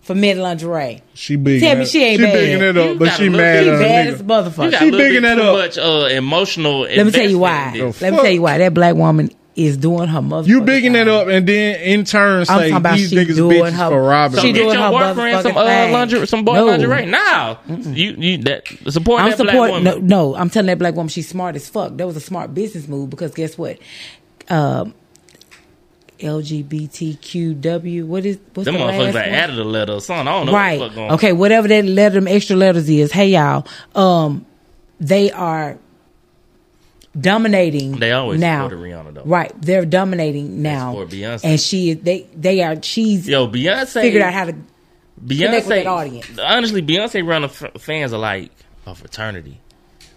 [SPEAKER 2] for men lingerie.
[SPEAKER 3] She bigging
[SPEAKER 2] Tell me
[SPEAKER 3] that-
[SPEAKER 2] she ain't bad.
[SPEAKER 3] bigging it
[SPEAKER 1] You
[SPEAKER 3] up, but
[SPEAKER 1] gotta
[SPEAKER 3] she
[SPEAKER 1] look
[SPEAKER 3] mad
[SPEAKER 2] She
[SPEAKER 1] at
[SPEAKER 3] at
[SPEAKER 2] bad
[SPEAKER 3] her
[SPEAKER 2] as a
[SPEAKER 3] nigga.
[SPEAKER 1] You
[SPEAKER 2] motherfucker.
[SPEAKER 1] got a little
[SPEAKER 3] bigging
[SPEAKER 1] bit
[SPEAKER 3] that
[SPEAKER 1] too
[SPEAKER 3] up.
[SPEAKER 1] much uh, emotional.
[SPEAKER 2] Let me tell you why.
[SPEAKER 1] investment in this.
[SPEAKER 2] Let me tell you why. That black woman is doing her motherfucking
[SPEAKER 3] You bigging it
[SPEAKER 2] job.
[SPEAKER 3] up, and then in turn
[SPEAKER 2] I'm
[SPEAKER 3] say
[SPEAKER 2] talking about
[SPEAKER 3] these
[SPEAKER 2] she
[SPEAKER 3] niggas
[SPEAKER 2] doing
[SPEAKER 3] bitches
[SPEAKER 2] her-
[SPEAKER 3] for robbing.
[SPEAKER 1] So
[SPEAKER 2] She
[SPEAKER 3] her.
[SPEAKER 1] get
[SPEAKER 2] doing
[SPEAKER 1] your
[SPEAKER 2] her
[SPEAKER 1] boyfriend some
[SPEAKER 2] motherfucking
[SPEAKER 1] uh,
[SPEAKER 2] thing.
[SPEAKER 1] lingerie, some boy
[SPEAKER 2] No.
[SPEAKER 1] lingerie. Now you you that support
[SPEAKER 2] I'm
[SPEAKER 1] that black
[SPEAKER 2] supporting.
[SPEAKER 1] woman.
[SPEAKER 2] No, no, I'm telling that black woman she's smart as fuck. That was a smart business move because guess what? Um, LGBTQW. What is what's
[SPEAKER 1] Them
[SPEAKER 2] the last
[SPEAKER 1] motherfuckers
[SPEAKER 2] one?
[SPEAKER 1] that added a letter or something. I don't know
[SPEAKER 2] right?
[SPEAKER 1] what the fuck going
[SPEAKER 2] Okay, whatever that letter, them extra letters is. Hey y'all, um, they are dominating.
[SPEAKER 1] They always
[SPEAKER 2] now,
[SPEAKER 1] supported Rihanna, though.
[SPEAKER 2] Right, they're dominating now.
[SPEAKER 1] for Beyonce.
[SPEAKER 2] and she they they are she's
[SPEAKER 1] Yo, Beyonce
[SPEAKER 2] figured out how to.
[SPEAKER 1] Beyonce,
[SPEAKER 2] with that audience.
[SPEAKER 1] Honestly, Beyonce Rihanna f- fans are like a fraternity.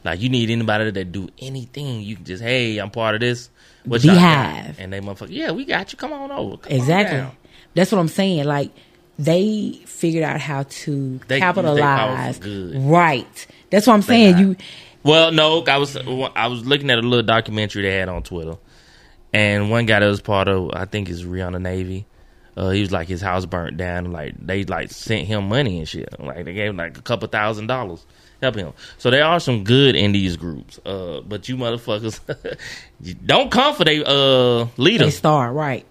[SPEAKER 1] Like you need anybody that do anything, you can just hey, I'm part of this. What y'all got?
[SPEAKER 2] Beehive.
[SPEAKER 1] and they motherfucker, yeah, we got you. Come on over. Come on
[SPEAKER 2] Exactly.
[SPEAKER 1] down.
[SPEAKER 2] That's what I'm saying. Like they figured out how to
[SPEAKER 1] They used their power for
[SPEAKER 2] capitalize.
[SPEAKER 1] good.
[SPEAKER 2] Right. That's what I'm saying. You
[SPEAKER 1] Well, no, I was I was looking at a little documentary they had on Twitter, and one guy that was part of I think is Rihanna Navy. Uh, he was like his house burnt down, and, like they like sent him money and shit. Like they gave him like a couple thousand dollars help him. So there are some good in these groups, uh, but you motherfuckers you don't come for they uh
[SPEAKER 2] they
[SPEAKER 1] leaders.
[SPEAKER 2] star right.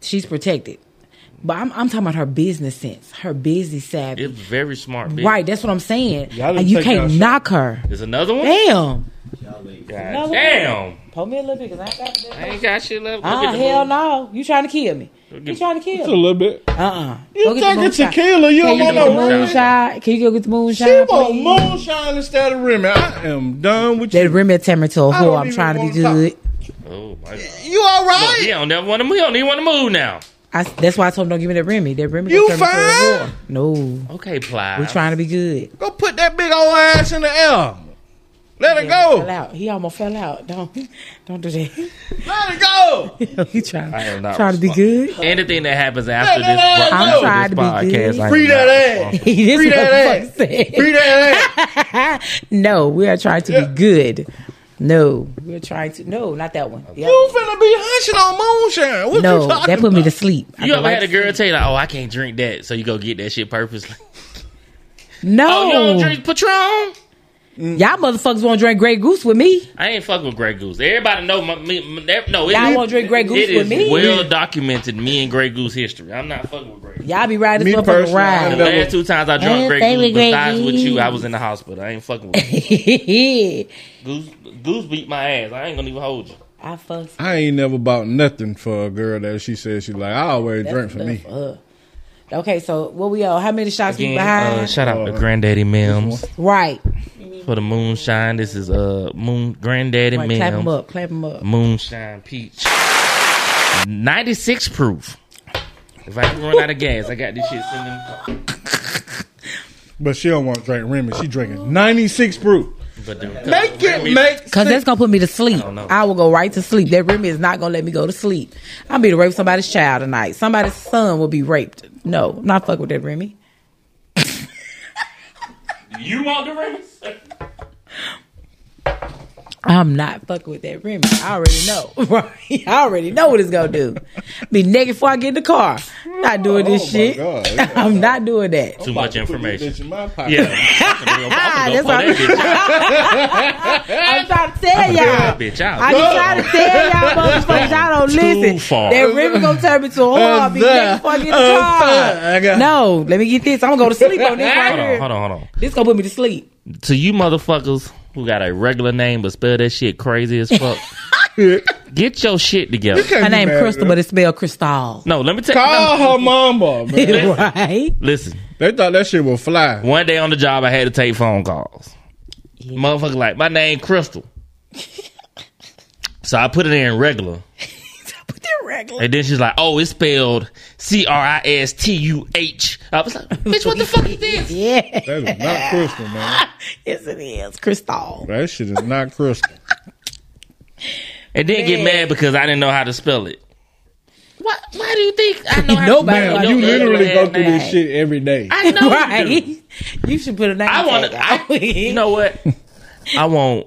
[SPEAKER 2] She's protected. But I'm, I'm talking about her business sense, her business savvy.
[SPEAKER 1] It's very smart. Bitch.
[SPEAKER 2] right. That's what I'm saying.
[SPEAKER 3] Y'all done
[SPEAKER 2] And you
[SPEAKER 3] taken our
[SPEAKER 2] can't
[SPEAKER 3] shot.
[SPEAKER 2] knock her.
[SPEAKER 1] There's another one.
[SPEAKER 2] Damn.
[SPEAKER 1] God damn.
[SPEAKER 2] Pull me a little bit because I ain't got
[SPEAKER 1] I
[SPEAKER 2] that.
[SPEAKER 1] ain't got shit left. Go
[SPEAKER 2] Ah,
[SPEAKER 1] get the
[SPEAKER 2] hell
[SPEAKER 1] book.
[SPEAKER 2] no. You trying to kill me. You trying to kill
[SPEAKER 3] A
[SPEAKER 2] me.
[SPEAKER 3] little bit.
[SPEAKER 2] Uh uh
[SPEAKER 3] You talking tequila? You
[SPEAKER 2] Can
[SPEAKER 3] don't
[SPEAKER 2] you
[SPEAKER 3] want
[SPEAKER 2] get the
[SPEAKER 3] no rim.
[SPEAKER 2] moonshine? Can you go get the moonshine?
[SPEAKER 3] She
[SPEAKER 2] please?
[SPEAKER 3] want moonshine instead of rim. I am done with
[SPEAKER 2] That
[SPEAKER 3] you.
[SPEAKER 2] Remy Tamar to a
[SPEAKER 3] I don't
[SPEAKER 2] whore. I'm
[SPEAKER 3] even
[SPEAKER 2] trying to be
[SPEAKER 3] wanna
[SPEAKER 2] good.
[SPEAKER 1] Oh my god.
[SPEAKER 3] You all
[SPEAKER 1] Look, he
[SPEAKER 3] right?
[SPEAKER 1] don't never want to move. He don't even want to move now.
[SPEAKER 2] I, that's why I told him don't give me that Remy. That Remy
[SPEAKER 3] You
[SPEAKER 2] gonna turn me to a
[SPEAKER 3] fine?
[SPEAKER 2] whore. No,
[SPEAKER 1] Okay, Ply.
[SPEAKER 2] we're trying to be good.
[SPEAKER 3] Go put that big old ass in the air. Let it
[SPEAKER 2] Fell
[SPEAKER 3] go.
[SPEAKER 2] out. He almost fell out. Don't don't do that.
[SPEAKER 3] Let it go.
[SPEAKER 2] he trying
[SPEAKER 1] I am not
[SPEAKER 2] trying to be good.
[SPEAKER 1] Anything that happens after
[SPEAKER 3] Let
[SPEAKER 1] this,
[SPEAKER 3] that
[SPEAKER 1] after
[SPEAKER 3] ass
[SPEAKER 1] this
[SPEAKER 3] go.
[SPEAKER 2] I'm trying to be
[SPEAKER 1] podcast,
[SPEAKER 2] good.
[SPEAKER 1] I am
[SPEAKER 3] Free
[SPEAKER 1] not
[SPEAKER 3] that
[SPEAKER 1] responsible.
[SPEAKER 2] He this
[SPEAKER 3] Free that
[SPEAKER 2] motherfucker said.
[SPEAKER 3] Free that ass.
[SPEAKER 2] No, we are trying to
[SPEAKER 3] Yeah.
[SPEAKER 2] be good. No, we're trying to. No, not that one. The
[SPEAKER 3] You finna be hunching on moonshine. What
[SPEAKER 2] other
[SPEAKER 3] you
[SPEAKER 2] one. No,
[SPEAKER 3] talking
[SPEAKER 2] that put me
[SPEAKER 3] about?
[SPEAKER 2] to sleep. I
[SPEAKER 1] You
[SPEAKER 2] go
[SPEAKER 1] ever
[SPEAKER 2] right
[SPEAKER 1] had a
[SPEAKER 2] to
[SPEAKER 1] girl
[SPEAKER 2] sleep.
[SPEAKER 1] tell you, like, "Oh, I can't drink that," so you go get that shit purposely? Oh, you
[SPEAKER 2] No,
[SPEAKER 1] don't drink Patron?
[SPEAKER 2] y'all motherfuckers won't drink Grey Goose with me.
[SPEAKER 1] I ain't fuck with Grey Goose. Everybody know my me. me- ev- No, it,
[SPEAKER 2] Y'all
[SPEAKER 1] it-
[SPEAKER 2] won't drink Grey Goose
[SPEAKER 1] it is
[SPEAKER 2] with me?
[SPEAKER 1] Well documented, me and Grey Goose history. I'm not fucking with Grey. Goose.
[SPEAKER 2] Y'all be riding this
[SPEAKER 3] Me
[SPEAKER 2] motherfucker
[SPEAKER 3] personally, I
[SPEAKER 1] The
[SPEAKER 2] ride.
[SPEAKER 3] never-
[SPEAKER 1] last two times I
[SPEAKER 2] Yeah,
[SPEAKER 1] drunk Grey
[SPEAKER 2] stay
[SPEAKER 1] Goose,
[SPEAKER 2] with Grey
[SPEAKER 1] besides with you,
[SPEAKER 2] Goose.
[SPEAKER 1] I was in the hospital. I ain't fucking with you. Goose. Goose beat my ass. I ain't gonna even hold you.
[SPEAKER 2] I fucks
[SPEAKER 3] I ain't never bought nothing for a girl that she said she like. I always
[SPEAKER 2] That's
[SPEAKER 3] drink for me.
[SPEAKER 2] enough. Ugh. Okay, so what we on? How many shots we
[SPEAKER 1] Again,
[SPEAKER 2] behind?
[SPEAKER 1] uh, shout out to Granddaddy Mims
[SPEAKER 2] right.
[SPEAKER 1] for the moonshine. This is uh Moon Granddaddy
[SPEAKER 2] right.
[SPEAKER 1] Mims.
[SPEAKER 2] Clap them up. Clap them up.
[SPEAKER 1] Moonshine Peach. 96 proof. If I ever run out of gas, I got this shit sitting in the car.
[SPEAKER 3] But she don't want to drink Remy. She drinking ninety six brew.
[SPEAKER 1] But uh, the,
[SPEAKER 3] Make it make.
[SPEAKER 2] Cause that's gonna put me to sleep.
[SPEAKER 1] don't know.
[SPEAKER 2] I, will go right to sleep. That Remy is not gonna let me go to sleep. I'm be to rape somebody's child tonight. Somebody's son will be raped. No, I'm not fuck with that Remy.
[SPEAKER 1] You want the rings?
[SPEAKER 2] I'm not fucking with that Remy. I already know. Right? I already know what it's gonna do. Be naked before I get in the car. Not doing this
[SPEAKER 3] Oh, my
[SPEAKER 2] shit.
[SPEAKER 3] God. Oh.
[SPEAKER 2] I'm not doing that.
[SPEAKER 1] Too much
[SPEAKER 3] Bitch
[SPEAKER 1] information.
[SPEAKER 3] in my pocket.
[SPEAKER 1] Yeah. I'm
[SPEAKER 2] That's
[SPEAKER 1] gonna go
[SPEAKER 2] what
[SPEAKER 1] pour that
[SPEAKER 2] I'm trying to tell y'all.
[SPEAKER 1] bitch out.
[SPEAKER 2] I just try to tell y'all motherfuckers, y'all don't listen.
[SPEAKER 1] far. Oh,
[SPEAKER 2] That river gonna turn me to a whore. I'll be next fucking in the
[SPEAKER 3] I
[SPEAKER 2] car.
[SPEAKER 3] got-
[SPEAKER 2] No, let me get this. I'm gonna go to sleep on this right
[SPEAKER 1] hold on,
[SPEAKER 2] here.
[SPEAKER 1] hold on, hold on.
[SPEAKER 2] This gonna put me to sleep.
[SPEAKER 1] To you motherfuckers who got a regular name but spell that shit crazy as fuck, get your shit together.
[SPEAKER 3] Can't
[SPEAKER 2] Her
[SPEAKER 3] be
[SPEAKER 2] name
[SPEAKER 3] mad at
[SPEAKER 2] Crystal,
[SPEAKER 3] her.
[SPEAKER 2] but it's spelled Crystal.
[SPEAKER 1] No, let me tell you.
[SPEAKER 3] Call her mama, man.
[SPEAKER 2] right?
[SPEAKER 1] Listen,
[SPEAKER 3] They thought that shit would fly.
[SPEAKER 1] One day on the job, I had to take phone calls. Motherfucker, like my name Crystal, so I put it in regular,
[SPEAKER 2] Put that regular.
[SPEAKER 1] and then she's like, "Oh, it's spelled C R I S T U H." I was like, "Bitch, what the fuck is this?"
[SPEAKER 2] Yeah,
[SPEAKER 3] That is not crystal, man.
[SPEAKER 2] yes it is. Crystal.
[SPEAKER 3] That shit is not crystal.
[SPEAKER 1] And then get mad because I didn't know how to spell it. Why? Why do you think I know? How
[SPEAKER 2] Nobody
[SPEAKER 1] to
[SPEAKER 2] knows
[SPEAKER 1] spell
[SPEAKER 3] Man,
[SPEAKER 2] Yo,
[SPEAKER 3] you
[SPEAKER 1] your
[SPEAKER 3] literally
[SPEAKER 1] ugly
[SPEAKER 3] go
[SPEAKER 1] ass
[SPEAKER 3] through
[SPEAKER 1] name?
[SPEAKER 3] this shit every day.
[SPEAKER 1] I know.
[SPEAKER 2] right?
[SPEAKER 1] You, do.
[SPEAKER 2] You, should put a name.
[SPEAKER 1] I want
[SPEAKER 2] tag
[SPEAKER 1] to.
[SPEAKER 2] out.
[SPEAKER 1] I- You know what? I want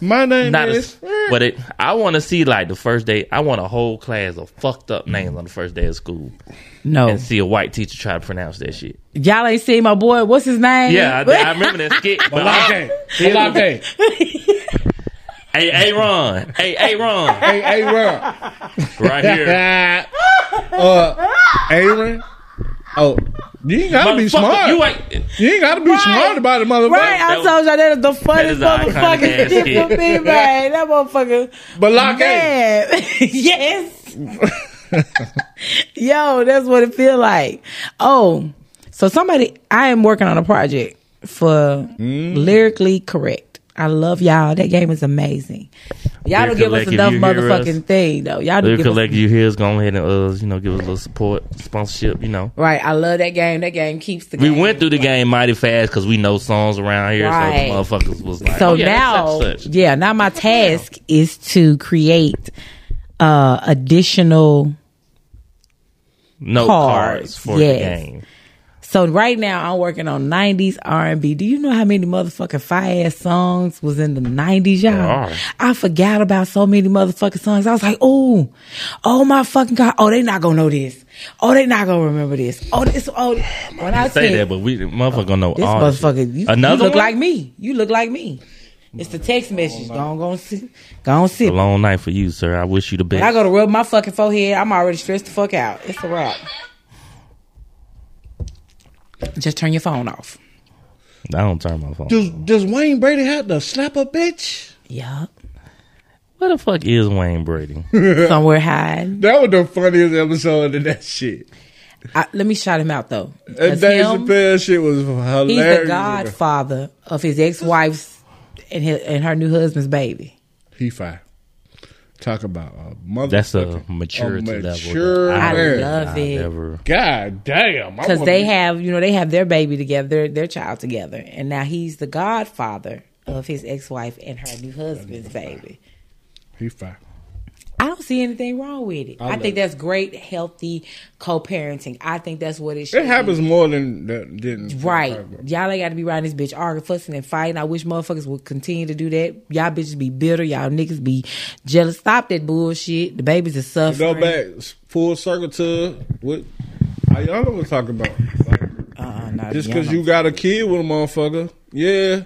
[SPEAKER 3] My name
[SPEAKER 1] not
[SPEAKER 3] is.
[SPEAKER 1] a, but it, I want to see like the first day. I want a whole class of fucked up names on the first day of school.
[SPEAKER 2] no,
[SPEAKER 1] and see a white teacher try to pronounce that shit.
[SPEAKER 2] y'all ain't seen my boy. What's his name?
[SPEAKER 1] Yeah, I, I remember that skit. But I,
[SPEAKER 3] Balake. Balake.
[SPEAKER 1] hey, hey, Ron. Hey, hey, Ron.
[SPEAKER 3] Hey, hey, Ron.
[SPEAKER 1] Right here.
[SPEAKER 3] Uh, Aaron. Oh, you ain't gotta be
[SPEAKER 1] Motherfucker,
[SPEAKER 3] smart.
[SPEAKER 1] You
[SPEAKER 3] You,
[SPEAKER 1] ain't.
[SPEAKER 3] ain't gotta be smart about it, motherfucker.
[SPEAKER 2] Right, I
[SPEAKER 1] That
[SPEAKER 2] told y'all that is the funniest
[SPEAKER 1] that is an iconic
[SPEAKER 2] motherfucking
[SPEAKER 1] ass
[SPEAKER 2] shit for
[SPEAKER 1] skit.
[SPEAKER 2] me, man. That motherfucker.
[SPEAKER 3] But lock in.
[SPEAKER 2] Man. yes. Yo, that's what it feel like. Oh,
[SPEAKER 1] Mm.
[SPEAKER 2] so somebody, I am working on a project for lyrically correct. I love y'all. That game is amazing. Y'all
[SPEAKER 1] Lyrical
[SPEAKER 2] don't give us
[SPEAKER 1] Lake, if
[SPEAKER 2] enough
[SPEAKER 1] you hear us,
[SPEAKER 2] motherfucking thing though. Y'all don't
[SPEAKER 1] Lyrical
[SPEAKER 2] give us
[SPEAKER 1] Collect, you here is going ahead and uh, you know, give us a little support, sponsorship. You know,
[SPEAKER 2] right. I love that game. That game keeps the.
[SPEAKER 1] we
[SPEAKER 2] game.
[SPEAKER 1] went through the game mighty fast because we know songs around here,
[SPEAKER 2] Right.
[SPEAKER 1] so the motherfuckers was like,
[SPEAKER 2] So
[SPEAKER 1] oh, yeah,
[SPEAKER 2] now,
[SPEAKER 1] that's such, such.
[SPEAKER 2] yeah, now my task is to create uh additional.
[SPEAKER 1] note
[SPEAKER 2] cards,
[SPEAKER 1] cards for
[SPEAKER 2] yes.
[SPEAKER 1] the game.
[SPEAKER 2] So right now I'm working on '90s R&B. Do you know how many motherfucking fire ass songs was in the '90s, y'all?
[SPEAKER 1] are.
[SPEAKER 2] I forgot about so many motherfucking songs. I was like, oh, oh my fucking god, oh they not gonna know this. Oh they not gonna remember this. Oh this, oh when I
[SPEAKER 1] Say
[SPEAKER 2] tell-
[SPEAKER 1] that, but we the motherfucker gonna know
[SPEAKER 2] This
[SPEAKER 1] all the shit.
[SPEAKER 2] motherfucker, you,
[SPEAKER 1] Another
[SPEAKER 2] you look
[SPEAKER 1] one?
[SPEAKER 2] like me. You look like me. It's the text message. Go on, go on, sit. Go on, sit.
[SPEAKER 1] a long night for you, sir. I wish you the best.
[SPEAKER 2] I go to rub my fucking forehead. I'm already stressed the fuck out. It's a wrap. Just turn your phone off.
[SPEAKER 1] I don't turn my phone.
[SPEAKER 3] Does, does Wayne Brady have to slap a bitch?
[SPEAKER 2] Yup.
[SPEAKER 1] Where the fuck is Wayne Brady?
[SPEAKER 2] Somewhere hiding.
[SPEAKER 3] That was the funniest episode of that shit.
[SPEAKER 2] I, let me shout him out though.
[SPEAKER 3] That
[SPEAKER 2] 'Cause
[SPEAKER 3] Dave
[SPEAKER 2] him,
[SPEAKER 3] Chappelle shit was hilarious.
[SPEAKER 2] he's the godfather of his ex-wife's and his, and her new husband's baby.
[SPEAKER 3] He fine. Talk about a mother.
[SPEAKER 1] That's a maturity
[SPEAKER 3] A
[SPEAKER 1] level.
[SPEAKER 3] mature
[SPEAKER 1] that
[SPEAKER 3] man.
[SPEAKER 2] I love it.
[SPEAKER 1] Ever.
[SPEAKER 3] God damn. I
[SPEAKER 2] because
[SPEAKER 3] wanna
[SPEAKER 2] they
[SPEAKER 3] be-
[SPEAKER 2] have you know they have their baby together their, their child together and now he's the godfather of his ex-wife and her new husband's baby
[SPEAKER 3] He fine.
[SPEAKER 2] i don't see anything wrong with it i, think that's great healthy co-parenting i think that's what it should
[SPEAKER 3] It happens more than than.
[SPEAKER 2] be.
[SPEAKER 3] than-
[SPEAKER 2] right y'all ain't got to be riding this bitch arguing fussing and fighting i wish motherfuckers would continue to do that y'all bitches be bitter y'all niggas be jealous stop that bullshit the babies are
[SPEAKER 3] Go
[SPEAKER 2] suffering
[SPEAKER 3] back full circle to what Ayana was talking about. Like,
[SPEAKER 2] uh-uh, nah,
[SPEAKER 3] just
[SPEAKER 2] y'all
[SPEAKER 3] because
[SPEAKER 2] not-
[SPEAKER 3] you got a kid with a motherfucker, yeah,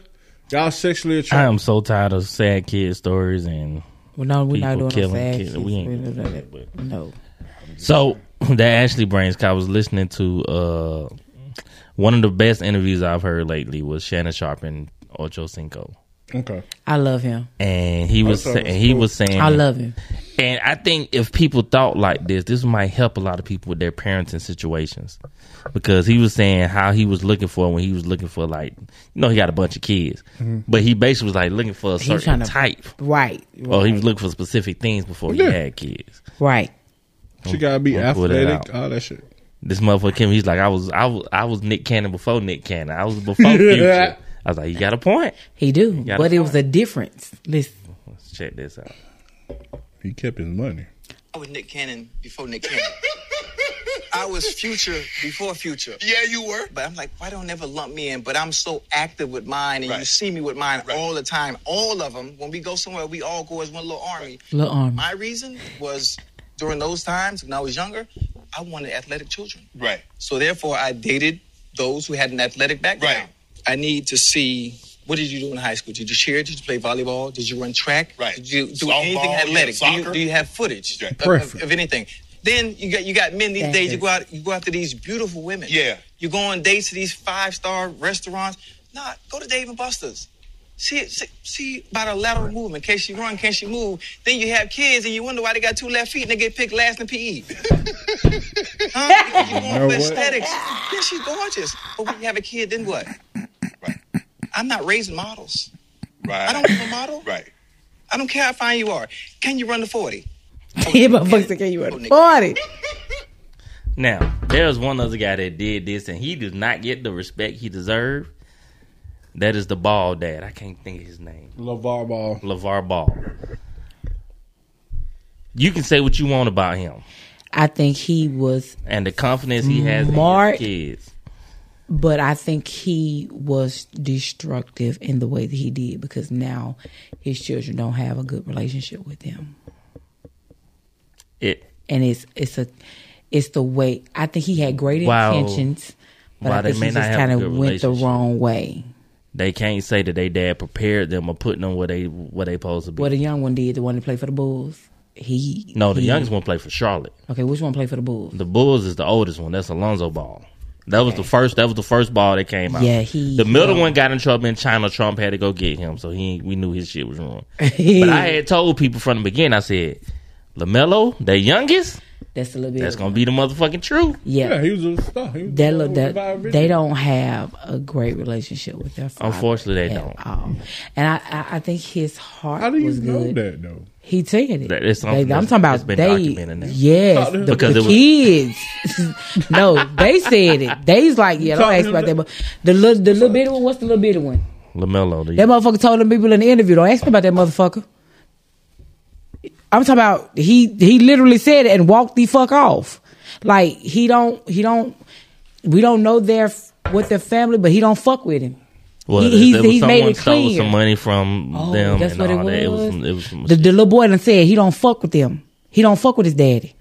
[SPEAKER 3] y'all sexually attracted.
[SPEAKER 1] I am so tired of sad kid stories and
[SPEAKER 2] well, no we're not
[SPEAKER 1] people
[SPEAKER 2] doing no
[SPEAKER 1] killing
[SPEAKER 2] sad
[SPEAKER 1] kids.
[SPEAKER 2] shit.
[SPEAKER 1] We ain't
[SPEAKER 2] We're not
[SPEAKER 1] doing
[SPEAKER 2] doing
[SPEAKER 1] that,
[SPEAKER 2] that. no
[SPEAKER 1] So that actually brings. 'cause I was listening to uh, one of the best interviews I've heard lately was Shannon Sharp and Ocho Cinco,
[SPEAKER 3] Okay.
[SPEAKER 2] i love him
[SPEAKER 1] and he was
[SPEAKER 3] Ocho
[SPEAKER 1] sa-
[SPEAKER 3] was
[SPEAKER 1] he was saying
[SPEAKER 2] i love him
[SPEAKER 1] And I think if people thought like this, this might help a lot of people with their parenting situations. Because he was saying how he was looking for when he was looking for like you know, he got a bunch of kids.
[SPEAKER 3] Mm-hmm.
[SPEAKER 1] But he basically was like looking for a certain
[SPEAKER 2] tryna-
[SPEAKER 1] type.
[SPEAKER 2] right
[SPEAKER 1] Or he was looking for specific things before
[SPEAKER 3] Yeah.
[SPEAKER 1] he had kids.
[SPEAKER 2] Right.
[SPEAKER 3] She gotta be
[SPEAKER 1] I'll pull that
[SPEAKER 3] athletic,
[SPEAKER 1] out.
[SPEAKER 3] all that shit.
[SPEAKER 1] This motherfucker Kim, he's like, I was I was I was Nick Cannon before Nick Cannon. I was before future. I was like, You got a point.
[SPEAKER 2] He do.
[SPEAKER 1] got
[SPEAKER 2] But
[SPEAKER 1] a
[SPEAKER 2] it was a difference. Listen.
[SPEAKER 1] Let's check this out.
[SPEAKER 3] He kept his money.
[SPEAKER 5] I was Nick Cannon before Nick Cannon. I was Future before Future.
[SPEAKER 7] Yeah, you were.
[SPEAKER 5] But I'm like, why don't ever lump me in? But I'm so active with mine, and you
[SPEAKER 7] Right.
[SPEAKER 5] see me with mine
[SPEAKER 7] Right.
[SPEAKER 5] all the time. All of them. When we go somewhere, we all go as one little army.
[SPEAKER 2] Little arm.
[SPEAKER 5] My reason was during those times when I was younger, I wanted athletic children.
[SPEAKER 7] Right.
[SPEAKER 5] So therefore, I dated those who had an athletic background.
[SPEAKER 7] Right.
[SPEAKER 5] I need to see what did you do in high school? Did you cheer? Did you play volleyball? Did you run track?
[SPEAKER 7] Right.
[SPEAKER 5] Did you do
[SPEAKER 7] Softball,
[SPEAKER 5] anything
[SPEAKER 7] yeah,
[SPEAKER 5] athletic? Do you,
[SPEAKER 7] soccer.
[SPEAKER 5] do you have footage
[SPEAKER 7] Right.
[SPEAKER 5] of, of, of anything? Then you got you got men these
[SPEAKER 2] That
[SPEAKER 5] days. You
[SPEAKER 2] is-
[SPEAKER 5] go out you go out to these beautiful women.
[SPEAKER 7] Yeah.
[SPEAKER 5] You go on dates to these five star restaurants. Nah, go to Dave and Buster's. See, see, see about her lateral movement. Can she run? Can she move? Then you have kids and you wonder why they got two left feet and they get picked last in E. PE. huh? You going for
[SPEAKER 3] what?
[SPEAKER 5] aesthetics. Yeah, she's gorgeous. But when you have a kid, then what?
[SPEAKER 7] Right.
[SPEAKER 5] I'm not raising models.
[SPEAKER 7] Right.
[SPEAKER 5] I don't have a model.
[SPEAKER 7] Right.
[SPEAKER 5] I don't care how fine you are. Can you run the 40?
[SPEAKER 2] Yeah, motherfuckers said, can you run 40?
[SPEAKER 1] Now, there's one other guy that did this, and he does not get the respect he deserved. That is the ball dad. I can't think of his name.
[SPEAKER 3] LeVar Ball.
[SPEAKER 1] LeVar Ball. You can say what you want about him
[SPEAKER 2] I think he was,
[SPEAKER 1] and the confidence he has
[SPEAKER 2] Mark.
[SPEAKER 1] in his kids.
[SPEAKER 2] but I think he was destructive in the way that he did because now his children don't have a good relationship with him.
[SPEAKER 1] It
[SPEAKER 2] And it's it's a it's the way I think he had great
[SPEAKER 1] Wow.
[SPEAKER 2] intentions, but
[SPEAKER 1] Wow,
[SPEAKER 2] I
[SPEAKER 1] they
[SPEAKER 2] think
[SPEAKER 1] may
[SPEAKER 2] he
[SPEAKER 1] not
[SPEAKER 2] just
[SPEAKER 1] have a
[SPEAKER 2] kind of
[SPEAKER 1] good
[SPEAKER 2] went the
[SPEAKER 1] relationship.
[SPEAKER 2] wrong way.
[SPEAKER 1] they can't say that they dad prepared them or put them where they where they supposed to be.
[SPEAKER 2] What the young one did, the one that played for the Bulls. He
[SPEAKER 1] no, the
[SPEAKER 2] he-
[SPEAKER 1] youngest one played for Charlotte.
[SPEAKER 2] Okay, which one played for the Bulls?
[SPEAKER 1] The Bulls is the oldest one. That's Alonzo Ball. That was the first. That was the first ball that came out.
[SPEAKER 2] Yeah, he-
[SPEAKER 1] The middle one got in trouble in China. Trump had to go get him, so he we knew his shit was wrong. but I had told people from the beginning. I said, Lamelo, the youngest,
[SPEAKER 2] That's a little bit.
[SPEAKER 1] That's gonna be the motherfucking truth.
[SPEAKER 2] yeah.
[SPEAKER 3] Yeah, he was a star. He was
[SPEAKER 2] That
[SPEAKER 3] a
[SPEAKER 2] look
[SPEAKER 3] star
[SPEAKER 2] that
[SPEAKER 3] with Vibe
[SPEAKER 2] they
[SPEAKER 3] Richards.
[SPEAKER 2] don't have a great relationship with their father.
[SPEAKER 1] Unfortunately, they
[SPEAKER 2] at
[SPEAKER 1] don't.
[SPEAKER 2] all. And I, I, I think his heart.
[SPEAKER 3] How do you
[SPEAKER 2] was
[SPEAKER 3] know
[SPEAKER 2] good.
[SPEAKER 3] that though?
[SPEAKER 2] He taking it.
[SPEAKER 1] That is
[SPEAKER 2] They-
[SPEAKER 1] something
[SPEAKER 2] I'm
[SPEAKER 1] that's-
[SPEAKER 2] talking
[SPEAKER 1] that's been
[SPEAKER 2] about they.
[SPEAKER 1] documented now.
[SPEAKER 2] Yes, the,
[SPEAKER 1] Because
[SPEAKER 2] the
[SPEAKER 1] it was-
[SPEAKER 2] kids. no, they said it. They's like, yeah, don't
[SPEAKER 3] Talking
[SPEAKER 2] ask
[SPEAKER 3] to
[SPEAKER 2] about that.
[SPEAKER 3] the-
[SPEAKER 2] But the little, the little bitty one. What's the little bitty one?
[SPEAKER 1] Lamelo, the-
[SPEAKER 2] That motherfucker told them people in the interview, don't ask me about that motherfucker. I'm talking about he he literally said it and walked the fuck off. Like he don't he don't we don't know their what their family, but he don't fuck with him.
[SPEAKER 1] well,
[SPEAKER 2] he-
[SPEAKER 1] there
[SPEAKER 2] he's-
[SPEAKER 1] was
[SPEAKER 2] he's made
[SPEAKER 1] someone
[SPEAKER 2] it
[SPEAKER 1] stole
[SPEAKER 2] clear.
[SPEAKER 1] some money from
[SPEAKER 2] Oh,
[SPEAKER 1] them
[SPEAKER 2] that's
[SPEAKER 1] and
[SPEAKER 2] what it
[SPEAKER 1] all that. It was,
[SPEAKER 2] was?
[SPEAKER 1] it was some
[SPEAKER 2] The, the little boy done said he don't fuck with them. He don't fuck with his daddy.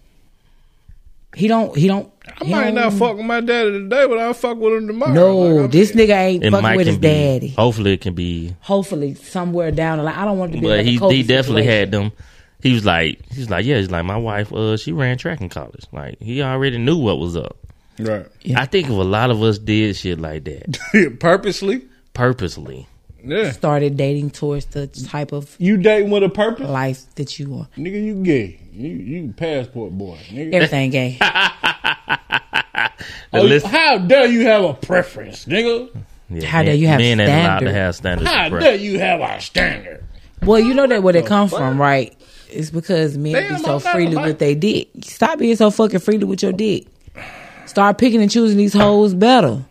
[SPEAKER 2] He don't he don't
[SPEAKER 3] I might not fuck with my daddy today, but I'll fuck with him tomorrow.
[SPEAKER 2] No,
[SPEAKER 3] Like, I
[SPEAKER 2] this nigga ain't
[SPEAKER 1] it
[SPEAKER 2] fucking
[SPEAKER 1] might
[SPEAKER 2] with
[SPEAKER 1] can
[SPEAKER 2] his
[SPEAKER 1] be,
[SPEAKER 2] daddy.
[SPEAKER 1] Hopefully, it can be.
[SPEAKER 2] Hopefully somewhere down the line. I don't want it to be
[SPEAKER 1] But
[SPEAKER 2] like a
[SPEAKER 1] he
[SPEAKER 2] Kobe
[SPEAKER 1] he definitely
[SPEAKER 2] situation.
[SPEAKER 1] had them. He was like, he's like, yeah, he's like, my wife, uh, she ran track in college. Like, he already knew what was up.
[SPEAKER 3] Right.
[SPEAKER 1] I think if a lot of us did shit like that
[SPEAKER 3] Purposely.
[SPEAKER 1] purposely,
[SPEAKER 3] Yeah.
[SPEAKER 2] started dating towards the type of
[SPEAKER 3] You dating with a purpose?
[SPEAKER 2] life that you want.
[SPEAKER 3] Nigga, you gay. You you passport boy. Nigga.
[SPEAKER 2] Everything gay.
[SPEAKER 1] The
[SPEAKER 3] Oh,
[SPEAKER 1] list-
[SPEAKER 3] how dare you have a preference, nigga?
[SPEAKER 1] yeah,
[SPEAKER 2] How
[SPEAKER 1] men-
[SPEAKER 2] dare you have
[SPEAKER 1] men ain't allowed to
[SPEAKER 2] standard.
[SPEAKER 1] have standards?
[SPEAKER 3] How
[SPEAKER 1] of practice.
[SPEAKER 3] dare you have our standard?
[SPEAKER 2] Well, you know that where they come from, right? It's because men
[SPEAKER 3] Damn,
[SPEAKER 2] be so
[SPEAKER 3] I'm not
[SPEAKER 2] freely
[SPEAKER 3] like-
[SPEAKER 2] with their dick. Stop being so fucking freely with your dick. Start picking and choosing these hoes better.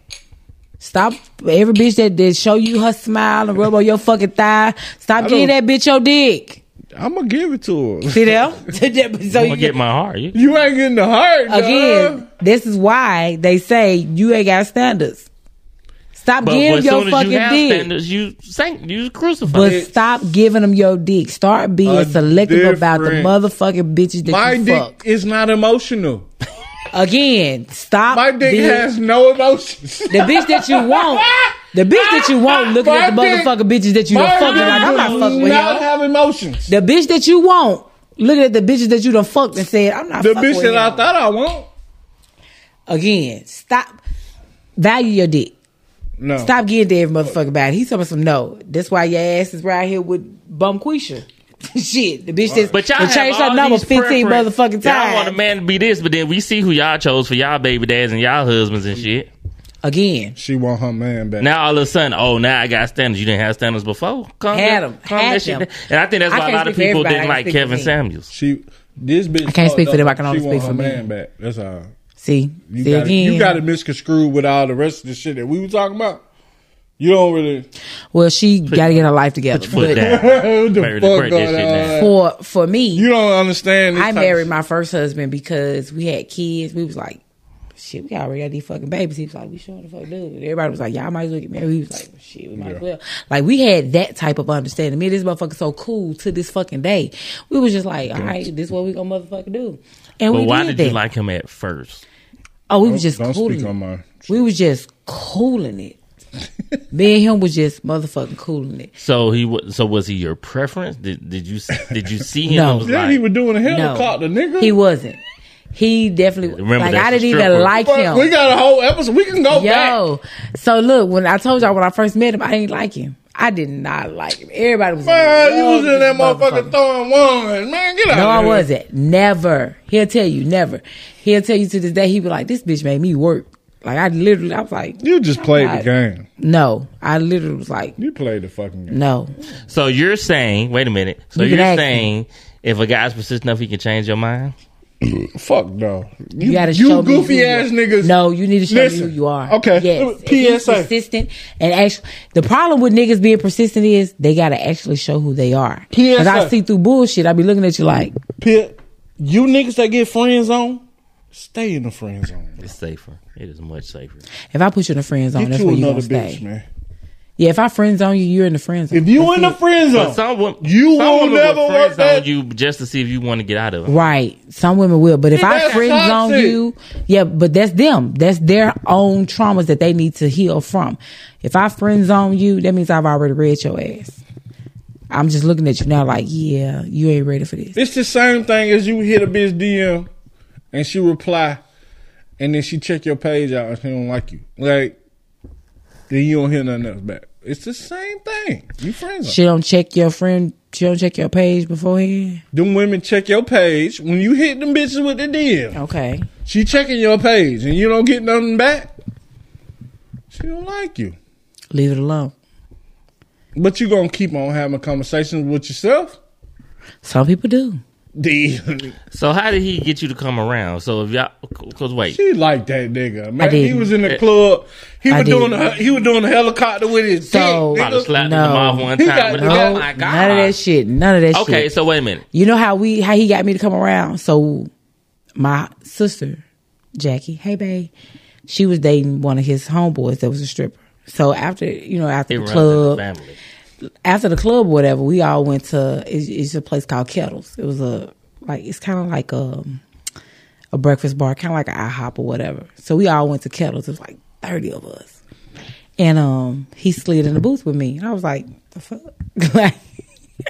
[SPEAKER 2] Stop every bitch that did show you her smile and rub on your fucking thigh. Stop giving that bitch your dick.
[SPEAKER 3] I'm gonna give it to her.
[SPEAKER 2] See there? so
[SPEAKER 1] I'm
[SPEAKER 2] you
[SPEAKER 1] gonna get my heart. You-
[SPEAKER 3] You ain't getting the heart
[SPEAKER 2] again, this is why they say you ain't got standards. Stop
[SPEAKER 1] But
[SPEAKER 2] giving
[SPEAKER 1] as
[SPEAKER 2] your
[SPEAKER 1] soon as
[SPEAKER 2] fucking
[SPEAKER 1] you have
[SPEAKER 2] dick.
[SPEAKER 1] standards, you sank, you crucified.
[SPEAKER 2] But stop giving them your dick. Start being
[SPEAKER 3] A
[SPEAKER 2] selective about the
[SPEAKER 3] different-
[SPEAKER 2] motherfucking bitches that
[SPEAKER 3] My
[SPEAKER 2] you
[SPEAKER 3] dick
[SPEAKER 2] fuck.
[SPEAKER 3] is not emotional.
[SPEAKER 2] Again, stop.
[SPEAKER 3] My dick
[SPEAKER 2] being-
[SPEAKER 3] has no emotions.
[SPEAKER 2] the bitch that you want. The bitch that you want looking
[SPEAKER 3] My
[SPEAKER 2] at the
[SPEAKER 3] dick-
[SPEAKER 2] motherfucking bitches that you done
[SPEAKER 3] My
[SPEAKER 2] fucked.
[SPEAKER 3] dick
[SPEAKER 2] Like I'm not
[SPEAKER 3] does
[SPEAKER 2] fucking with
[SPEAKER 3] not
[SPEAKER 2] him.
[SPEAKER 3] have emotions.
[SPEAKER 2] The bitch that you want looking at the bitches that you done fucked and said I'm not.
[SPEAKER 3] The
[SPEAKER 2] fucking
[SPEAKER 3] bitch
[SPEAKER 2] with
[SPEAKER 3] that I
[SPEAKER 2] him.
[SPEAKER 3] thought I want.
[SPEAKER 2] Again, stop. Value your dick.
[SPEAKER 3] No.
[SPEAKER 2] Oh. Stop getting to every motherfucker about it. He's telling some no. That's why your ass is right here with Bumquisha. Shit, the bitch that's
[SPEAKER 1] But y'all
[SPEAKER 2] that
[SPEAKER 1] have
[SPEAKER 2] changed
[SPEAKER 1] all
[SPEAKER 2] her number
[SPEAKER 1] these
[SPEAKER 2] fifteen
[SPEAKER 1] preference.
[SPEAKER 2] motherfucking times.
[SPEAKER 1] Y'all want a man to be this, but then we see who y'all chose for y'all baby dads and y'all husbands and shit.
[SPEAKER 2] Again,
[SPEAKER 3] She want her man back.
[SPEAKER 1] Now all of a sudden, oh, now I got standards. You didn't have standards before. Calm that-
[SPEAKER 2] Had 'em.
[SPEAKER 1] calm
[SPEAKER 2] Had
[SPEAKER 1] that shit
[SPEAKER 2] them.
[SPEAKER 1] down. And I think that's
[SPEAKER 2] I
[SPEAKER 1] why a
[SPEAKER 2] can't
[SPEAKER 1] lot of
[SPEAKER 2] speak for
[SPEAKER 1] people didn't
[SPEAKER 2] everybody. I can
[SPEAKER 1] like
[SPEAKER 2] speak for
[SPEAKER 1] Kevin
[SPEAKER 2] me.
[SPEAKER 1] Samuels.
[SPEAKER 3] She this bitch.
[SPEAKER 2] I can't speak
[SPEAKER 3] fucked
[SPEAKER 2] for them.
[SPEAKER 3] up.
[SPEAKER 2] I can only
[SPEAKER 3] She want
[SPEAKER 2] speak for
[SPEAKER 3] her
[SPEAKER 2] me.
[SPEAKER 3] man back. That's all.
[SPEAKER 2] see,
[SPEAKER 3] You
[SPEAKER 2] see
[SPEAKER 3] got
[SPEAKER 2] again.
[SPEAKER 3] you got it misconstrued with all the rest of the shit that we were talking about. You don't really.
[SPEAKER 2] well, she got to get her life together.
[SPEAKER 1] Foot
[SPEAKER 2] But
[SPEAKER 1] down.
[SPEAKER 3] What the
[SPEAKER 1] Break-
[SPEAKER 3] fuck
[SPEAKER 1] break
[SPEAKER 3] going
[SPEAKER 1] this shit
[SPEAKER 3] on?
[SPEAKER 1] down.
[SPEAKER 2] for for me,
[SPEAKER 3] You don't understand. This
[SPEAKER 2] I
[SPEAKER 3] type of
[SPEAKER 2] married
[SPEAKER 3] shit.
[SPEAKER 2] my first husband because we had kids. We was like, shit, we already got these fucking babies. He was like, we sure the fuck do. Everybody was like, y'all might as well get married. We was like, well, shit, we might as well. Like we had that type of understanding. Me and this motherfucker so cool to this fucking day. We was just like, all right, this what we gonna motherfucking do. And
[SPEAKER 1] But
[SPEAKER 2] we
[SPEAKER 1] why
[SPEAKER 2] did,
[SPEAKER 1] did you
[SPEAKER 2] that.
[SPEAKER 1] like him at first?
[SPEAKER 2] oh, we was just
[SPEAKER 3] Don't
[SPEAKER 2] cooling.
[SPEAKER 3] speak
[SPEAKER 2] it.
[SPEAKER 3] on my.
[SPEAKER 2] we was just cooling it. Me and him was just motherfucking cooling it.
[SPEAKER 1] So he wa- so was he your preference? Did did you did you see him?
[SPEAKER 2] No.
[SPEAKER 1] and was
[SPEAKER 3] Yeah,
[SPEAKER 1] like-
[SPEAKER 3] he was doing a
[SPEAKER 2] No,
[SPEAKER 3] helicopter, nigga.
[SPEAKER 2] he wasn't. He definitely
[SPEAKER 1] Remember,
[SPEAKER 2] like
[SPEAKER 1] that's
[SPEAKER 2] I
[SPEAKER 1] a
[SPEAKER 2] didn't even
[SPEAKER 1] stripper.
[SPEAKER 2] like
[SPEAKER 3] Fuck,
[SPEAKER 2] him.
[SPEAKER 3] We got a whole episode. We can go back.
[SPEAKER 2] Yo, so look, when I told y'all when I first met him, I didn't like him. I did not like him. Everybody was
[SPEAKER 3] Man,
[SPEAKER 2] in
[SPEAKER 3] you
[SPEAKER 2] love
[SPEAKER 3] was in
[SPEAKER 2] with
[SPEAKER 3] that
[SPEAKER 2] this
[SPEAKER 3] motherfucker throwing one. Man, get out.
[SPEAKER 2] No,
[SPEAKER 3] of
[SPEAKER 2] I
[SPEAKER 3] here.
[SPEAKER 2] wasn't. Never. He'll tell you, never. He'll tell you to this day. He be like, "This bitch made me work." Like I literally, I was like,
[SPEAKER 3] You just played the game.
[SPEAKER 2] "No." I literally was like,
[SPEAKER 3] You played the fucking game.
[SPEAKER 2] "No."
[SPEAKER 1] So you're saying, wait a minute. So
[SPEAKER 2] You
[SPEAKER 1] you
[SPEAKER 2] can
[SPEAKER 1] are
[SPEAKER 2] ask
[SPEAKER 1] saying if a guy's persistent enough, he can change your mind.
[SPEAKER 3] Fuck no. You,
[SPEAKER 2] You gotta
[SPEAKER 3] you
[SPEAKER 2] show me
[SPEAKER 3] goofy
[SPEAKER 2] who you
[SPEAKER 3] ass
[SPEAKER 2] are.
[SPEAKER 3] niggas.
[SPEAKER 2] No, you need to show
[SPEAKER 3] Listen.
[SPEAKER 2] me who you are.
[SPEAKER 3] Okay. Uh,
[SPEAKER 2] Yes. If
[SPEAKER 3] PSA.
[SPEAKER 2] you're persistent and actually, the problem with niggas being persistent is they gotta actually show who they are. Because I
[SPEAKER 3] PSA.
[SPEAKER 2] see through bullshit. I be looking at you like,
[SPEAKER 3] Pit, you niggas that get friend zone, stay in the friend zone.
[SPEAKER 1] It's safer. It is much safer.
[SPEAKER 2] if I put you in a friend zone,
[SPEAKER 3] Get
[SPEAKER 2] Oh, that's
[SPEAKER 3] you
[SPEAKER 2] where you
[SPEAKER 3] another
[SPEAKER 2] gonna
[SPEAKER 3] bitch,
[SPEAKER 2] stay.
[SPEAKER 3] man.
[SPEAKER 2] Yeah, if I friend zone you, you're in the friend zone.
[SPEAKER 3] If you in the friend
[SPEAKER 1] But
[SPEAKER 3] zone,
[SPEAKER 1] some women,
[SPEAKER 3] Oh. You
[SPEAKER 1] some
[SPEAKER 3] will
[SPEAKER 1] women
[SPEAKER 3] never
[SPEAKER 1] friend
[SPEAKER 3] work
[SPEAKER 1] zone
[SPEAKER 3] that-
[SPEAKER 1] you just to see if you want to get out of it.
[SPEAKER 2] Right. Some women will, but if
[SPEAKER 3] Yeah,
[SPEAKER 2] I
[SPEAKER 3] that's
[SPEAKER 2] friend zone
[SPEAKER 3] toxic.
[SPEAKER 2] you, yeah, but that's them. That's their own traumas that they need to heal from. If I friend zone you, that means I've already read your ass. I'm just looking at you now like, yeah, you ain't ready for this.
[SPEAKER 3] it's the same thing as you hit a bitch DM and she reply, and then she check your page out and she don't like you. Like, then you don't hear nothing else back. It's the same thing. You friend zone.
[SPEAKER 2] She don't check your friend You don't check your page beforehand.
[SPEAKER 3] Them women check your page when you hit them bitches with the DM.
[SPEAKER 2] Okay.
[SPEAKER 3] She checking your page and you don't get nothing back. She don't like you,
[SPEAKER 2] Leave it alone.
[SPEAKER 3] but you gonna keep on having conversations with yourself.
[SPEAKER 2] Some people do.
[SPEAKER 3] The
[SPEAKER 1] So how did he get you to come around? So if y'all, cause wait,
[SPEAKER 3] she liked that nigga. Man, he
[SPEAKER 2] didn't. Uh,
[SPEAKER 3] was in the
[SPEAKER 1] It-
[SPEAKER 3] club. He
[SPEAKER 2] I
[SPEAKER 3] was doing
[SPEAKER 2] didn't.
[SPEAKER 3] the, he was doing the helicopter with his
[SPEAKER 2] So-
[SPEAKER 3] dick, nigga.
[SPEAKER 1] probably slapped him
[SPEAKER 2] No.
[SPEAKER 1] off one
[SPEAKER 3] He
[SPEAKER 1] time.
[SPEAKER 3] got-
[SPEAKER 1] with
[SPEAKER 3] he
[SPEAKER 1] a-
[SPEAKER 3] got-
[SPEAKER 1] oh my god!
[SPEAKER 2] None of that shit. None of that shit.
[SPEAKER 1] Okay, so wait a minute.
[SPEAKER 2] You know how we how he got me to come around. So my sister, Jackie, hey babe, she was dating one of his homeboys that was a stripper. So after you know after
[SPEAKER 1] It
[SPEAKER 2] the
[SPEAKER 1] runs in the
[SPEAKER 2] club,
[SPEAKER 1] family.
[SPEAKER 2] after the club, or whatever, we all went to. It's, it's a place called Kettles. It was a like it's kind of like a a breakfast bar, kind of like an IHOP or whatever. So we all went to Kettles. It was like thirty of us, and um, he slid in the booth with me, and I was like, the fuck, like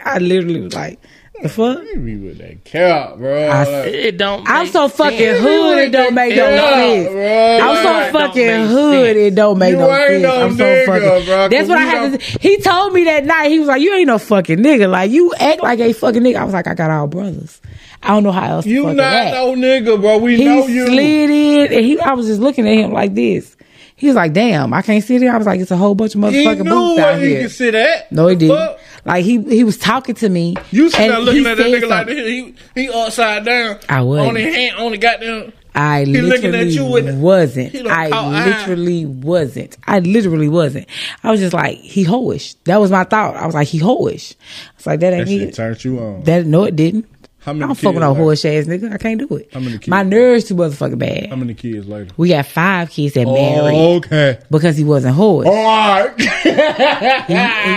[SPEAKER 2] I literally was like, the fuck.
[SPEAKER 3] He with that cap, bro.
[SPEAKER 2] I-
[SPEAKER 1] It don't.
[SPEAKER 2] I'm
[SPEAKER 1] make
[SPEAKER 2] so fucking
[SPEAKER 1] sense.
[SPEAKER 2] hood. It don't make no
[SPEAKER 3] Yeah,
[SPEAKER 2] sense.
[SPEAKER 3] bro.
[SPEAKER 2] I'm
[SPEAKER 1] Right.
[SPEAKER 2] so
[SPEAKER 1] Don't
[SPEAKER 2] fucking
[SPEAKER 1] make
[SPEAKER 2] hood.
[SPEAKER 1] sense.
[SPEAKER 2] It don't make
[SPEAKER 3] You
[SPEAKER 2] no
[SPEAKER 3] ain't
[SPEAKER 2] sense.
[SPEAKER 3] no
[SPEAKER 2] I'm
[SPEAKER 3] nigga,
[SPEAKER 2] so fucking.
[SPEAKER 3] bro, 'cause
[SPEAKER 2] that's what I
[SPEAKER 3] we
[SPEAKER 2] had
[SPEAKER 3] don't-
[SPEAKER 2] to. He told me that night. He was like, "You ain't no fucking nigga. Like you act like a fucking nigga." I was like, "I got all brothers. I don't know how else to
[SPEAKER 3] you
[SPEAKER 2] fucking
[SPEAKER 3] not
[SPEAKER 2] act."
[SPEAKER 3] no nigga, bro. We
[SPEAKER 2] he
[SPEAKER 3] know you.
[SPEAKER 2] slid in, and he. I was just looking at him like this. He was like, "Damn, I can't sit here." I was like, "It's a whole bunch of
[SPEAKER 3] He
[SPEAKER 2] motherfucking
[SPEAKER 3] knew
[SPEAKER 2] booths out
[SPEAKER 3] where he
[SPEAKER 2] here."
[SPEAKER 3] could sit at.
[SPEAKER 2] No, he
[SPEAKER 3] The
[SPEAKER 2] didn't.
[SPEAKER 3] fuck?
[SPEAKER 2] Like he he was talking to me.
[SPEAKER 3] You sitting
[SPEAKER 2] and
[SPEAKER 3] there looking
[SPEAKER 2] he
[SPEAKER 3] at that
[SPEAKER 2] said
[SPEAKER 3] nigga like
[SPEAKER 2] something.
[SPEAKER 3] this. He, he upside down.
[SPEAKER 2] I wasn't.
[SPEAKER 3] On his hand, on the goddamn.
[SPEAKER 2] I
[SPEAKER 3] He looking at
[SPEAKER 2] literally
[SPEAKER 3] you with it.
[SPEAKER 2] wasn't.
[SPEAKER 3] He done caught
[SPEAKER 2] I
[SPEAKER 3] eye.
[SPEAKER 2] literally wasn't. I literally wasn't. I was just like, he hoish. That was my thought. I was like, he hoish. I was like, that ain't
[SPEAKER 3] That shit
[SPEAKER 2] me.
[SPEAKER 3] turned you on.
[SPEAKER 2] That no, it didn't.
[SPEAKER 3] How
[SPEAKER 2] I
[SPEAKER 3] many
[SPEAKER 2] don't fuck with
[SPEAKER 3] kids
[SPEAKER 2] no
[SPEAKER 3] later?
[SPEAKER 2] horse ass nigga. I can't do it.
[SPEAKER 3] How many kids?
[SPEAKER 2] My nerves too motherfucking bad.
[SPEAKER 3] How many kids later?
[SPEAKER 2] we got five kids that married
[SPEAKER 3] Oh, okay.
[SPEAKER 2] because he wasn't hoish.
[SPEAKER 3] All
[SPEAKER 2] He,
[SPEAKER 3] right.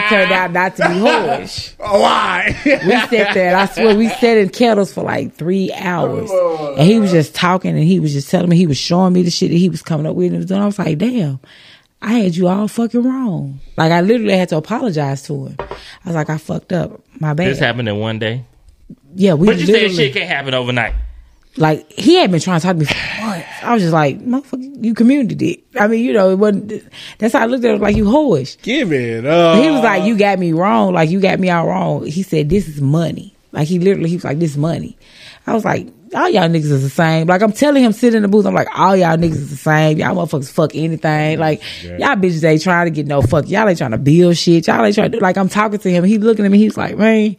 [SPEAKER 2] he turned out not to be hoish.
[SPEAKER 3] All right.
[SPEAKER 2] We sat there, and I swear, we sat in kettles for like three hours,
[SPEAKER 1] Oh,
[SPEAKER 2] and he was just talking, and he was just telling me, he was showing me the shit that he was coming up with, and he was doing. I was like, damn, I had you all fucking wrong. Like I literally had to apologize to him. I was like, I fucked up, my bad.
[SPEAKER 1] This happened in one day.
[SPEAKER 2] yeah, we
[SPEAKER 1] But you said
[SPEAKER 2] literally
[SPEAKER 1] shit can't happen overnight.
[SPEAKER 2] like he had been trying to talk to me for months. I was just like, motherfucker, you community did. I mean, you know, it wasn't. That's how I looked at it, like you hoish.
[SPEAKER 3] Give it up.
[SPEAKER 2] He was
[SPEAKER 1] Uh,
[SPEAKER 2] like, "You got me wrong. Like you got me all wrong." He said, "This is money." Like he literally, he was like, "This money." I was like, "All y'all niggas is the same." Like I'm telling him, sit in the booth. I'm like, "All y'all niggas is the same. Y'all motherfuckers fuck anything. Like y'all bitches ain't trying to get no fuck. Y'all ain't trying to build shit. Y'all ain't trying to do." Like I'm talking to him. He looking at me. He's like, "Man,"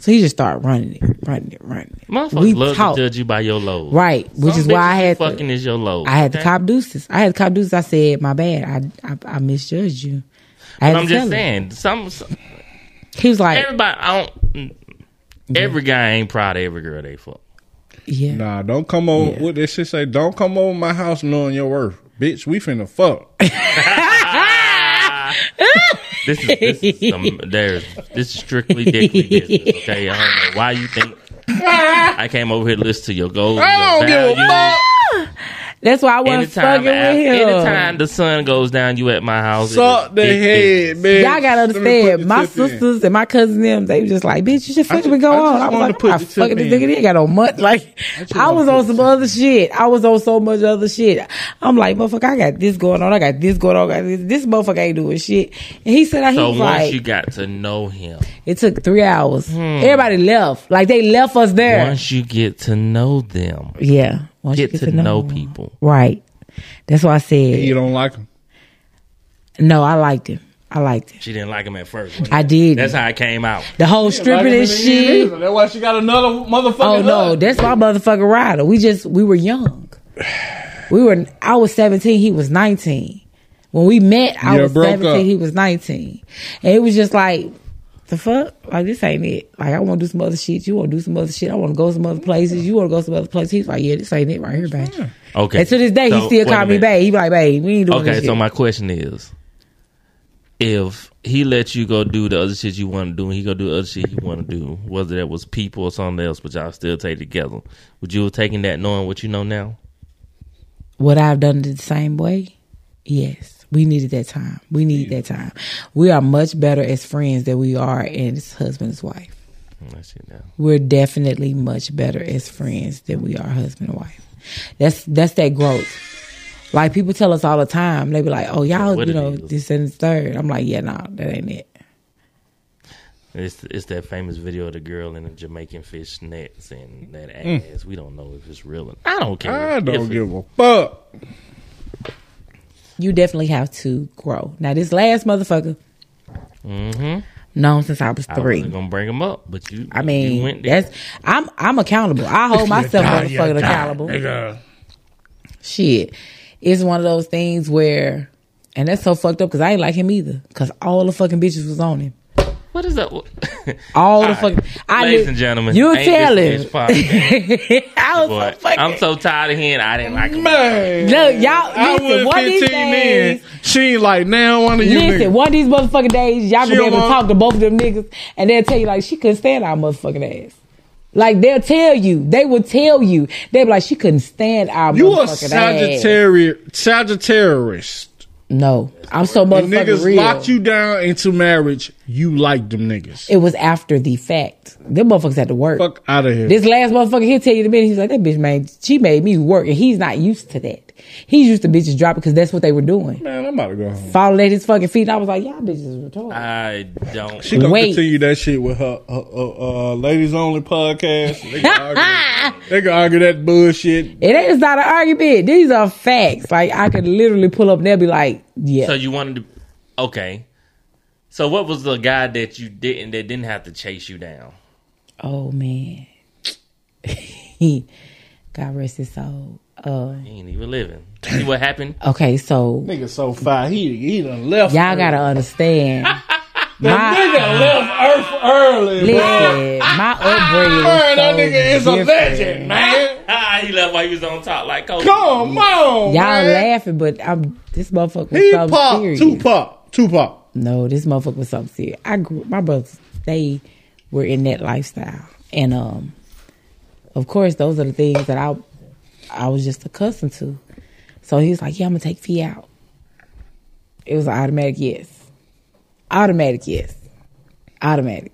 [SPEAKER 2] so he just started running it, running it, running it.
[SPEAKER 1] Motherfuckers
[SPEAKER 2] We
[SPEAKER 1] love
[SPEAKER 2] talked.
[SPEAKER 1] to judge you by your lows.
[SPEAKER 2] Right, which
[SPEAKER 1] Some
[SPEAKER 2] is why I
[SPEAKER 1] bitches
[SPEAKER 2] had to-
[SPEAKER 1] fucking is your lows.
[SPEAKER 2] I had the
[SPEAKER 1] okay?
[SPEAKER 2] cop deuces. I had the cop deuces. I said, "My bad. I I, I misjudged you." I
[SPEAKER 1] But
[SPEAKER 2] had to
[SPEAKER 1] I'm just
[SPEAKER 2] tell him.
[SPEAKER 1] saying, some, some
[SPEAKER 2] He was like,
[SPEAKER 1] everybody. I don't. Every guy ain't proud of every girl they fuck.
[SPEAKER 2] "Yeah."
[SPEAKER 3] Nah, don't come over. What that shit say? Don't come over my house knowing your worth, bitch. We finna fuck.
[SPEAKER 1] This is, this is some, there's this is strictly dickly business. Okay, I don't know why you think I came over here to listen to your goals.
[SPEAKER 3] I don't
[SPEAKER 1] your
[SPEAKER 3] give a
[SPEAKER 1] values.
[SPEAKER 3] fuck.
[SPEAKER 2] That's why I wasn't
[SPEAKER 1] Anytime,
[SPEAKER 2] fucking with him.
[SPEAKER 1] anytime the sun goes down, you at my house. it
[SPEAKER 3] Suck
[SPEAKER 1] is
[SPEAKER 3] the
[SPEAKER 1] big
[SPEAKER 3] head,
[SPEAKER 1] business.
[SPEAKER 3] bitch.
[SPEAKER 2] Y'all gotta
[SPEAKER 3] Let me put
[SPEAKER 2] understand,
[SPEAKER 3] the
[SPEAKER 2] my
[SPEAKER 3] tip in.
[SPEAKER 2] sisters and my cousins and them, they was just like, bitch, you just fucking
[SPEAKER 3] ju-
[SPEAKER 2] go
[SPEAKER 3] I
[SPEAKER 2] on.
[SPEAKER 3] just
[SPEAKER 2] I was
[SPEAKER 3] wanted
[SPEAKER 2] like,
[SPEAKER 3] to put
[SPEAKER 2] I
[SPEAKER 3] the tip
[SPEAKER 2] fucking this
[SPEAKER 3] in.
[SPEAKER 2] nigga he ain't got no month. Like I, was on some other shit. I was on so much other shit. I'm like, motherfucker, I got this going on, I got this going on, I got this, this motherfucker ain't doing shit. And he said that he
[SPEAKER 1] So
[SPEAKER 2] was
[SPEAKER 1] once
[SPEAKER 2] like
[SPEAKER 1] you got to know him,
[SPEAKER 2] it took three hours. Everybody left. Like they left us there.
[SPEAKER 1] once you get to know them,
[SPEAKER 2] yeah. Once you
[SPEAKER 1] get, to, know,
[SPEAKER 2] them.
[SPEAKER 1] people.
[SPEAKER 2] Right. That's why I
[SPEAKER 3] You
[SPEAKER 2] said
[SPEAKER 3] don't like him.
[SPEAKER 2] no, I liked him. I liked him.
[SPEAKER 1] She didn't like him at first. wasn't
[SPEAKER 2] I
[SPEAKER 1] it?
[SPEAKER 2] did.
[SPEAKER 1] That's how it came out.
[SPEAKER 2] The whole stripping and shit.
[SPEAKER 3] That's why she got another motherfucker.
[SPEAKER 2] Oh no, that's my motherfucking rider. We just we were young. We were I was seventeen, he was nineteen. When we met, I
[SPEAKER 3] Yeah,
[SPEAKER 2] was
[SPEAKER 3] broke
[SPEAKER 2] seventeen,
[SPEAKER 3] up.
[SPEAKER 2] he was nineteen. And it was just like the fuck? Like this ain't it. Like I wanna do some other shit, you wanna do some other shit, I wanna go some other places, you wanna go some other places. He's like, Yeah, this ain't it right here, babe.
[SPEAKER 1] Okay.
[SPEAKER 2] And to this day
[SPEAKER 1] So,
[SPEAKER 2] he still
[SPEAKER 1] wait a
[SPEAKER 2] call me
[SPEAKER 1] minute.
[SPEAKER 2] babe. He be like, babe, we ain't doing this
[SPEAKER 1] Okay,
[SPEAKER 2] shit.
[SPEAKER 1] so my question is, if he let you go do the other shit you want to do, and he go do the other shit he want to do, whether that was people or something else, but y'all still take together, would you have taken that knowing what you know now?
[SPEAKER 2] Would I have done it the same way? Yes. We needed that time. We need that time. We are much better as friends than we are as husband and wife.
[SPEAKER 1] Mm, That shit now.
[SPEAKER 2] We're definitely much better as friends than we are husband and wife. That's that's that growth. Like people tell us all the time, they be like, "Oh, y'all,
[SPEAKER 1] What
[SPEAKER 2] you
[SPEAKER 1] it
[SPEAKER 2] know,
[SPEAKER 1] is.
[SPEAKER 2] this and this third. I'm like, "Yeah, nah, that ain't it."
[SPEAKER 1] It's it's that famous video of the girl in the Jamaican fish nets and that ass.
[SPEAKER 2] Mm.
[SPEAKER 1] We don't know if it's real. Or I don't care.
[SPEAKER 3] I don't
[SPEAKER 1] if it-
[SPEAKER 3] give a fuck.
[SPEAKER 2] You definitely have to grow. Now this last motherfucker, known since I was
[SPEAKER 1] Mm-hmm. I wasn't
[SPEAKER 2] three.
[SPEAKER 1] gonna bring them up, but you.
[SPEAKER 2] I
[SPEAKER 1] you
[SPEAKER 2] mean,
[SPEAKER 1] went there.
[SPEAKER 2] that's I'm I'm accountable. I hold myself motherfucking accountable. Shit, it's one of those things where, and that's so fucked up because I ain't like him either. Because all the fucking bitches was on him.
[SPEAKER 1] what is that?
[SPEAKER 2] All the
[SPEAKER 1] All right.
[SPEAKER 2] fucking. I
[SPEAKER 1] Ladies
[SPEAKER 2] knew-
[SPEAKER 1] and gentlemen,
[SPEAKER 2] you
[SPEAKER 1] ain't
[SPEAKER 2] tell
[SPEAKER 1] this
[SPEAKER 2] him.
[SPEAKER 1] bitch podcast.
[SPEAKER 2] I was
[SPEAKER 1] Boy,
[SPEAKER 2] so fucking.
[SPEAKER 1] I'm so tired of hearing I didn't like him.
[SPEAKER 3] Man,
[SPEAKER 2] Look, y'all,
[SPEAKER 3] I
[SPEAKER 2] listen,
[SPEAKER 3] was
[SPEAKER 2] one of these
[SPEAKER 3] 15
[SPEAKER 2] days,
[SPEAKER 3] then. She ain't like now one of you
[SPEAKER 2] listen,
[SPEAKER 3] niggas.
[SPEAKER 2] one of these motherfucking days, y'all gonna be
[SPEAKER 3] don't
[SPEAKER 2] able to
[SPEAKER 3] want-
[SPEAKER 2] talk to both of them niggas, and they'll tell you like she couldn't stand our motherfucking ass. Like they'll tell you, they will tell you, they'll be like she couldn't stand our
[SPEAKER 3] You a
[SPEAKER 2] motherfucking ass.
[SPEAKER 3] Sagittarius, Sagittarius.
[SPEAKER 2] No, I'm so
[SPEAKER 3] When
[SPEAKER 2] motherfucking
[SPEAKER 3] niggas
[SPEAKER 2] real.
[SPEAKER 3] locked you down into marriage, you like them niggas.
[SPEAKER 2] It was after the fact. Them motherfuckers had to work.
[SPEAKER 3] Fuck out of here.
[SPEAKER 2] This last motherfucker, he'll tell you the minute he's like, that bitch, man, she made me work, and he's not used to that. He's used to bitches dropping because that's what they were doing.
[SPEAKER 3] man, I'm about to go home.
[SPEAKER 2] Falling at his fucking feet, and I was like, y'all bitches is retarded.
[SPEAKER 3] Uh,
[SPEAKER 1] I don't.
[SPEAKER 3] She gonna
[SPEAKER 2] Wait.
[SPEAKER 3] continue that shit with her uh, uh, uh, ladies only podcast. They can argue, that- they can argue that bullshit.
[SPEAKER 2] It ain't it's not an argument. These are facts. Like I could literally pull up and they'll be like, yeah.
[SPEAKER 1] So you wanted to? Okay. So what was the guy that you didn't that didn't have to chase you down?
[SPEAKER 2] oh man. he God rest his soul. Uh,
[SPEAKER 1] He ain't even living. See what happened?
[SPEAKER 2] okay, so
[SPEAKER 3] Nigga so far, he he done left.
[SPEAKER 2] y'all gotta understand. my
[SPEAKER 3] Nigga left Earth early.
[SPEAKER 2] listen,
[SPEAKER 3] man.
[SPEAKER 2] my upbringing.
[SPEAKER 3] Man, that
[SPEAKER 2] was
[SPEAKER 3] nigga is
[SPEAKER 2] so
[SPEAKER 3] a
[SPEAKER 2] different.
[SPEAKER 3] legend, man.
[SPEAKER 1] Ah, he left while he was on top, like Kobe.
[SPEAKER 3] Come on,
[SPEAKER 2] Y'all laughing, but I'm this motherfucker was
[SPEAKER 3] He
[SPEAKER 2] something
[SPEAKER 3] pop,
[SPEAKER 2] serious.
[SPEAKER 3] Tupac, Tupac.
[SPEAKER 2] No, this motherfucker was something serious. I grew my brothers, they were in that lifestyle. And um of course those are the things that I I was just accustomed to. So he was like, Yeah, I'm gonna take Fee out. It was an automatic yes. Automatic yes. Automatic.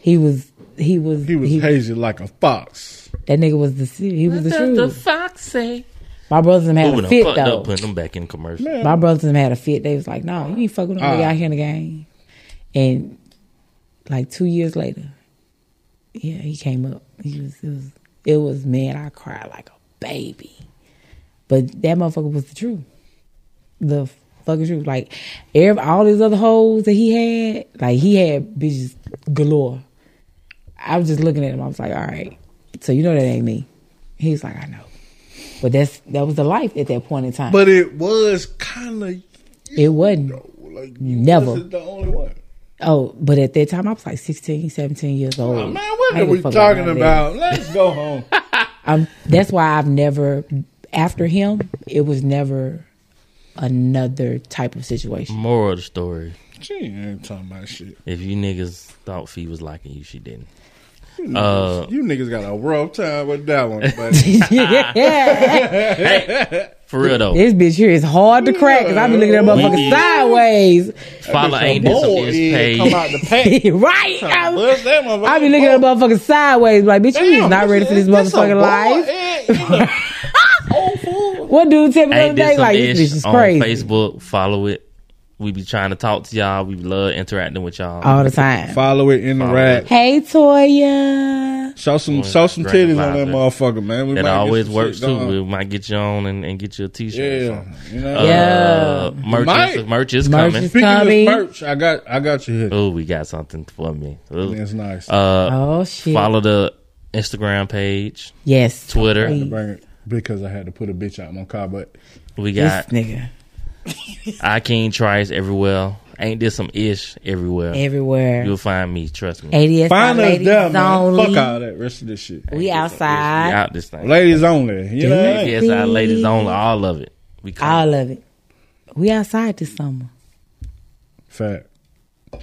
[SPEAKER 2] He was he was
[SPEAKER 3] He was hazy like a fox.
[SPEAKER 2] that nigga was the he was the
[SPEAKER 1] Does the
[SPEAKER 2] truth.
[SPEAKER 1] fox say?
[SPEAKER 2] My brothers and had
[SPEAKER 1] Ooh,
[SPEAKER 2] a
[SPEAKER 1] done
[SPEAKER 2] fit
[SPEAKER 1] fucked
[SPEAKER 2] though.
[SPEAKER 1] up putting them back in commercial.
[SPEAKER 2] My brothers and them had a fit. They was like, "No, you ain't fucking with no nigga out here in the game." And like two years later, yeah, he came up. He was it was it was man. I cried like a baby, but that motherfucker was the truth. The fucking truth. Like every, all these other hoes that he had, like he had bitches galore. I was just looking at him. I was like, "All right, so you know that ain't me." He was like, "I know." But that's that was the life at that point in time.
[SPEAKER 3] But it was kind of
[SPEAKER 2] It wasn't.
[SPEAKER 3] like
[SPEAKER 2] Never.
[SPEAKER 3] wasn't the only one.
[SPEAKER 2] Oh, but at that time I was like 16, 17 years old.
[SPEAKER 3] Man, what
[SPEAKER 2] I
[SPEAKER 3] are
[SPEAKER 2] ain't
[SPEAKER 3] we
[SPEAKER 2] fucking
[SPEAKER 3] talking
[SPEAKER 2] around
[SPEAKER 3] about? Let's go home.
[SPEAKER 2] there. Um, that's why I've never, after him, it was never another type of situation.
[SPEAKER 1] Moral of the story:
[SPEAKER 3] she ain't talking about shit.
[SPEAKER 1] If you niggas thought Fee was liking you, she didn't. Uh,
[SPEAKER 3] You niggas got a rough time with that one, but
[SPEAKER 2] yeah.
[SPEAKER 1] For real though,
[SPEAKER 2] This bitch here is hard to crack because I be looking at that motherfucker
[SPEAKER 1] We-
[SPEAKER 2] sideways.
[SPEAKER 1] follow ain't this
[SPEAKER 3] boy,
[SPEAKER 1] is
[SPEAKER 3] yeah, come
[SPEAKER 1] page.
[SPEAKER 3] out the pack.
[SPEAKER 2] right? I,
[SPEAKER 3] Bust that motherfucker.
[SPEAKER 2] I be looking at that motherfucker sideways like, bitch, you is not ready for this motherfucking life. What dude tell me the other
[SPEAKER 1] Ain't
[SPEAKER 2] day?
[SPEAKER 1] this some
[SPEAKER 2] Like, this
[SPEAKER 1] ish
[SPEAKER 2] bitch is
[SPEAKER 1] on
[SPEAKER 2] crazy.
[SPEAKER 1] Facebook? Follow it. We be trying to talk to y'all. We love interacting with y'all.
[SPEAKER 2] All the time.
[SPEAKER 3] Follow it in the
[SPEAKER 1] it.
[SPEAKER 3] rack.
[SPEAKER 2] Hey, Toya.
[SPEAKER 3] Show some, show some titties on that
[SPEAKER 1] Gratified.
[SPEAKER 3] motherfucker, man. We
[SPEAKER 1] that
[SPEAKER 3] might get
[SPEAKER 1] always
[SPEAKER 3] some
[SPEAKER 1] works
[SPEAKER 3] shit
[SPEAKER 1] too.
[SPEAKER 3] done.
[SPEAKER 1] We might get you on and, and get you a t-shirt. or
[SPEAKER 3] Yeah,
[SPEAKER 1] something.
[SPEAKER 3] you know.
[SPEAKER 1] Uh, merch, is,
[SPEAKER 3] Might.
[SPEAKER 1] merch is
[SPEAKER 2] Merch
[SPEAKER 1] coming.
[SPEAKER 2] is-
[SPEAKER 3] Speaking
[SPEAKER 2] Tommy.
[SPEAKER 3] of merch, I got, I got you here.
[SPEAKER 1] Oh, we got something for me. Ooh.
[SPEAKER 3] It's nice.
[SPEAKER 1] Uh,
[SPEAKER 2] Oh, shit.
[SPEAKER 1] follow the Instagram page,
[SPEAKER 2] Yes.
[SPEAKER 1] Twitter.
[SPEAKER 2] Please.
[SPEAKER 3] Bring it because I had to put a bitch out my car, but
[SPEAKER 1] We
[SPEAKER 2] This
[SPEAKER 1] got
[SPEAKER 2] nigga.
[SPEAKER 1] I King Trice everywhere. Ain't this some ish everywhere?
[SPEAKER 2] Everywhere.
[SPEAKER 1] You'll find me. Trust me.
[SPEAKER 2] ADS
[SPEAKER 3] find us
[SPEAKER 2] ladies
[SPEAKER 3] there, man.
[SPEAKER 2] only.
[SPEAKER 3] Fuck all that rest of this shit.
[SPEAKER 2] We
[SPEAKER 1] We
[SPEAKER 2] outside.
[SPEAKER 1] out this thing.
[SPEAKER 3] Ladies only. You know. what I mean?
[SPEAKER 1] Yes, our ladies only. All of it. We call
[SPEAKER 2] All of it. We outside this summer.
[SPEAKER 3] Fact.